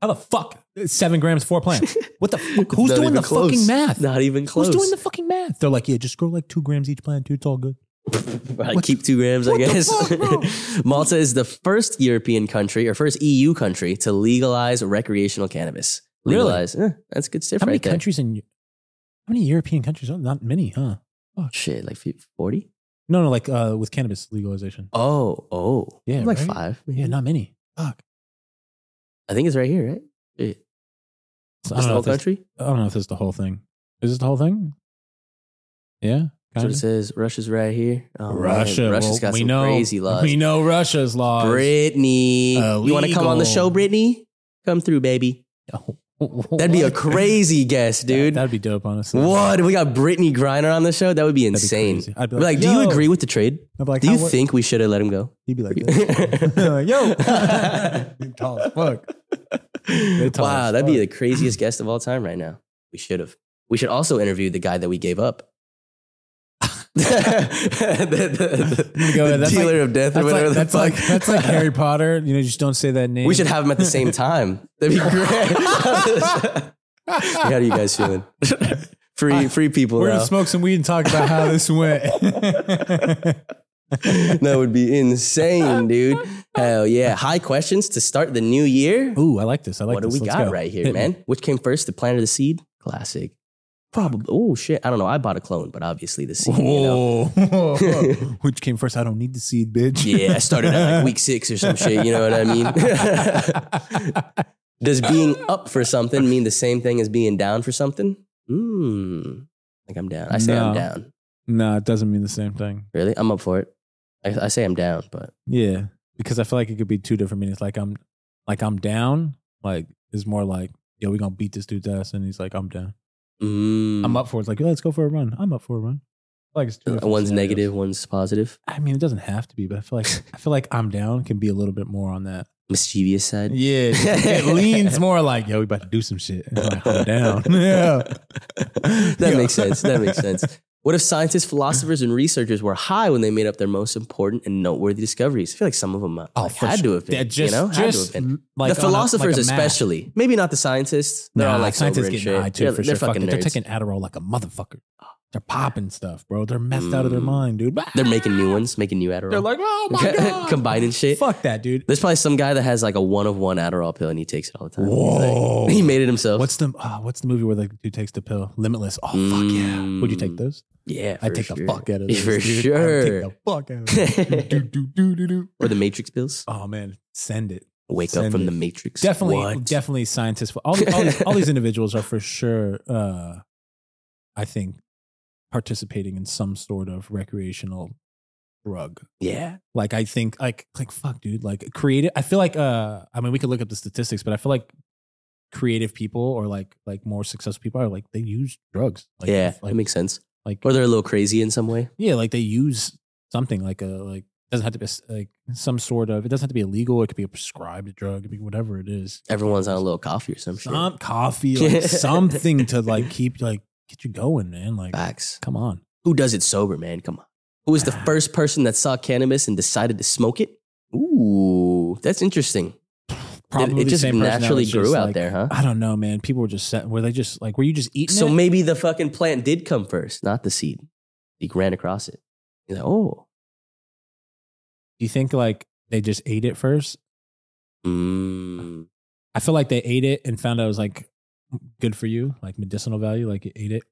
Speaker 1: How the fuck? Seven grams, four plants. What the fuck? Who's
Speaker 2: Not
Speaker 1: doing
Speaker 2: even
Speaker 1: the
Speaker 2: close.
Speaker 1: fucking math?
Speaker 2: Not even close.
Speaker 1: Who's doing the fucking math? They're like, yeah, just grow like two grams each plant, dude. It's all good.
Speaker 2: I
Speaker 1: What-
Speaker 2: keep two grams, I
Speaker 1: what the
Speaker 2: guess.
Speaker 1: fuck, bro?
Speaker 2: Malta is the first European country or first EU country to legalize recreational cannabis.
Speaker 1: Really?
Speaker 2: Legalize. Eh, that's good stuff
Speaker 1: How many
Speaker 2: right there.
Speaker 1: countries in? How many European countries? Oh, Not many, huh?
Speaker 2: Shit, like 40?
Speaker 1: No, no, like uh, with cannabis legalization.
Speaker 2: Oh, oh.
Speaker 1: Yeah,
Speaker 2: Like
Speaker 1: right?
Speaker 2: five.
Speaker 1: Yeah, not many. Fuck.
Speaker 2: I think it's right here, right? Is
Speaker 1: So I don't,
Speaker 2: the
Speaker 1: know
Speaker 2: whole
Speaker 1: if this,
Speaker 2: country?
Speaker 1: I don't know if this is the whole thing. Is this the whole thing? Yeah.
Speaker 2: That's what
Speaker 1: kinda.
Speaker 2: it says. Russia's right here. Oh,
Speaker 1: Russia.
Speaker 2: man.
Speaker 1: well,
Speaker 2: Russia's got
Speaker 1: we
Speaker 2: some
Speaker 1: know,
Speaker 2: crazy laws.
Speaker 1: We know Russia's laws.
Speaker 2: Brittany, you want to come on the
Speaker 1: Illegal.
Speaker 2: show, Brittany? Come through, baby. That'd
Speaker 1: That'd
Speaker 2: be a crazy guest, dude.
Speaker 1: That'd be dope, honestly.
Speaker 2: what? We got Brittany Griner on the show. That would be
Speaker 1: That'd be
Speaker 2: insane.
Speaker 1: crazy. I'd be
Speaker 2: We're like, do you
Speaker 1: "Yo."
Speaker 2: agree with the trade?
Speaker 1: I'd be like,
Speaker 2: Do
Speaker 1: "How
Speaker 2: you
Speaker 1: what-"
Speaker 2: think we should have let him go?
Speaker 1: He'd be like, this. yo, tall as fuck. tell
Speaker 2: wow,
Speaker 1: us.
Speaker 2: that'd be the craziest guest of all time right now. We should have. We should also interview the guy that we gave up. the the- the-
Speaker 1: You go,
Speaker 2: the
Speaker 1: that's
Speaker 2: dealer of death or
Speaker 1: That's
Speaker 2: whatever
Speaker 1: like,
Speaker 2: the
Speaker 1: that's
Speaker 2: fuck.
Speaker 1: like that's like Harry Potter. You know, just don't say that name.
Speaker 2: We should have them at the same time. That'd be great. How are you guys feeling? free, free people
Speaker 1: We're
Speaker 2: now.
Speaker 1: gonna smoke some weed and talk about how this went.
Speaker 2: that would be insane, dude. Hell yeah! High questions to start the new year.
Speaker 1: Ooh, I like this. I like
Speaker 2: what do
Speaker 1: this.
Speaker 2: we
Speaker 1: Let's
Speaker 2: got
Speaker 1: go.
Speaker 2: right here,
Speaker 1: Hit me.
Speaker 2: man? Which came first, the plant or the seed? Classic. Probably. Oh shit! I don't know. I bought a clone, but obviously the seed. You know.
Speaker 1: Oh. Which came first? I don't need the seed, bitch.
Speaker 2: Yeah, I started at like week six or some shit. You know what I mean? Does being up for something mean the same thing as being down for something? Hmm. I think I'm down. I say
Speaker 1: No.
Speaker 2: I'm down.
Speaker 1: no, it doesn't mean the same thing.
Speaker 2: Really? I'm up for it. I, I say I'm down, but
Speaker 1: Yeah, because I feel like it could be two different meanings. Like I'm, like I'm down. Like is more like, yo, we gonna beat this dude's ass, and he's like, I'm down.
Speaker 2: mm, Uh,
Speaker 1: I'm up for it. It's like, yo, let's go for a run. I'm up for a run. I feel Like it's two different
Speaker 2: One's
Speaker 1: scenarios.
Speaker 2: negative, one's positive.
Speaker 1: I mean, it doesn't have to be, but I feel like I feel like I'm down can be a little bit more on that.
Speaker 2: Mischievous side.
Speaker 1: Yeah, it leans more like, yo, we about to do some shit. And I'm like, I'm down. Yeah.
Speaker 2: that
Speaker 1: Yeah.
Speaker 2: makes sense. That makes sense. What if scientists, philosophers, and researchers were high when they made up their most important and noteworthy discoveries? I feel like some of them uh, like,
Speaker 1: Oh, for
Speaker 2: had
Speaker 1: sure.
Speaker 2: to have been.
Speaker 1: That just,
Speaker 2: you know, had to have
Speaker 1: just
Speaker 2: been.
Speaker 1: like
Speaker 2: the
Speaker 1: on a- like
Speaker 2: philosophers,
Speaker 1: a math.
Speaker 2: especially, maybe not the scientists. They're
Speaker 1: Nah,
Speaker 2: all like
Speaker 1: scientists
Speaker 2: sober and
Speaker 1: getting
Speaker 2: shit.
Speaker 1: high too
Speaker 2: they're,
Speaker 1: for
Speaker 2: they're
Speaker 1: sure. Fuck
Speaker 2: fucking
Speaker 1: it. They're
Speaker 2: nerds.
Speaker 1: taking Adderall like a motherfucker. They're popping stuff, bro. They're messed out of their
Speaker 2: Mm.
Speaker 1: mind, dude.
Speaker 2: They're making new ones, making new Adderall.
Speaker 1: They're like, oh my god,
Speaker 2: combining shit.
Speaker 1: Fuck that, dude.
Speaker 2: There's probably some guy that has like a one of one Adderall pill and he takes it all the time. He's
Speaker 1: Whoa.
Speaker 2: like- he made it himself.
Speaker 1: What's the uh, what's the movie where the dude takes the pill? Limitless. Oh fuck yeah. Would you take
Speaker 2: Mm.
Speaker 1: those?
Speaker 2: yeah?
Speaker 1: I
Speaker 2: for
Speaker 1: take the
Speaker 2: sure.
Speaker 1: fuck out of this.
Speaker 2: For
Speaker 1: dude. I
Speaker 2: sure.
Speaker 1: take the fuck out of this. do, do, do, do, do.
Speaker 2: or the Matrix pills.
Speaker 1: Oh man, send it.
Speaker 2: Wake up
Speaker 1: Send
Speaker 2: from
Speaker 1: it.
Speaker 2: the Matrix.
Speaker 1: Definitely,
Speaker 2: What?
Speaker 1: definitely scientists. All, the- all, these, all these individuals are for sure. Uh, I think participating in some sort of recreational drug.
Speaker 2: yeah.
Speaker 1: Like I think, like like fuck, dude. Like creative. I feel like. Uh, I mean, we could look up the statistics, but I feel like creative people or like like more successful people are like they use drugs. Like,
Speaker 2: yeah.
Speaker 1: like,
Speaker 2: that makes sense.
Speaker 1: like
Speaker 2: Or they're a little crazy in some way.
Speaker 1: Yeah, like they use something like a like doesn't have to be s- like some sort of it doesn't have to be illegal. It could be a prescribed drug. It could be whatever it is.
Speaker 2: Everyone's on a little coffee or some shit.
Speaker 1: Some coffee, like something to like keep like get you going, man. Like
Speaker 2: Facts.
Speaker 1: come on,
Speaker 2: Who does it sober, man? Come on. Who was the
Speaker 1: Ah.
Speaker 2: first person that saw cannabis and decided to smoke it? Ooh, that's interesting.
Speaker 1: probably the
Speaker 2: just
Speaker 1: same person that
Speaker 2: naturally
Speaker 1: was
Speaker 2: grew out
Speaker 1: like-
Speaker 2: there, huh?
Speaker 1: I don't know, man. People were just set, were they just like were you just eating?
Speaker 2: So
Speaker 1: it?
Speaker 2: maybe the fucking plant did come first, not the seed. He ran across it. He's like, oh,
Speaker 1: Do you think like they just ate it first?
Speaker 2: mm,
Speaker 1: I feel like they ate it and found out it was like good for you, like medicinal value. Like it ate it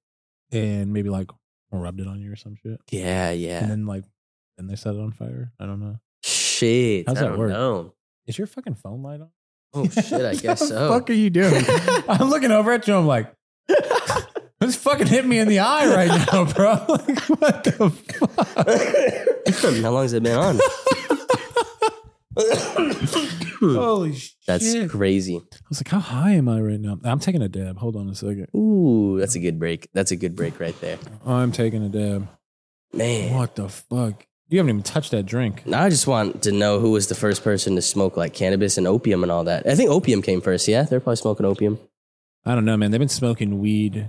Speaker 1: and maybe like rubbed it on you or some shit.
Speaker 2: yeah,
Speaker 1: And
Speaker 2: yeah.
Speaker 1: then like then they set it on fire. I don't know.
Speaker 2: Shit.
Speaker 1: How's
Speaker 2: I
Speaker 1: that
Speaker 2: don't
Speaker 1: work?
Speaker 2: know.
Speaker 1: Is your fucking phone light on?
Speaker 2: Oh shit, I guess
Speaker 1: What
Speaker 2: so.
Speaker 1: the fuck are you doing? I'm looking over at you. I'm like, this fucking hit me in the eye right now, bro. Like, what the fuck?
Speaker 2: How long has it been on?
Speaker 1: Holy shit.
Speaker 2: That's crazy.
Speaker 1: I was like, how high am I right now? I'm taking a dab. Hold on a second.
Speaker 2: Ooh, that's a good break. That's a good break right there.
Speaker 1: I'm taking a dab.
Speaker 2: Man.
Speaker 1: What the fuck? You haven't even touched that drink.
Speaker 2: Now I just want to know who was the first person to smoke like cannabis and opium and all that. I think opium came first, yeah? They're probably smoking opium.
Speaker 1: I don't know, man. They've been smoking weed.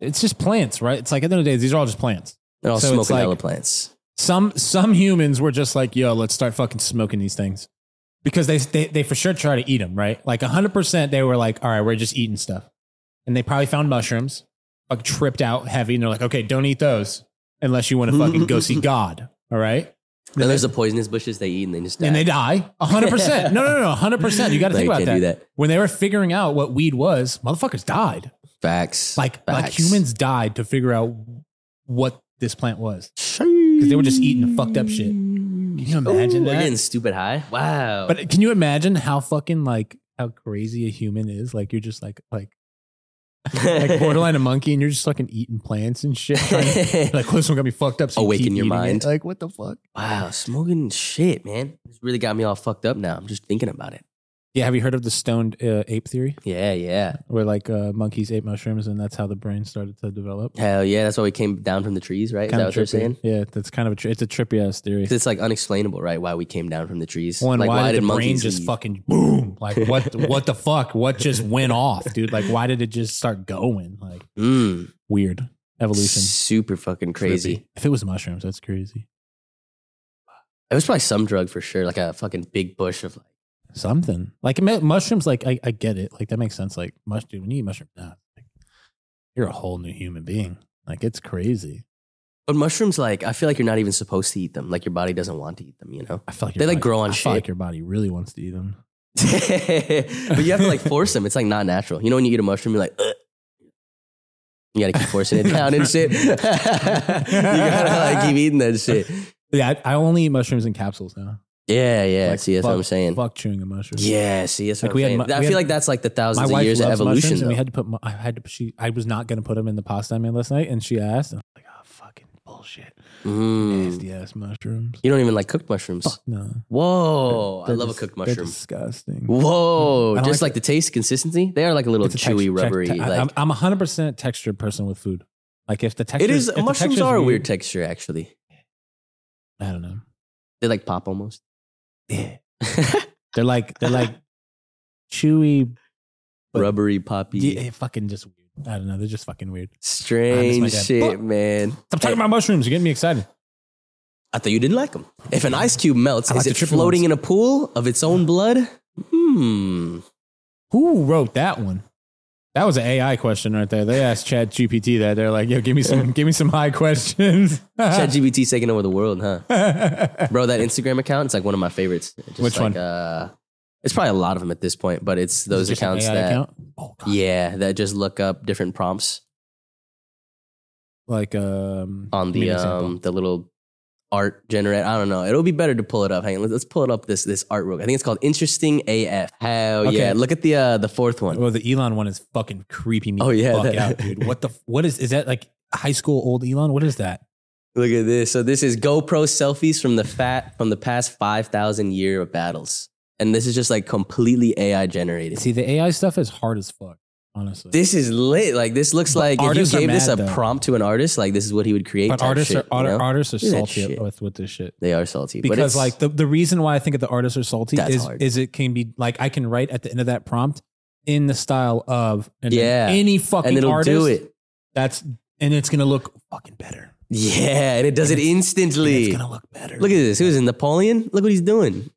Speaker 1: It's just plants, right? It's like at the end of the day, these are all just plants.
Speaker 2: They're all
Speaker 1: So it's
Speaker 2: smoking
Speaker 1: like-
Speaker 2: hella plants.
Speaker 1: Some some humans were just like, yo, let's start fucking smoking these things. Because they they, they for sure try to eat them, right? Like 100% they were like, all right, we're just eating stuff. And they probably found mushrooms, like tripped out heavy. And they're like, okay, don't eat those unless you want to fucking go see God. All right.
Speaker 2: Then there's the poisonous bushes they eat and they just die.
Speaker 1: And they die. 100%. No, no, no, no. 100%. You got to
Speaker 2: No,
Speaker 1: think
Speaker 2: you
Speaker 1: about
Speaker 2: can't do
Speaker 1: that.
Speaker 2: that.
Speaker 1: When they were figuring out what weed was, motherfuckers died.
Speaker 2: Facts.
Speaker 1: Like, like
Speaker 2: Facts.
Speaker 1: humans died to figure out what this plant was. Because they were just eating fucked up shit. Can you imagine
Speaker 2: Ooh, We're
Speaker 1: that?
Speaker 2: getting stupid high. Wow.
Speaker 1: But can you imagine how fucking like how crazy a human is? Like you're just like like like borderline a monkey, and you're just fucking eating plants and shit. trying to- like this one got me fucked up. So you
Speaker 2: Awaken
Speaker 1: keep
Speaker 2: your
Speaker 1: eating it.
Speaker 2: mind.
Speaker 1: Like what the fuck?
Speaker 2: wow, smoking shit, man. This really got me all fucked up now. I'm just thinking about it.
Speaker 1: Yeah, have you heard of the stoned uh, ape theory,
Speaker 2: Yeah, yeah.
Speaker 1: where like uh, monkeys ate mushrooms, and that's how the brain started to develop?
Speaker 2: Hell yeah. That's why we came down from the trees, right? Is
Speaker 1: Kinda
Speaker 2: that what they're
Speaker 1: trippy.
Speaker 2: saying?
Speaker 1: Yeah, that's kind of a tri- it's a trippy ass theory.
Speaker 2: 'Cause it's like unexplainable, right? Why we came down from the trees.
Speaker 1: One,
Speaker 2: like,
Speaker 1: why, did, the brain
Speaker 2: monkeys
Speaker 1: just
Speaker 2: leave?
Speaker 1: fucking boom? Like what? what the fuck? What just went off, dude? Like why did it just start going? Like
Speaker 2: Mm,
Speaker 1: weird evolution.
Speaker 2: super fucking crazy.
Speaker 1: Trippy. If it was mushrooms, that's crazy.
Speaker 2: It was probably some drug for sure, like a fucking big bush of like.
Speaker 1: Something like mu- mushrooms. Like I, I get it. Like that makes sense. Like mush, dude, when you eat mushrooms, nah, like, you're a whole new human being. Like it's crazy.
Speaker 2: But mushrooms, like, I feel like you're not even supposed to eat them. Like your body doesn't want to eat them, you know?
Speaker 1: I feel like
Speaker 2: They,
Speaker 1: your
Speaker 2: like,
Speaker 1: body-
Speaker 2: grow on
Speaker 1: I feel like
Speaker 2: shit.
Speaker 1: your body really wants to eat them.
Speaker 2: but you have to like force them. It's like not natural. You know when you eat a mushroom, you're like, Ugh. you gotta keep forcing it down and shit. you gotta like keep eating that shit.
Speaker 1: Yeah, I, I only eat mushrooms in capsules now.
Speaker 2: Yeah, yeah.
Speaker 1: Like,
Speaker 2: see, that's what I'm saying.
Speaker 1: Fuck chewing a mushroom.
Speaker 2: Yeah, see, that's what
Speaker 1: Like,
Speaker 2: I'm
Speaker 1: we had
Speaker 2: saying.
Speaker 1: mu-
Speaker 2: I
Speaker 1: we
Speaker 2: feel
Speaker 1: had-
Speaker 2: like that's like the
Speaker 1: My
Speaker 2: thousands of
Speaker 1: wife
Speaker 2: years of
Speaker 1: loves mushrooms,
Speaker 2: evolution.
Speaker 1: and we
Speaker 2: Though.
Speaker 1: had to put. mu- I had to. She. I was not gonna put them in the pasta I made last night, and she asked. And I'm like, oh, fucking bullshit.
Speaker 2: Mm.
Speaker 1: Nasty ass mushrooms.
Speaker 2: You don't even like cooked mushrooms.
Speaker 1: Fuck no.
Speaker 2: Whoa, Oh, I
Speaker 1: They're
Speaker 2: love a
Speaker 1: dis-
Speaker 2: cooked
Speaker 1: they're
Speaker 2: mushroom.
Speaker 1: Disgusting.
Speaker 2: Whoa,
Speaker 1: I don't
Speaker 2: just
Speaker 1: like
Speaker 2: like the taste consistency. They are like a little
Speaker 1: It's a
Speaker 2: chewy,
Speaker 1: texture- tex-
Speaker 2: rubbery.
Speaker 1: te- I-
Speaker 2: like
Speaker 1: I'm, I'm 100% texture person with food. Like if the texture
Speaker 2: it is.
Speaker 1: if the
Speaker 2: Mushrooms
Speaker 1: texture's
Speaker 2: are a weird texture, actually.
Speaker 1: I don't know.
Speaker 2: They like pop almost.
Speaker 1: They're like they're like chewy, But-
Speaker 2: rubbery, poppy.
Speaker 1: yeah, eh, fucking just weird. I don't know. They're just fucking weird. Ah,
Speaker 2: Strange
Speaker 1: this is my dad.
Speaker 2: shit, man.
Speaker 1: Stop talking about mushrooms. You're getting me excited.
Speaker 2: I thought you didn't like them. If an ice cube melts,
Speaker 1: I like
Speaker 2: is
Speaker 1: the
Speaker 2: it
Speaker 1: triple
Speaker 2: floating
Speaker 1: ones.
Speaker 2: in a pool of its own blood? Hmm.
Speaker 1: Who wrote that one? That was an AI question right there. They asked Chat GPT that. They're like, yo, give me some give me some high questions.
Speaker 2: ChatGPT's taking over the world, huh?
Speaker 1: Which
Speaker 2: Bro, that Instagram account, it's like one of my favorites. Just
Speaker 1: Which
Speaker 2: like,
Speaker 1: one?
Speaker 2: Uh, it's probably a lot of them at this point, but it's those accounts that,
Speaker 1: Oh, God.
Speaker 2: yeah, that just look up different prompts
Speaker 1: Like um
Speaker 2: on
Speaker 1: give me
Speaker 2: the
Speaker 1: an example.
Speaker 2: um the little art generate. I don't know. It'll be better to pull it up. Hang on, let's- let's pull it up this this art real. I think it's called Interesting AF. Hell
Speaker 1: Okay.
Speaker 2: yeah! Look at the uh, the fourth one.
Speaker 1: Well, the Elon one is fucking creepy me
Speaker 2: Oh,
Speaker 1: the
Speaker 2: yeah,
Speaker 1: fuck
Speaker 2: that-
Speaker 1: out, dude. What the what is is that like high school old Elon? What is that?
Speaker 2: Look at this. So this is GoPro selfies from the fat from the past five thousand year of battles, and this is just like completely AI generated.
Speaker 1: See, the AI stuff is hard as fuck, honestly.
Speaker 2: This is lit. Like this looks
Speaker 1: But
Speaker 2: like if you
Speaker 1: artists are
Speaker 2: gave this a
Speaker 1: mad, though.
Speaker 2: prompt to an artist, like this is what he would create.
Speaker 1: but
Speaker 2: type
Speaker 1: artists
Speaker 2: shit,
Speaker 1: are art,
Speaker 2: you know?
Speaker 1: artists are
Speaker 2: Look at that
Speaker 1: salty
Speaker 2: shit.
Speaker 1: with, with this shit.
Speaker 2: They are salty but
Speaker 1: Because
Speaker 2: it's-
Speaker 1: like the, the reason why I think that the artists are salty
Speaker 2: That's
Speaker 1: is
Speaker 2: hard.
Speaker 1: is it can be like I can write at the end of that prompt in the style of and then
Speaker 2: Yeah.
Speaker 1: any fucking
Speaker 2: and it'll
Speaker 1: artist
Speaker 2: do it.
Speaker 1: that's and it's gonna look fucking better.
Speaker 2: Yeah, and it does
Speaker 1: And
Speaker 2: it
Speaker 1: it's- And
Speaker 2: instantly.
Speaker 1: it's gonna look better.
Speaker 2: Look at this. Who's in Napoleon? Look what he's doing.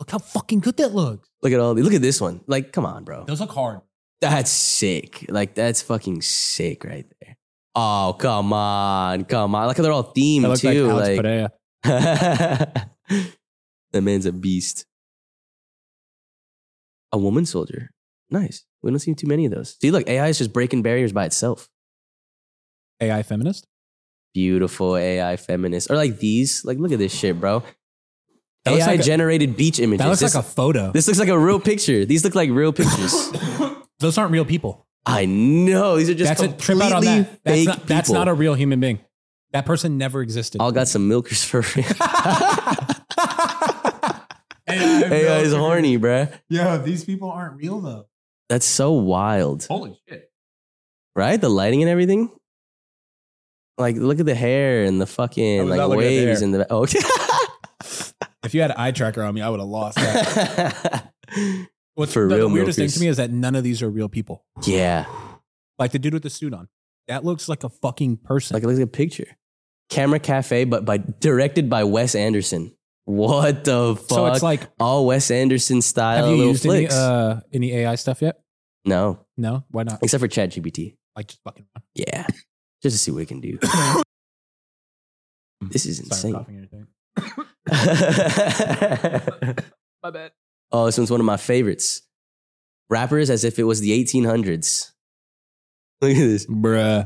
Speaker 1: look how fucking good that looks.
Speaker 2: Look at all. Look at this one. Like, come on, bro.
Speaker 1: Those look hard.
Speaker 2: That's sick. Like, that's fucking sick right there. Oh, come on, come on! Look how they're all themed
Speaker 1: That looked like
Speaker 2: too.
Speaker 1: Alex
Speaker 2: Like,
Speaker 1: Padilla.
Speaker 2: that man's a beast. A woman soldier. Nice. We don't see too many of those. See, look, AI is just breaking barriers by itself.
Speaker 1: AI feminist.
Speaker 2: Beautiful AI feminist. Or like these. Like, look at this shit, bro.
Speaker 1: That looks
Speaker 2: AI
Speaker 1: like a-
Speaker 2: generated beach images.
Speaker 1: That looks
Speaker 2: this,
Speaker 1: like a photo.
Speaker 2: this looks like a real picture. These look like real pictures.
Speaker 1: Those aren't real people.
Speaker 2: I know. These are just
Speaker 1: that's a trip
Speaker 2: completely
Speaker 1: out on that. That's
Speaker 2: fake
Speaker 1: not, that's
Speaker 2: people.
Speaker 1: not a real human being. That person never existed.
Speaker 2: All got some milkers for real. AI
Speaker 1: AI
Speaker 2: is horny, bruh.
Speaker 1: Yo, these people aren't real though.
Speaker 2: That's so wild.
Speaker 1: Holy shit.
Speaker 2: right? The lighting and everything. Like, look at the hair and the
Speaker 1: I
Speaker 2: fucking
Speaker 1: was
Speaker 2: like
Speaker 1: not looking at the
Speaker 2: waves
Speaker 1: hair.
Speaker 2: and the oh,
Speaker 1: If you had an eye tracker on me, I would have lost that.
Speaker 2: okay.
Speaker 1: What's
Speaker 2: For
Speaker 1: the,
Speaker 2: real
Speaker 1: the weirdest
Speaker 2: milkers.
Speaker 1: thing to me is that none of these are real people.
Speaker 2: yeah,
Speaker 1: Like the dude with the suit on. That looks like a fucking person.
Speaker 2: like it looks like a picture. Camera Cafe, but by directed by Wes Anderson. What the fuck?
Speaker 1: so it's like,
Speaker 2: all Wes Anderson style
Speaker 1: have you
Speaker 2: little
Speaker 1: used any,
Speaker 2: flicks.
Speaker 1: uh, any AI stuff yet?
Speaker 2: no,
Speaker 1: No, why not?
Speaker 2: except for ChatGPT.
Speaker 1: Like just fucking.
Speaker 2: Yeah, just to see what it can do. this is
Speaker 1: Sorry, I'm
Speaker 2: insane.
Speaker 1: coughing and everything.
Speaker 2: My bad. Oh, this one's one of my favorites. Rappers as if it was the 1800s. Look at this.
Speaker 1: Bruh,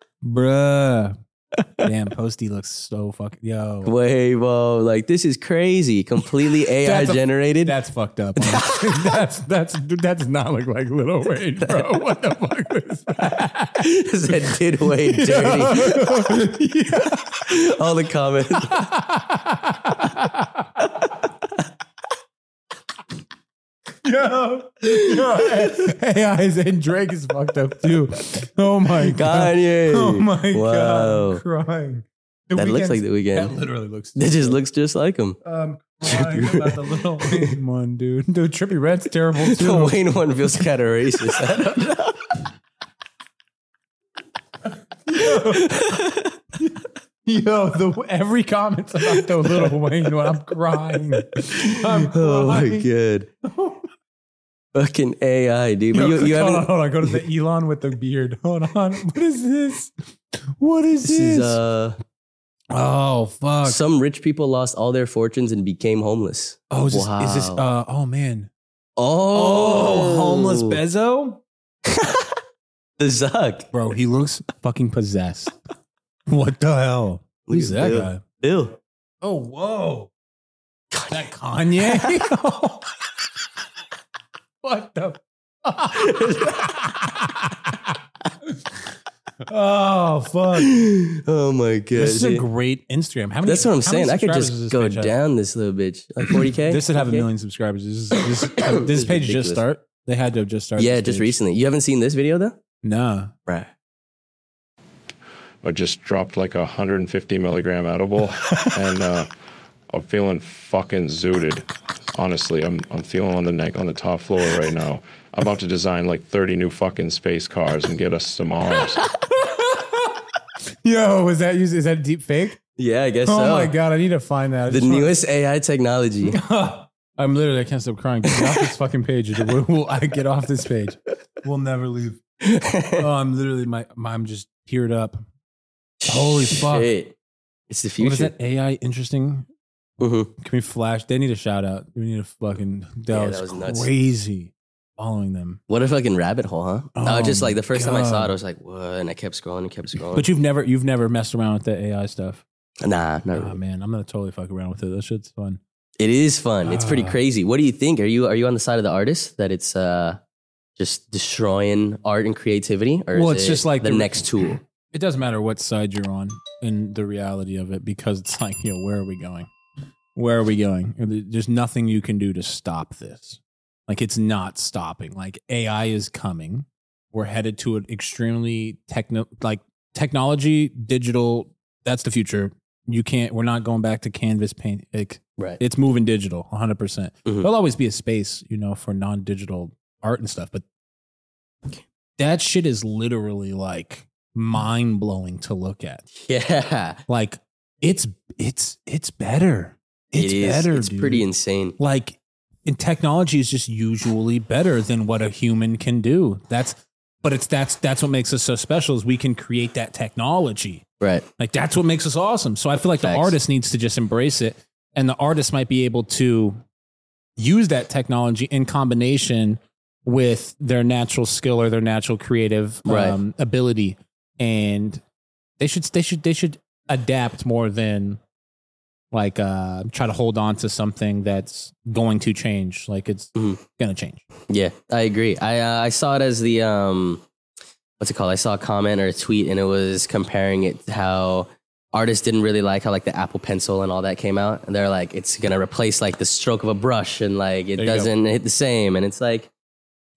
Speaker 1: bruh. Damn, Posty looks so fucking. Yo,
Speaker 2: Wait, whoa. Like, this is crazy. Completely AI
Speaker 1: That's a-
Speaker 2: generated.
Speaker 1: That's fucked up. honestly. that's that's dude, that's not look like Little Wayne, bro. What the fuck was that?
Speaker 2: that did Wayne dirty. All the comments.
Speaker 1: Yo, yo, AI is and Drake is fucked up too. Oh my god.
Speaker 2: Kanye.
Speaker 1: Oh my
Speaker 2: Wow.
Speaker 1: god. I'm crying. The
Speaker 2: That looks
Speaker 1: Weeknd's-
Speaker 2: like the
Speaker 1: that
Speaker 2: weekend.
Speaker 1: literally looks.
Speaker 2: That just looks just like him.
Speaker 1: Um, crying about the little Wayne one, dude. Dude, Trippy Red's terrible too.
Speaker 2: The Wayne one feels kind of racist. I don't know.
Speaker 1: Yo, the, every comment's about the little Wayne one. I'm crying. I'm
Speaker 2: oh my
Speaker 1: crying.
Speaker 2: god. Fucking AI, dude.
Speaker 1: Yo,
Speaker 2: But you, you
Speaker 1: hold on,
Speaker 2: haven't.
Speaker 1: hold on. Go to the Elon with the beard. Hold on. What is this? What is
Speaker 2: This
Speaker 1: this?
Speaker 2: is uh,
Speaker 1: oh fuck.
Speaker 2: some rich people lost all their fortunes and became homeless.
Speaker 1: oh, is this, is this?
Speaker 2: wow.
Speaker 1: Uh, oh man.
Speaker 2: Oh,
Speaker 1: Bezo,
Speaker 2: the Zuck.
Speaker 1: bro. He looks fucking possessed. what the hell?
Speaker 2: Look
Speaker 1: Who's
Speaker 2: at
Speaker 1: that
Speaker 2: Bill.
Speaker 1: guy?
Speaker 2: Bill.
Speaker 1: Oh whoa. Is that Kanye? what the? oh fuck!
Speaker 2: oh my god.
Speaker 1: This is a
Speaker 2: dude.
Speaker 1: great Instagram. How many?
Speaker 2: That's what
Speaker 1: how
Speaker 2: I'm
Speaker 1: many
Speaker 2: saying. I could
Speaker 1: subscribers does
Speaker 2: just
Speaker 1: this
Speaker 2: go
Speaker 1: page have?
Speaker 2: down this little bitch, like 40k.
Speaker 1: This would have a
Speaker 2: 40K?
Speaker 1: million subscribers. This is, this, this,
Speaker 2: This is
Speaker 1: page
Speaker 2: ridiculous.
Speaker 1: just start. They had to have just started.
Speaker 2: Yeah,
Speaker 1: this
Speaker 2: just
Speaker 1: page.
Speaker 2: recently. You haven't seen this video though,
Speaker 1: Nah.
Speaker 2: right?
Speaker 3: I just dropped like a 150 milligram edible, and uh, I'm feeling fucking zooted. Honestly, I'm I'm feeling on the neck on the top floor right now. I'm about to design like 30 new fucking space cars and get us some arms.
Speaker 1: Yo, was that is that deep fake?
Speaker 2: Yeah, I guess
Speaker 1: Oh
Speaker 2: so.
Speaker 1: my god, I need to find that. I
Speaker 2: The
Speaker 1: just wanna-
Speaker 2: newest AI technology.
Speaker 1: I'm literally, I can't stop crying. Get me off this fucking page. dude. We'll- we'll- I get off this page. We'll never leave. Oh, I'm literally, my, my I'm just teared up. Holy fuck.
Speaker 2: Shit. It's the
Speaker 1: What is
Speaker 2: future.
Speaker 1: that AI interesting?
Speaker 2: Mhm.
Speaker 1: Can we flash? They need a shout out. We need a fucking. That,
Speaker 2: Yeah,
Speaker 1: was,
Speaker 2: that was nuts.
Speaker 1: crazy. Following them,
Speaker 2: What a fucking rabbit hole, huh?
Speaker 1: Oh
Speaker 2: uh, just like the
Speaker 1: my
Speaker 2: first time I saw it,
Speaker 1: God.
Speaker 2: I was like, what? And I kept scrolling and kept scrolling.
Speaker 1: but you've never you've never messed around with the AI stuff.
Speaker 2: nah, not
Speaker 1: Oh
Speaker 2: really.
Speaker 1: man, I'm gonna totally fuck around with it. That shit's fun.
Speaker 2: It is fun. It's pretty
Speaker 1: Ah.
Speaker 2: crazy. What do you think? Are you are you on the side of the artist that it's uh just destroying art and creativity, or
Speaker 1: Well,
Speaker 2: is
Speaker 1: it's
Speaker 2: it
Speaker 1: just like
Speaker 2: the
Speaker 1: the-
Speaker 2: next tool?
Speaker 1: It doesn't matter what side you're on in the reality of it because it's like, you know, where are we going? Where are we going? There's nothing you can do to stop this. Like it's not stopping. Like AI is coming. We're headed to an extremely techno like technology, digital, that's the future. You can't we're not going back to canvas paint. Like
Speaker 2: Right.
Speaker 1: it's moving digital 100%. percent
Speaker 2: Mhm.
Speaker 1: There'll always be a space, you know, for non-digital art and stuff, but that shit is literally like mind-blowing to look at.
Speaker 2: yeah,
Speaker 1: Like it's it's it's better. It's
Speaker 2: it is.
Speaker 1: better.
Speaker 2: it's
Speaker 1: dude.
Speaker 2: pretty insane.
Speaker 1: like and technology is just usually better than what a human can do. That's But it's that's that's what makes us so special is we can create that technology.
Speaker 2: Right.
Speaker 1: Like that's what makes us awesome. So I feel like the
Speaker 2: Facts.
Speaker 1: artist needs to just embrace it, and the artist might be able to use that technology in combination with their natural skill or their natural creative
Speaker 2: Right.
Speaker 1: um, ability, and they should they should they should adapt more than like uh try to hold on to something that's going to change like it's
Speaker 2: Mhm.
Speaker 1: gonna change
Speaker 2: Yeah, I agree. I uh, I saw it as the um, what's it called? I saw a comment or a tweet, and it was comparing it to how artists didn't really like how like the Apple Pencil and all that came out, and they're like, it's gonna replace like the stroke of a brush, and like it
Speaker 1: There you go.
Speaker 2: doesn't hit the same, and it's like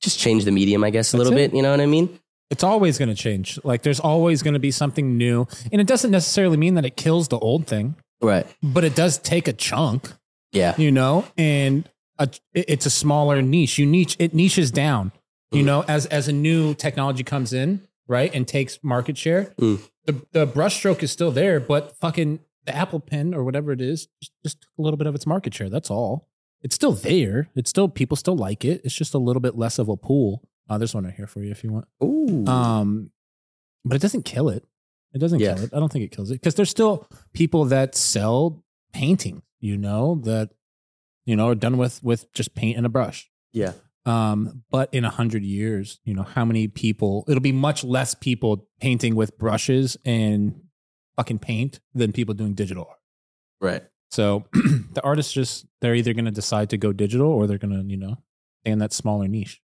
Speaker 2: just change the medium, I guess, a
Speaker 1: That's
Speaker 2: little
Speaker 1: it.
Speaker 2: bit. You know what I mean?
Speaker 1: it's always going to change. Like there's always going to be something new. And it doesn't necessarily mean that it kills the old thing,
Speaker 2: Right.
Speaker 1: but it does take a chunk,
Speaker 2: Yeah.
Speaker 1: you know, and a, it- it's a smaller niche. You niche it niches down, you
Speaker 2: Mm.
Speaker 1: know, as as a new technology comes in, right, and takes market share.
Speaker 2: Mm.
Speaker 1: The the brushstroke is still there, but fucking the Apple Pen or whatever it is just, just took a little bit of its market share. That's all. It's still there. It's still people still like it. It's just a little bit less of a pool. Uh, there's one right here for you if you want.
Speaker 2: Ooh.
Speaker 1: Um, but it doesn't kill it. It doesn't
Speaker 2: Yeah.
Speaker 1: kill it. I don't think it kills it because there's still people that sell paintings, you know, that you know are done with with just paint and a brush.
Speaker 2: Yeah.
Speaker 1: Um, but in a hundred years, you know, how many people? It'll be much less people painting with brushes and fucking paint than people doing digital art.
Speaker 2: right.
Speaker 1: So the artists just they're either going to decide to go digital or they're going to you know stay in that smaller niche.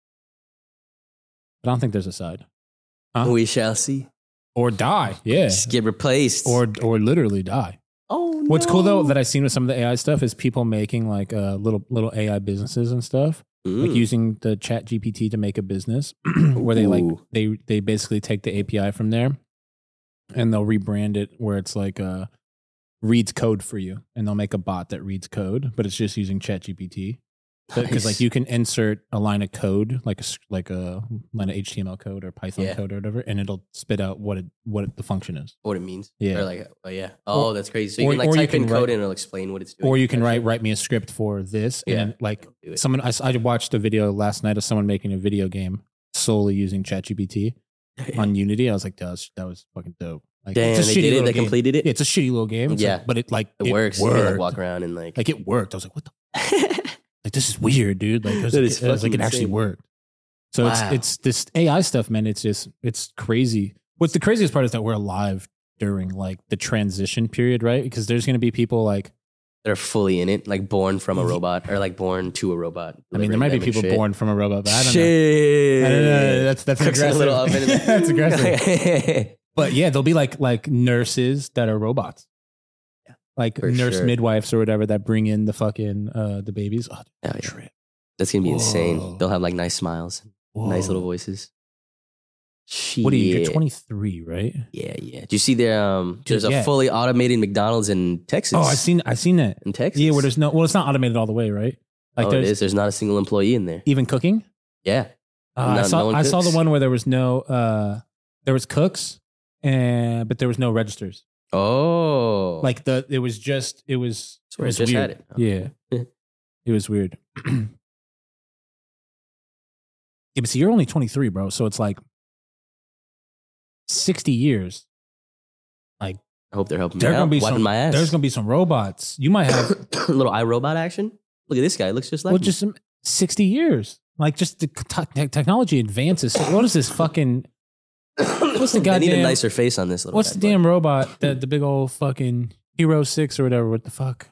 Speaker 1: But I don't think there's a side Huh?
Speaker 2: We shall see.
Speaker 1: or die. Yeah,
Speaker 2: Just get replaced.
Speaker 1: or or literally die.
Speaker 2: oh, no.
Speaker 1: What's cool though that I've seen with some of the AI stuff is people making like uh, little little AI businesses and stuff,
Speaker 2: Mm.
Speaker 1: like using the Chat GPT to make a business, where they like
Speaker 2: Ooh.
Speaker 1: they they basically take the API from there, and they'll rebrand it where it's like uh reads code for you, and they'll make a bot that reads code, but it's just using Chat GPT because
Speaker 2: Nice.
Speaker 1: like you can insert a line of code like a s- like a line of HTML code or Python
Speaker 2: Yeah.
Speaker 1: code or whatever, and it'll spit out what it what the function is.
Speaker 2: what it means.
Speaker 1: Yeah.
Speaker 2: Or like, oh yeah. Oh, that's crazy. So you
Speaker 1: or-
Speaker 2: can like
Speaker 1: or you
Speaker 2: type in
Speaker 1: can
Speaker 2: code
Speaker 1: write-
Speaker 2: and it'll explain what it's doing.
Speaker 1: or you can
Speaker 2: Gotcha.
Speaker 1: write write me a script for this
Speaker 2: Yeah.
Speaker 1: and then, like
Speaker 2: Don't do it.
Speaker 1: someone I, s- I watched a video last night of someone making a video game solely using ChatGPT on Unity. I was like, that was, that was fucking dope. Like,
Speaker 2: Damn,
Speaker 1: it's a
Speaker 2: they
Speaker 1: shitty
Speaker 2: did it.
Speaker 1: little
Speaker 2: They
Speaker 1: game.
Speaker 2: completed it.
Speaker 1: Yeah, it's a shitty little game. It's
Speaker 2: Yeah.
Speaker 1: like- but it like
Speaker 2: it, works. You
Speaker 1: Worked.
Speaker 2: can, like, walk around and like.
Speaker 1: Like it worked. I was like, what the like this is weird, dude. Like, it was,
Speaker 2: That
Speaker 1: like,
Speaker 2: is
Speaker 1: it, was like,
Speaker 2: fucking
Speaker 1: it actually
Speaker 2: insane.
Speaker 1: worked. So
Speaker 2: Wow.
Speaker 1: it's it's this AI stuff, man. It's just it's crazy. What's the craziest part is that we're alive during like the transition period, right? Because there's gonna be people like
Speaker 2: They're fully in it, like born from a robot or like born to a robot.
Speaker 1: I mean, there might be people born from a robot, but I don't know.
Speaker 2: Shit.
Speaker 1: I don't know. That's that's
Speaker 2: Cooks in a
Speaker 1: aggressive.
Speaker 2: little oven. Oh,
Speaker 1: that's aggressive.
Speaker 2: aggressive.
Speaker 1: But yeah, there'll be like like nurses that are robots, like
Speaker 2: For
Speaker 1: nurse
Speaker 2: sure.
Speaker 1: midwives or whatever that bring in the fucking uh, the babies. Oh,
Speaker 2: Oh, yeah.
Speaker 1: trip.
Speaker 2: That's gonna be insane.
Speaker 1: Whoa.
Speaker 2: They'll have like nice smiles, nice
Speaker 1: Whoa.
Speaker 2: little voices.
Speaker 1: What are you? You're
Speaker 2: Shit.
Speaker 1: 23, right?
Speaker 2: Yeah, yeah. Do you see the um?
Speaker 1: Dude,
Speaker 2: There's a
Speaker 1: yeah.
Speaker 2: fully automated McDonald's in Texas.
Speaker 1: Oh, I seen I seen that.
Speaker 2: in Texas.
Speaker 1: Yeah, where there's no well, it's not automated all the way, right? Like
Speaker 2: oh, it
Speaker 1: there's
Speaker 2: is. There's not a single employee in there.
Speaker 1: even cooking.
Speaker 2: Yeah.
Speaker 1: Uh, I
Speaker 2: No-
Speaker 1: saw
Speaker 2: no one
Speaker 1: I saw the
Speaker 2: cooks.
Speaker 1: one where there was no uh there was cooks and but there was no registers.
Speaker 2: Oh.
Speaker 1: Like the it was just it was
Speaker 2: That's where
Speaker 1: it
Speaker 2: I
Speaker 1: was
Speaker 2: just
Speaker 1: weird.
Speaker 2: had it. Oh.
Speaker 1: Yeah.
Speaker 2: Yeah.
Speaker 1: it was weird. yeah, but see, you're only 23, bro. So it's like 60 years.
Speaker 2: I hope they're helping
Speaker 1: There
Speaker 2: me
Speaker 1: gonna
Speaker 2: out.
Speaker 1: be
Speaker 2: Wiping
Speaker 1: some-
Speaker 2: my ass.
Speaker 1: There's gonna be some robots. You might have
Speaker 2: little iRobot action. Look at this guy. It looks just like
Speaker 1: well,
Speaker 2: me.
Speaker 1: just some 60 years. Like just the te- technology advances. So what is this fucking? what's the
Speaker 2: They need
Speaker 1: goddamn-
Speaker 2: a nicer face on this little.
Speaker 1: What's the
Speaker 2: bad
Speaker 1: damn robot? The the big old fucking Hero Six or whatever. What the fuck?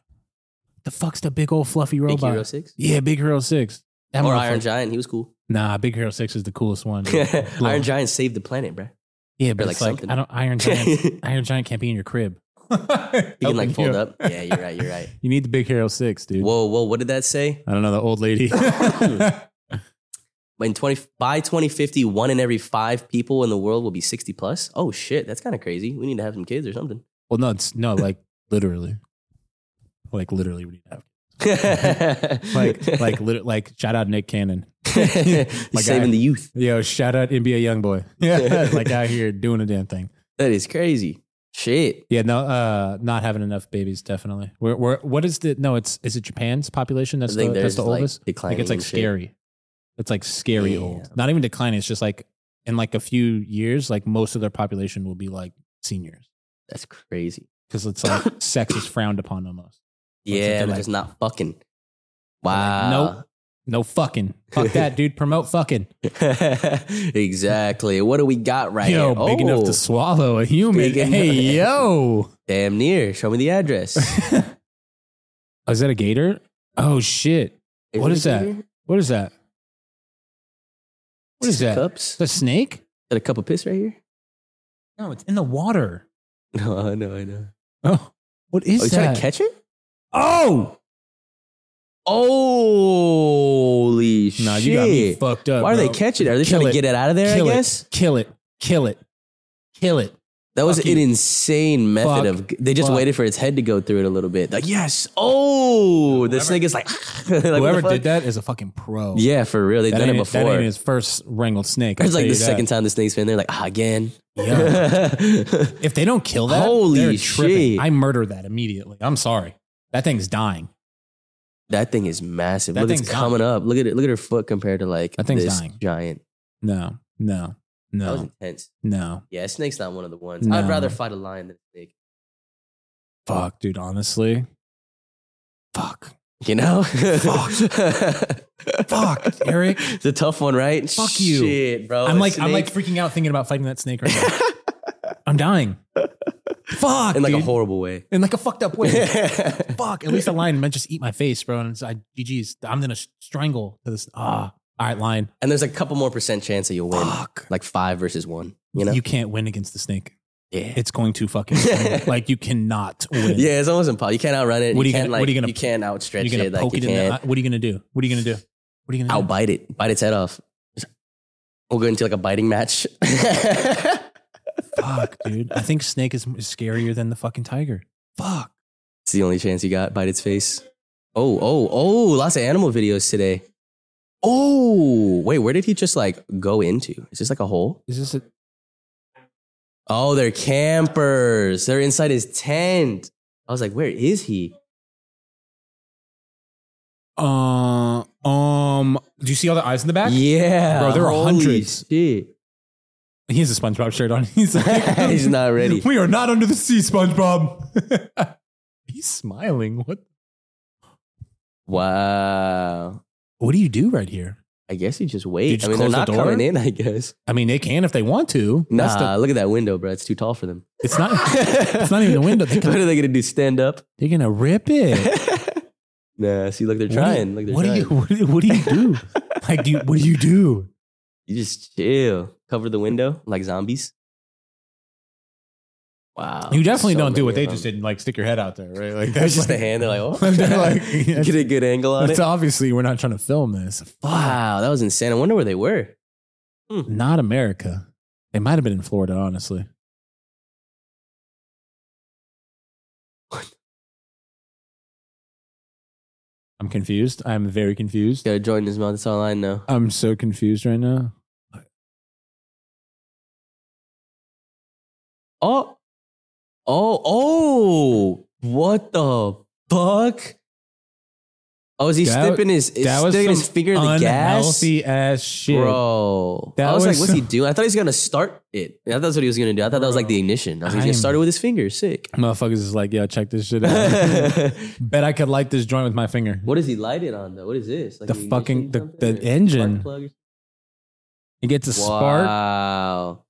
Speaker 1: The fuck's the big old fluffy
Speaker 2: boy.
Speaker 1: robot?
Speaker 2: Big Hero Six
Speaker 1: Yeah, Big Hero Six. That
Speaker 2: or
Speaker 1: motherfucker-
Speaker 2: Iron Giant? He was cool.
Speaker 1: Nah, Big Hero Six is the coolest one.
Speaker 2: Iron Giant saved the planet, bro.
Speaker 1: Yeah, but
Speaker 2: like
Speaker 1: it's like
Speaker 2: something.
Speaker 1: I don't Iron
Speaker 2: he
Speaker 1: Giant. Iron Giant can't be in your crib. you
Speaker 2: can like fold up. Yeah, you're right. You're right.
Speaker 1: You need the Big Hero Six, dude.
Speaker 2: Whoa, whoa. What did that say?
Speaker 1: I don't know the old lady.
Speaker 2: When twenty by 2050, one in every five people in the world will be 60 plus. Oh shit, that's kind of crazy. We need to have some kids or something.
Speaker 1: well, no, it's no, like literally, like literally, we need to have like like lit- like shout out Nick Cannon. guy.
Speaker 2: saving the youth.
Speaker 1: Yo, shout out NBA YoungBoy. Yeah, like out here doing a damn thing.
Speaker 2: That is crazy. Shit.
Speaker 1: Yeah, no, uh, not having enough babies definitely. We're, we're what is the no? It's is it Japan's population that's
Speaker 2: I think
Speaker 1: the, that's
Speaker 2: there's
Speaker 1: the oldest?
Speaker 2: like declining.
Speaker 1: like it's like
Speaker 2: and shit.
Speaker 1: scary. It's like scary old.
Speaker 2: Damn.
Speaker 1: Not even declining. It's just like in like a few years, like most of their population will be like seniors
Speaker 2: That's crazy.
Speaker 1: because it's like sex is frowned upon almost.
Speaker 2: Yeah,
Speaker 1: they're
Speaker 2: they're
Speaker 1: like-
Speaker 2: just not fucking.
Speaker 1: like,
Speaker 2: Wow.
Speaker 1: nope. No fucking. Fuck that, dude. Promote fucking.
Speaker 2: exactly. What do we got right
Speaker 1: yo,
Speaker 2: here?
Speaker 1: big enough
Speaker 2: Oh,
Speaker 1: to swallow a human.
Speaker 2: Big enough-
Speaker 1: Hey, yo.
Speaker 2: damn near. Show me the address.
Speaker 1: Oh, is that a gator? Oh shit. What
Speaker 2: it
Speaker 1: is that?
Speaker 2: here?
Speaker 1: What is that? What is
Speaker 2: Six of
Speaker 1: that?
Speaker 2: Cups?
Speaker 1: Is that a snake?
Speaker 2: Is that a cup of piss right here?
Speaker 1: No, it's in the water.
Speaker 2: No, I know, I know.
Speaker 1: Oh, what is
Speaker 2: Are you
Speaker 1: that?
Speaker 2: trying to catch it?
Speaker 1: oh,
Speaker 2: Holy shit.
Speaker 1: nah, you got me fucked up.
Speaker 2: Why are
Speaker 1: bro.
Speaker 2: they catching it? Are they
Speaker 1: Kill
Speaker 2: trying
Speaker 1: it.
Speaker 2: to get it out of there,
Speaker 1: Kill
Speaker 2: I
Speaker 1: it.
Speaker 2: guess?
Speaker 1: Kill it. Kill it. Kill it.
Speaker 2: That was
Speaker 1: Fuck
Speaker 2: an
Speaker 1: you.
Speaker 2: insane method of.
Speaker 1: Fuck.
Speaker 2: They just
Speaker 1: Fuck.
Speaker 2: waited for its head to go through it a little bit. Like yes, oh, the
Speaker 1: Whoever-
Speaker 2: snake is like. like, what the
Speaker 1: Whoever
Speaker 2: fuck?
Speaker 1: did that is a fucking pro.
Speaker 2: Yeah, for real, they've
Speaker 1: that
Speaker 2: done it
Speaker 1: ain't, That
Speaker 2: before.
Speaker 1: ain't
Speaker 2: It's
Speaker 1: his first wrangled snake. I'll
Speaker 2: like
Speaker 1: tell
Speaker 2: the
Speaker 1: you
Speaker 2: second
Speaker 1: that.
Speaker 2: time the snake's been there, like ah, again.
Speaker 1: Yeah. If they don't kill that,
Speaker 2: Holy
Speaker 1: they're tripping.
Speaker 2: shit.
Speaker 1: I murder that immediately. I'm sorry. That thing's dying.
Speaker 2: that thing is massive.
Speaker 1: That
Speaker 2: look, it's
Speaker 1: thing's
Speaker 2: coming up. Look at it. Look at her foot compared to like
Speaker 1: That thing's
Speaker 2: this
Speaker 1: dying.
Speaker 2: giant.
Speaker 1: No, no,
Speaker 2: That was
Speaker 1: no,
Speaker 2: intense.
Speaker 1: no.
Speaker 2: Yeah, a snake's not one of the ones.
Speaker 1: No.
Speaker 2: I'd rather fight a lion than a snake.
Speaker 1: Fuck, dude. Honestly, fuck.
Speaker 2: You know?
Speaker 1: Fuck. Fuck, Eric.
Speaker 2: It's a tough one, right?
Speaker 1: Fuck you.
Speaker 2: Shit, bro.
Speaker 1: I'm
Speaker 2: Oh, A
Speaker 1: like I'm like
Speaker 2: snake-
Speaker 1: freaking out thinking about fighting that snake right now. I'm dying. Fuck,
Speaker 2: in like
Speaker 1: dude.
Speaker 2: a horrible way.
Speaker 1: in like a fucked up way. Fuck. At least a lion meant just eat my face, bro. And it's, I, GG's. I'm gonna strangle to this. Ah, all right, lion.
Speaker 2: and there's a couple more percent chance that you'll win.
Speaker 1: Fuck.
Speaker 2: Like five versus one. You know?
Speaker 1: you can't win against the snake.
Speaker 2: yeah.
Speaker 1: It's going to fucking strangle. like you cannot win.
Speaker 2: Yeah, it's almost impossible. You can't outrun it.
Speaker 1: What are you
Speaker 2: can't,
Speaker 1: gonna-
Speaker 2: like,
Speaker 1: what are you gonna-
Speaker 2: You can't
Speaker 1: You're
Speaker 2: outstretch
Speaker 1: gonna
Speaker 2: it.
Speaker 1: poke
Speaker 2: Like
Speaker 1: it
Speaker 2: you
Speaker 1: in the
Speaker 2: can't
Speaker 1: eye. What are you gonna do? What are you gonna do? What are you gonna do?
Speaker 2: outbite it. Bite its head off. We'll go into like a biting match. it's
Speaker 1: Fuck, dude. I think snake is is scarier than the fucking tiger. Fuck.
Speaker 2: the only chance you got. Bite its face. Oh, oh, oh! Lots of animal videos today. Oh, wait, where did he just like go into? Is this like a hole?
Speaker 1: Is this a
Speaker 2: Oh, they're campers. They're inside his tent. I was like, where is he?
Speaker 1: Uh, um, do you see all the eyes in the back?
Speaker 2: Yeah,
Speaker 1: Bro, there are
Speaker 2: Holy
Speaker 1: hundreds.
Speaker 2: Shit.
Speaker 1: He has a SpongeBob shirt on. He's, like,
Speaker 2: He's not ready.
Speaker 1: We are not under the sea, SpongeBob. He's smiling. What?
Speaker 2: Wow.
Speaker 1: What do you do right here?
Speaker 2: I guess you just
Speaker 1: You
Speaker 2: wait.
Speaker 1: just
Speaker 2: I mean, they're
Speaker 1: close the
Speaker 2: not
Speaker 1: door?
Speaker 2: coming in. I guess.
Speaker 1: I mean, they can if they want to. That's
Speaker 2: Nah,
Speaker 1: the-
Speaker 2: look at that window, bro. It's too tall for them.
Speaker 1: it's not. it's not even a window. They
Speaker 2: what
Speaker 1: can,
Speaker 2: are they gonna do? Stand up?
Speaker 1: they're gonna rip it.
Speaker 2: nah. See, look, they're
Speaker 1: What do you-
Speaker 2: trying. Look, they're
Speaker 1: What do
Speaker 2: trying.
Speaker 1: you? What do you? What do you do? Like, do you, what do you do?
Speaker 2: You just chill. Cover the window like zombies. Wow.
Speaker 1: You definitely
Speaker 2: so
Speaker 1: don't do
Speaker 2: many
Speaker 1: what they
Speaker 2: of
Speaker 1: just
Speaker 2: them.
Speaker 1: did. and, Like, stick your head out there, right? Like,
Speaker 2: It's just the hand. They're like, oh.
Speaker 1: They're like, yeah.
Speaker 2: get a good angle on
Speaker 1: It's
Speaker 2: it.
Speaker 1: obviously we're not trying to film this. Fuck.
Speaker 2: Wow, that was insane. I wonder where they were.
Speaker 1: Not America. They might have been in Florida, honestly. I'm confused. I'm very confused.
Speaker 2: Gotta join this month. It's online now.
Speaker 1: I'm so confused right now.
Speaker 2: Oh, oh, oh! What the fuck? Oh, is he
Speaker 1: That-
Speaker 2: sticking his is
Speaker 1: that was
Speaker 2: sticking his
Speaker 1: some
Speaker 2: finger in the gas?
Speaker 1: Unhealthy ass shit.
Speaker 2: Bro,
Speaker 1: That
Speaker 2: I was,
Speaker 1: was
Speaker 2: like, what's he
Speaker 1: some-
Speaker 2: doing? I thought he was gonna start it. I thought that's what he was gonna do. I thought that was like the ignition. I was
Speaker 1: I
Speaker 2: like, he's
Speaker 1: am-
Speaker 2: gonna start it with his finger. Sick.
Speaker 1: Motherfuckers is like, yo, check this shit out.
Speaker 2: what
Speaker 1: Bet I could light this joint with my finger.
Speaker 2: is he lighted on though? What is this? Like
Speaker 1: The
Speaker 2: an ignition
Speaker 1: fucking- the-
Speaker 2: something?
Speaker 1: the
Speaker 2: Or a spark
Speaker 1: engine.
Speaker 2: plug or-
Speaker 1: It gets a spark.
Speaker 2: Wow,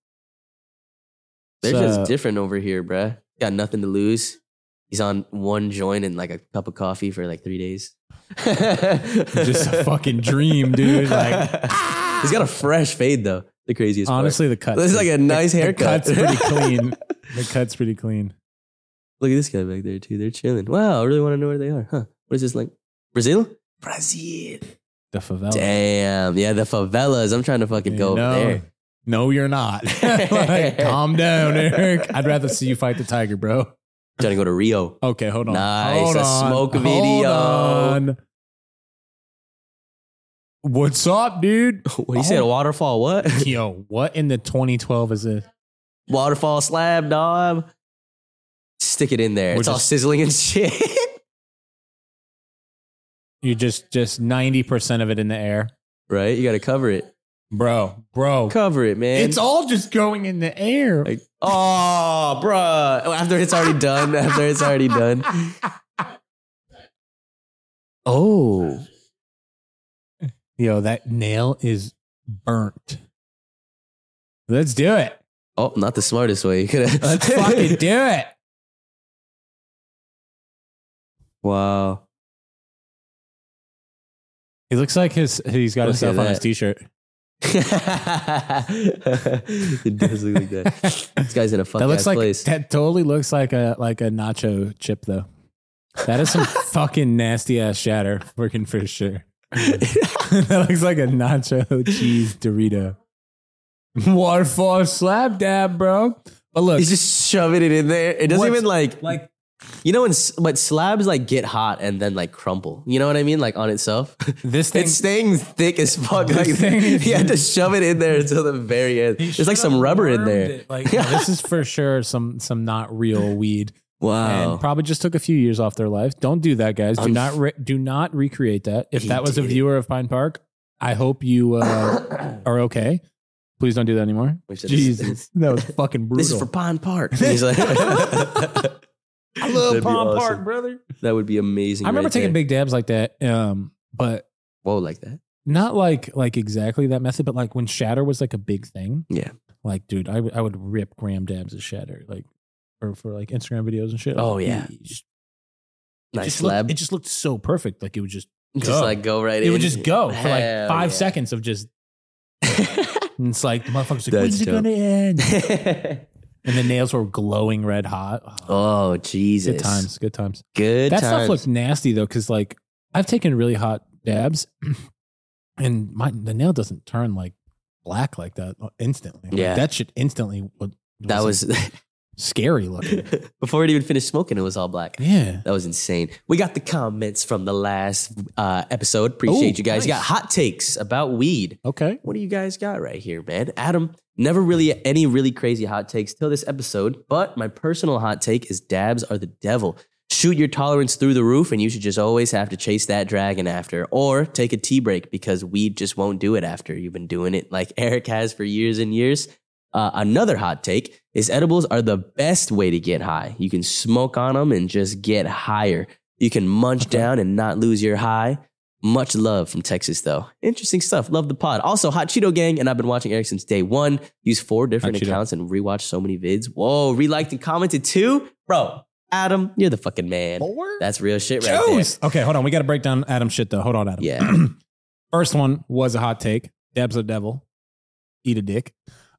Speaker 2: they're
Speaker 1: So-
Speaker 2: just different over here, bruh. Got nothing to lose. He's on one joint and like a cup of coffee for like three days.
Speaker 1: Just
Speaker 2: just
Speaker 1: a fucking dream, dude. Like,
Speaker 2: he's got a fresh fade though. The craziest. part.
Speaker 1: honestly, the cut.
Speaker 2: This is like a nice
Speaker 1: the
Speaker 2: haircut.
Speaker 1: cut's pretty clean. The cut's pretty clean.
Speaker 2: Look at this guy back there too. They're chilling. Wow, I really want to know where they are, huh? What is this like? Brazil? Brazil.
Speaker 1: The favela.
Speaker 2: Damn. Yeah, the favelas. I'm trying to fucking go
Speaker 1: no,
Speaker 2: over
Speaker 1: No, you're not. Like, calm down, Eric. I'd rather see you fight the tiger, bro.
Speaker 2: there. Trying to go to Rio.
Speaker 1: Okay, hold on.
Speaker 2: Nice,
Speaker 1: Hold
Speaker 2: a
Speaker 1: on.
Speaker 2: smoke
Speaker 1: Hold
Speaker 2: video.
Speaker 1: on. What's up, dude?
Speaker 2: What you said?
Speaker 1: Oh.
Speaker 2: A waterfall? What?
Speaker 1: Yo, what in the 2012 is this?
Speaker 2: waterfall slab, dog. Stick it in there.
Speaker 1: We're
Speaker 2: it's all
Speaker 1: just-
Speaker 2: sizzling and shit.
Speaker 1: You just just 90% of it in the air.
Speaker 2: right? You got to cover it.
Speaker 1: bro, bro.
Speaker 2: Cover it, man.
Speaker 1: It's all just going in the air.
Speaker 2: Like, oh, bruh. Oh, After it's already done. After it's already done. Oh,
Speaker 1: Yo, that nail is burnt. Let's do it.
Speaker 2: oh, not the smartest way. You could have.
Speaker 1: Let's fucking do it.
Speaker 2: Wow.
Speaker 1: He looks like his he's got
Speaker 2: Look
Speaker 1: himself
Speaker 2: at
Speaker 1: on his
Speaker 2: that.
Speaker 1: t-shirt.
Speaker 2: it does look like that. This guy's in a fucking
Speaker 1: that looks like
Speaker 2: place.
Speaker 1: that totally looks like a like a nacho chip though. That is some fucking nasty ass shatter working for sure. that looks like a nacho cheese Dorito. Waterfall slap dab, bro. But look,
Speaker 2: He's just shoving it in there. It doesn't
Speaker 1: What's-
Speaker 2: even like
Speaker 1: like
Speaker 2: you know when s- but slabs like get hot and then like crumple. You know what I mean? Like on itself.
Speaker 1: this thing.
Speaker 2: It's staying thick as fuck.
Speaker 1: This
Speaker 2: Like
Speaker 1: thing is-
Speaker 2: you had to shove it in there until the very end.
Speaker 1: He
Speaker 2: There's like
Speaker 1: should've
Speaker 2: some rubber in
Speaker 1: warmed
Speaker 2: there.
Speaker 1: it. Like no, this is for sure some some not real weed,
Speaker 2: Wow.
Speaker 1: and probably just took a few years off their life. Don't do that, guys. Do
Speaker 2: Unf-
Speaker 1: not re- do not recreate that. If
Speaker 2: Um, He
Speaker 1: that was a
Speaker 2: did it.
Speaker 1: viewer of Pine Park, I hope you uh, are okay. Please don't do that anymore.
Speaker 2: We should-
Speaker 1: Jesus, that was fucking brutal.
Speaker 2: This is for Pond Park. And he's like-
Speaker 1: I love
Speaker 2: That'd be
Speaker 1: Palm
Speaker 2: awesome.
Speaker 1: Park, brother.
Speaker 2: That would be amazing.
Speaker 1: I remember
Speaker 2: right
Speaker 1: taking
Speaker 2: there.
Speaker 1: big dabs like that, um, but
Speaker 2: whoa like that.
Speaker 1: not like like exactly that method, but like when Shatter was like a big thing.
Speaker 2: Yeah.
Speaker 1: Like, dude, I would- I would rip Graham dabs of Shatter, like for for like Instagram videos and shit.
Speaker 2: Oh,
Speaker 1: Like,
Speaker 2: yeah.
Speaker 1: it just- it
Speaker 2: Nice
Speaker 1: just
Speaker 2: slab.
Speaker 1: Looked, it just looked so perfect. Like it would just
Speaker 2: just
Speaker 1: go.
Speaker 2: like go right in.
Speaker 1: it would just go for like
Speaker 2: Hell
Speaker 1: five
Speaker 2: yeah.
Speaker 1: seconds of just and it's like the motherfuckers like,
Speaker 2: That's
Speaker 1: when's it
Speaker 2: dope.
Speaker 1: gonna end? And the nails were glowing red hot.
Speaker 2: oh Jesus.
Speaker 1: good times, good times.
Speaker 2: Good
Speaker 1: that
Speaker 2: times.
Speaker 1: stuff looked nasty though, because like I've taken really hot dabs, and my the nail doesn't turn like black like that uh, instantly. Like,
Speaker 2: Yeah.
Speaker 1: that shit instantly. Was,
Speaker 2: that was
Speaker 1: scary looking.
Speaker 2: before it even finished smoking, it was all black.
Speaker 1: Yeah,
Speaker 2: That was insane. We got the comments from the last uh, episode. Appreciate
Speaker 1: Ooh,
Speaker 2: you guys. You got
Speaker 1: nice.
Speaker 2: hot takes about weed.
Speaker 1: okay.
Speaker 2: What do you guys got right here, man? Adam, never really any really crazy hot takes till this episode, but my personal hot take is dabs are the devil. Shoot your tolerance through the roof, and you should just always have to chase that dragon after, or take a tea break because weed just won't do it after you've been doing it like Eric has for years and years. Uh, another hot take is edibles are the best way to get high. You can smoke on them and just get higher. You can munch down and not lose your high. Much love from Texas, though. Interesting stuff. Love the pod. Also, Hot Cheeto Gang, and I've been watching Eric since day one. Use four different
Speaker 1: Hot Cheeto.
Speaker 2: accounts and rewatch so many vids. Whoa, reliked and commented too, bro. Adam, you're the fucking man.
Speaker 1: Four.
Speaker 2: That's real shit right
Speaker 1: Juice. Okay, hold on. We got to break down Adam shit though. Hold on, Adam.
Speaker 2: Yeah.
Speaker 1: First one was a hot take. Dabs a devil. Eat a dick.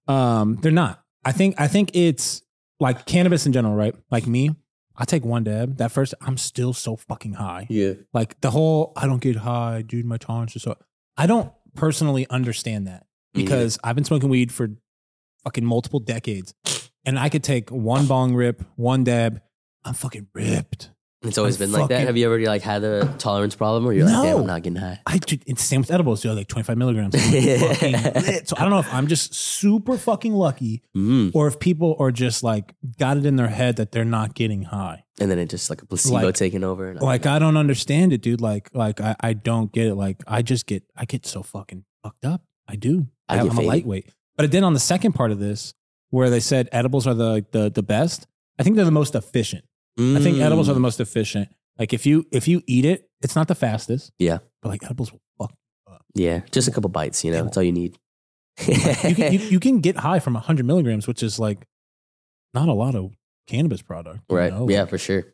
Speaker 1: Um, they're not. I think. I think it's like cannabis in general, right? Like me, I take one dab. That first, I'm still so fucking high.
Speaker 2: there.
Speaker 1: Like the whole, I don't get high, dude. My tolerance is so. I don't personally understand that
Speaker 2: Me neither.
Speaker 1: because I've been smoking weed for fucking multiple decades, and I could take one bong rip, one dab. I'm fucking ripped.
Speaker 2: It's always
Speaker 1: I'm
Speaker 2: been like that.
Speaker 1: fucking-
Speaker 2: Have you ever like had a tolerance problem where you're like, damn,
Speaker 1: No.
Speaker 2: I'm not getting high?
Speaker 1: I do, it's same with edibles, yo, like 25 milligrams. I'm like, fucking lit. So I don't know if I'm just super fucking lucky
Speaker 2: Mm.
Speaker 1: or if people are just like got it in their head that they're not getting high.
Speaker 2: And then it just like a placebo
Speaker 1: Like-
Speaker 2: taking over. And I'm
Speaker 1: Like I don't understand it, dude. Like like I, I don't get it. Like I just get I get so fucking fucked up. I do.
Speaker 2: I
Speaker 1: I
Speaker 2: get
Speaker 1: am a
Speaker 2: faded.
Speaker 1: lightweight. But then on the second part of this, where they said edibles are the the, the best, I think they're the most efficient. I think
Speaker 2: Mm.
Speaker 1: edibles are the most efficient. Like if you if you eat it, it's not the fastest.
Speaker 2: Yeah.
Speaker 1: But like edibles will fuck
Speaker 2: Yeah, just a couple bites, you know, that's all you need.
Speaker 1: you, can, you, you can get high from 100 milligrams, which is like not a lot of cannabis product. you
Speaker 2: right.
Speaker 1: know?
Speaker 2: Yeah, for sure.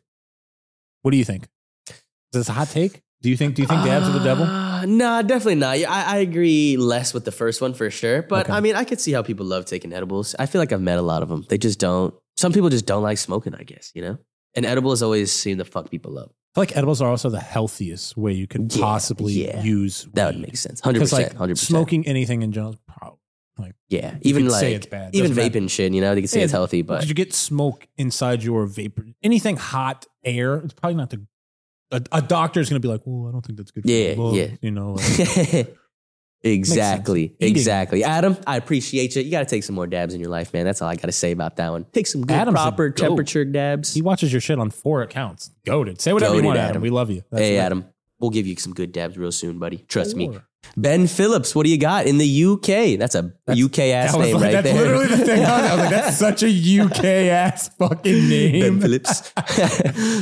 Speaker 1: What do you think? Is this a hot take? Do you think? Do you think dabs are the devil?
Speaker 2: Uh, No, definitely not. Yeah, I, I agree less with the first one for sure. But
Speaker 1: Okay.
Speaker 2: I mean, I could see how people love taking edibles. I feel like I've met a lot of them. They just don't. Some people just don't like smoking, I guess, you know? And edibles always seem to fuck people up.
Speaker 1: I feel like edibles are also the healthiest way you could
Speaker 2: Yeah,
Speaker 1: possibly
Speaker 2: yeah.
Speaker 1: use.
Speaker 2: That would
Speaker 1: weed.
Speaker 2: make sense. 100%.
Speaker 1: Because like
Speaker 2: 100%.
Speaker 1: smoking anything in general, is probably
Speaker 2: Yeah.
Speaker 1: you
Speaker 2: Even
Speaker 1: could
Speaker 2: like,
Speaker 1: say it's bad.
Speaker 2: even
Speaker 1: Doesn't matter.
Speaker 2: vaping shit, you know, they can say
Speaker 1: Yeah,
Speaker 2: it's healthy, but
Speaker 1: Did you get smoke inside your vapor? Anything hot air? It's probably not the. A, a doctor's gonna be like, "Well, I don't think that's good." for
Speaker 2: Yeah,
Speaker 1: you." Well,
Speaker 2: yeah.
Speaker 1: You know, like,
Speaker 2: exactly.
Speaker 1: Eating.
Speaker 2: Exactly. Adam, I appreciate you. You got to take some more dabs in your life, man. That's all I got to say about that one. Take some good
Speaker 1: Adam's a
Speaker 2: proper
Speaker 1: goat.
Speaker 2: temperature dabs.
Speaker 1: he watches your shit on four accounts. Goaded. Say whatever
Speaker 2: Goated,
Speaker 1: you want, Adam.
Speaker 2: Adam.
Speaker 1: We love you. That's
Speaker 2: hey,
Speaker 1: what-
Speaker 2: Adam. We'll give you some good dabs real soon, buddy. Trust me.
Speaker 1: Or-
Speaker 2: Ben Phillips, what do you got in the UK? That's a UK ass
Speaker 1: That was
Speaker 2: name
Speaker 1: like-
Speaker 2: right
Speaker 1: that's
Speaker 2: there.
Speaker 1: literally the thing. I was like, that's such a UK ass fucking
Speaker 2: Ben
Speaker 1: name.
Speaker 2: Phillips.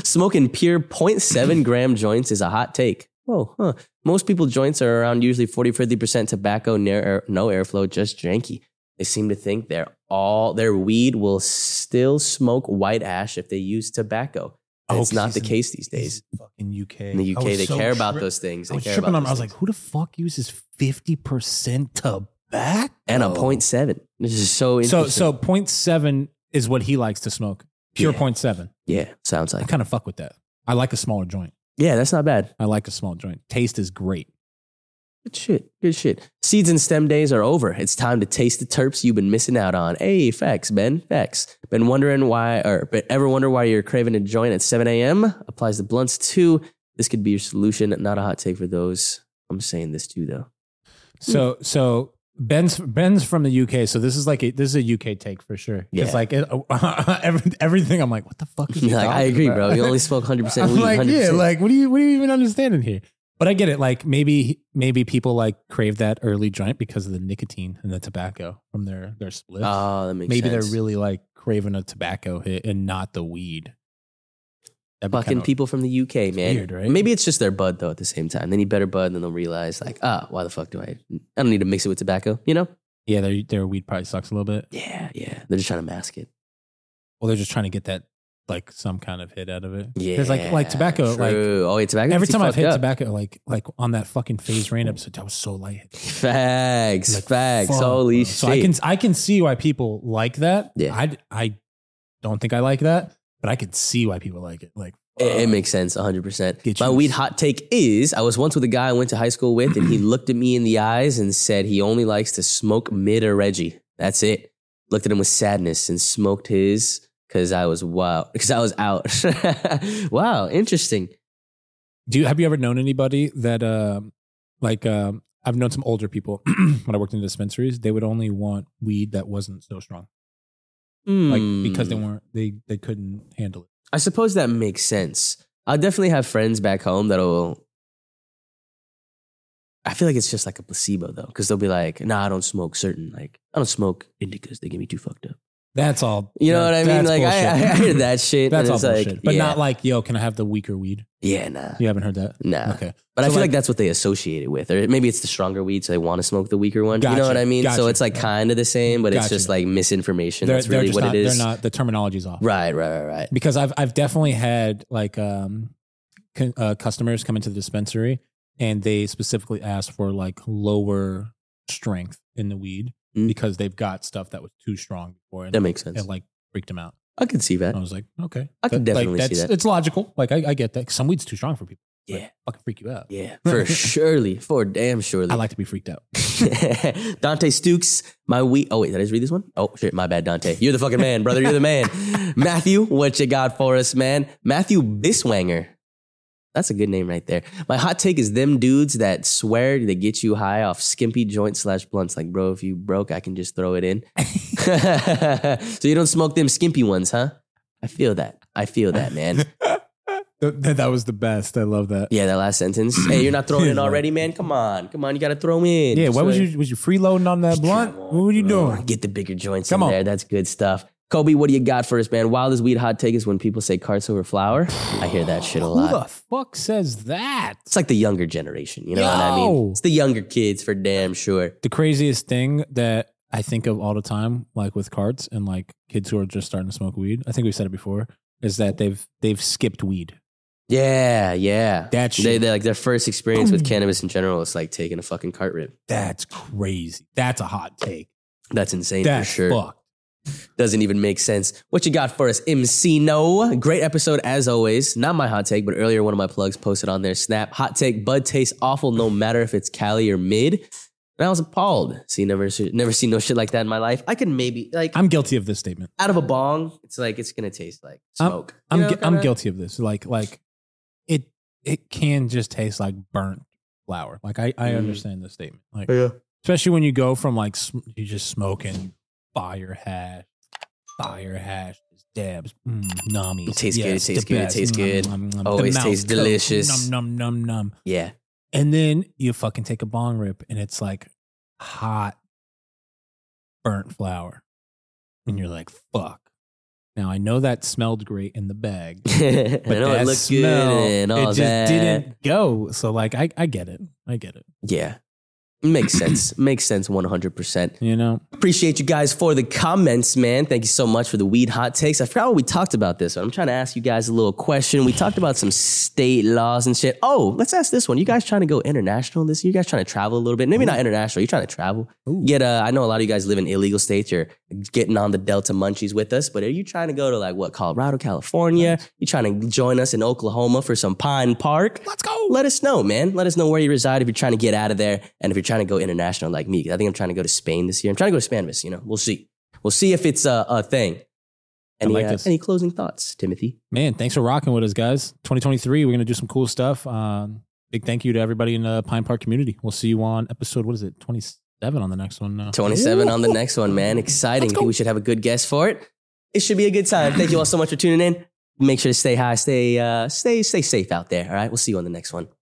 Speaker 2: Smoking pure 0.7 gram joints is a hot take. Whoa, huh. Most people joints are around usually 40, 50% tobacco, near air, no airflow, just janky. They seem to think they're all their weed will still smoke white ash if they use tobacco.
Speaker 1: Oh,
Speaker 2: it's not the
Speaker 1: he's-
Speaker 2: case these days.
Speaker 1: He's Fucking UK.
Speaker 2: In the
Speaker 1: I
Speaker 2: UK,
Speaker 1: was
Speaker 2: they
Speaker 1: so
Speaker 2: care about
Speaker 1: tri-
Speaker 2: those things.
Speaker 1: I
Speaker 2: They
Speaker 1: was
Speaker 2: care
Speaker 1: tripping
Speaker 2: about
Speaker 1: on. him. I was
Speaker 2: those
Speaker 1: like,
Speaker 2: things.
Speaker 1: who the fuck uses fifty percent tobacco
Speaker 2: and a 0.7. This is so
Speaker 1: So
Speaker 2: interesting.
Speaker 1: so point seven is what he likes to smoke. Pure
Speaker 2: Yeah.
Speaker 1: point seven.
Speaker 2: yeah, sounds
Speaker 1: I
Speaker 2: like.
Speaker 1: kind of fuck with that. I like a smaller joint.
Speaker 2: Yeah, that's not bad.
Speaker 1: I like a small joint. Taste is great.
Speaker 2: Good shit. Good shit. Seeds and stem days are over. It's time to taste the terps you've been missing out on. Hey, facts, Ben. Facts. Been wondering why, or but ever wonder why you're craving a joint at 7 a.m.? Applies to blunts too. This could be your solution. Not a hot take for those. I'm saying this too, though. Hmm.
Speaker 1: So so Ben's Ben's from the UK, so this is like a, this is a UK take for sure.
Speaker 2: Yeah.
Speaker 1: It's like it, every, everything. I'm like, what the fuck? Is he
Speaker 2: You're like, I
Speaker 1: talking
Speaker 2: agree,
Speaker 1: about?"
Speaker 2: bro. You only smoke 100%
Speaker 1: I'm
Speaker 2: weed.
Speaker 1: like,
Speaker 2: 100%.
Speaker 1: yeah, like what do you what do you even understand in here? But I get it. Like maybe maybe people like crave that early joint because of the nicotine and the tobacco from their their splits.
Speaker 2: oh, that makes
Speaker 1: maybe
Speaker 2: sense.
Speaker 1: they're really like craving a tobacco hit and not the weed. That'd be
Speaker 2: Fucking
Speaker 1: kinda-
Speaker 2: people from the UK, man.
Speaker 1: weird, right?
Speaker 2: Maybe it's just their bud though. At the same time, they need better bud, and then they'll realize like, ah, why the fuck do I? I don't need to mix it with tobacco, you know?
Speaker 1: Yeah, their their weed probably sucks a little bit.
Speaker 2: Yeah, yeah. They're just trying to mask it.
Speaker 1: Well, they're just trying to get that like some kind of hit out of it. There's like like
Speaker 2: Yeah,
Speaker 1: tobacco like.
Speaker 2: true. oh, yeah, tobacco.
Speaker 1: Every
Speaker 2: gets you
Speaker 1: time I've
Speaker 2: fucked
Speaker 1: hit
Speaker 2: up.
Speaker 1: tobacco, like like on that fucking phase rain episode, I was so light.
Speaker 2: fags,
Speaker 1: Like,
Speaker 2: fags.
Speaker 1: fuck,
Speaker 2: holy
Speaker 1: bro.
Speaker 2: shit!
Speaker 1: So I can I can see why people like that.
Speaker 2: Yeah.
Speaker 1: I I don't think I like that, but I can see why people like it. Like
Speaker 2: It, it
Speaker 1: fuck.
Speaker 2: makes sense, 100%.
Speaker 1: Get
Speaker 2: My
Speaker 1: you-
Speaker 2: weed hot take is I was once with a guy I went to high school with, and he looked at me in the eyes and said he only likes to smoke mid or Reggie. That's it. Looked at him with sadness and smoked his because I was wow, because I was out. wow, interesting.
Speaker 1: Do you have you ever known anybody that um like um I've known some older people when I worked in dispensaries, they would only want weed that wasn't so strong. Like because they
Speaker 2: Hmm.
Speaker 1: weren't they they couldn't handle it.
Speaker 2: I suppose that makes sense. I'll definitely have friends back home that'll. I feel like it's just like a placebo though, because they'll be like, "Nah, I don't smoke certain. Like, I don't smoke indicas. They get me too fucked up.
Speaker 1: That's all.
Speaker 2: You know what I mean?
Speaker 1: that's
Speaker 2: Like, I, I
Speaker 1: bullshit.
Speaker 2: heard that shit.
Speaker 1: That's
Speaker 2: and
Speaker 1: all
Speaker 2: it's like,
Speaker 1: bullshit. but
Speaker 2: yeah,
Speaker 1: not like, yo, can I have the weaker weed?
Speaker 2: yeah, nah,
Speaker 1: You haven't heard that?
Speaker 2: nah.
Speaker 1: Okay.
Speaker 2: But I
Speaker 1: So,
Speaker 2: feel like,
Speaker 1: like-
Speaker 2: that's what they associate it with, or maybe it's the stronger weed, so they want to smoke the weaker one. you
Speaker 1: Gotcha,
Speaker 2: know what I mean? So
Speaker 1: gotcha.
Speaker 2: it's like kind of the same, but it's
Speaker 1: Gotcha.
Speaker 2: just like misinformation.
Speaker 1: They're,
Speaker 2: that's
Speaker 1: they're
Speaker 2: really
Speaker 1: just
Speaker 2: what
Speaker 1: not,
Speaker 2: it is.
Speaker 1: they're not, the terminology's off.
Speaker 2: right, right, right, right.
Speaker 1: because I've I've definitely had like um c- uh, customers come into the dispensary and they specifically ask for like lower strength in the weed
Speaker 2: Mm.
Speaker 1: because they've got stuff that was too strong before and
Speaker 2: That makes sense.
Speaker 1: it like Oh, freaked them out.
Speaker 2: I can see that.
Speaker 1: I was like, okay,
Speaker 2: I can
Speaker 1: That-
Speaker 2: definitely
Speaker 1: like,
Speaker 2: see
Speaker 1: that's,
Speaker 2: that.
Speaker 1: It's logical. Like I, I get that. 'Cause Some weed's too strong for people. Like,
Speaker 2: Yeah.
Speaker 1: fucking freak you out.
Speaker 2: Yeah, for surely, for damn surely.
Speaker 1: I like to be freaked out.
Speaker 2: Dante Stukes, my weed. Oh wait, did I just read this one? Oh shit, my bad, Dante. You're the fucking man, brother. You're the man. Matthew, what you got for us, man? Matthew Biswanger. That's a good name right there. My hot take is them dudes that swear they get you high off skimpy joint slash blunts. Like, bro, if you broke, I can just throw it in. so you don't smoke them skimpy ones, huh? I feel that. I feel that, man.
Speaker 1: that, that was the best. I love that.
Speaker 2: Yeah, that last sentence. Hey, you're not throwing in already, man. Come on, come on. You gotta throw in.
Speaker 1: Yeah.
Speaker 2: Just
Speaker 1: Why was
Speaker 2: like-
Speaker 1: you was you freeloading on that blunt? What were you
Speaker 2: Bro,
Speaker 1: doing?
Speaker 2: Get the bigger joints
Speaker 1: Come
Speaker 2: in
Speaker 1: on.
Speaker 2: there. That's good stuff. Kobe, what do you got for us, man? Wildest weed hot take is when people say carts over flour. I hear that shit a
Speaker 1: Who the
Speaker 2: lot.
Speaker 1: fuck says that?
Speaker 2: It's like the younger generation. You know what I mean?
Speaker 1: Yo.
Speaker 2: It's the younger kids for damn sure.
Speaker 1: the craziest thing that I think of all the time, like with carts and like kids who are just starting to smoke weed. I think we said it before, is that they've they've skipped weed.
Speaker 2: Yeah, yeah.
Speaker 1: That
Speaker 2: They,
Speaker 1: shit,
Speaker 2: they like their first experience with
Speaker 1: Boom.
Speaker 2: cannabis in general is like taking a fucking cart rip.
Speaker 1: that's crazy. That's a hot take.
Speaker 2: That's insane
Speaker 1: That's
Speaker 2: for sure.
Speaker 1: fucked.
Speaker 2: Doesn't even make sense. What you got for us, MC No? Great episode as always. Not my hot take, but earlier one of my plugs posted on their snap. Hot take: Bud tastes awful, no matter if it's Cali or mid. And I was appalled. See, never, never seen no shit like that in my life. I could maybe like
Speaker 1: I'm guilty of this statement.
Speaker 2: out of a bong. It's like it's gonna taste like smoke.
Speaker 1: I'm
Speaker 2: You know,
Speaker 1: gui- I'm
Speaker 2: kinda?
Speaker 1: guilty of this. Like like it it can just taste like burnt flour. Like I I
Speaker 2: Mm.
Speaker 1: understand the statement. Like especially when you go from like sm- you just smoking fire hash, fire hash, just dabs, mm, nummies.
Speaker 2: It tastes good,
Speaker 1: Yes,
Speaker 2: it tastes
Speaker 1: the
Speaker 2: good, it
Speaker 1: best. mm,
Speaker 2: tastes
Speaker 1: Nom,
Speaker 2: good.
Speaker 1: nom, nom. The
Speaker 2: Always
Speaker 1: mouth
Speaker 2: tastes
Speaker 1: coat.
Speaker 2: delicious.
Speaker 1: Nom nom nom nom.
Speaker 2: Yeah.
Speaker 1: And then you fucking take a bong rip, and it's like hot, burnt flour, and you're like, fuck. Now I know that smelled great in the bag,
Speaker 2: I
Speaker 1: but
Speaker 2: know
Speaker 1: that
Speaker 2: it looked good
Speaker 1: smell,
Speaker 2: and all
Speaker 1: it just
Speaker 2: that.
Speaker 1: didn't go. So like, I I get it, I get it.
Speaker 2: Yeah. Makes sense. Makes sense 100%.
Speaker 1: You know,
Speaker 2: Appreciate you guys for the comments, man. Thank you so much for the weed hot takes. I forgot what we talked about this. I'm trying to ask you guys a little question. We talked about some state laws and shit. Oh, let's ask this one. You guys trying to go international this year? You guys trying to travel a little bit? Maybe not international. You trying to travel?
Speaker 1: Ooh.
Speaker 2: Get uh, I know a lot of you guys live in illegal states. You're getting on the Delta munchies with us, but are you trying to go to like what Colorado, California? You trying to join us in Oklahoma for some Pine Park?
Speaker 1: let's go.
Speaker 2: let us know, man. Let us know where you reside if you're trying to get out of there and if you're trying to go international like me. 'Cause I think I'm trying to go to Spain this year. I'm trying to go to Spanvis, you know. We'll see. We'll see if it's a, a thing. Any,
Speaker 1: like
Speaker 2: uh,
Speaker 1: this.
Speaker 2: any closing thoughts, Timothy?
Speaker 1: man thanks for rocking with us guys 2023 we're gonna do some cool stuff um big thank you to everybody in the pine park community we'll see you on episode what is it 27 on the next one now
Speaker 2: 27 on the next one, man. Exciting. I think we should have a good guess for it. It should be a good time. Thank you all so much for tuning in. Make sure to stay high, stay uh, stay stay safe out there. All right, we'll see you on the next one.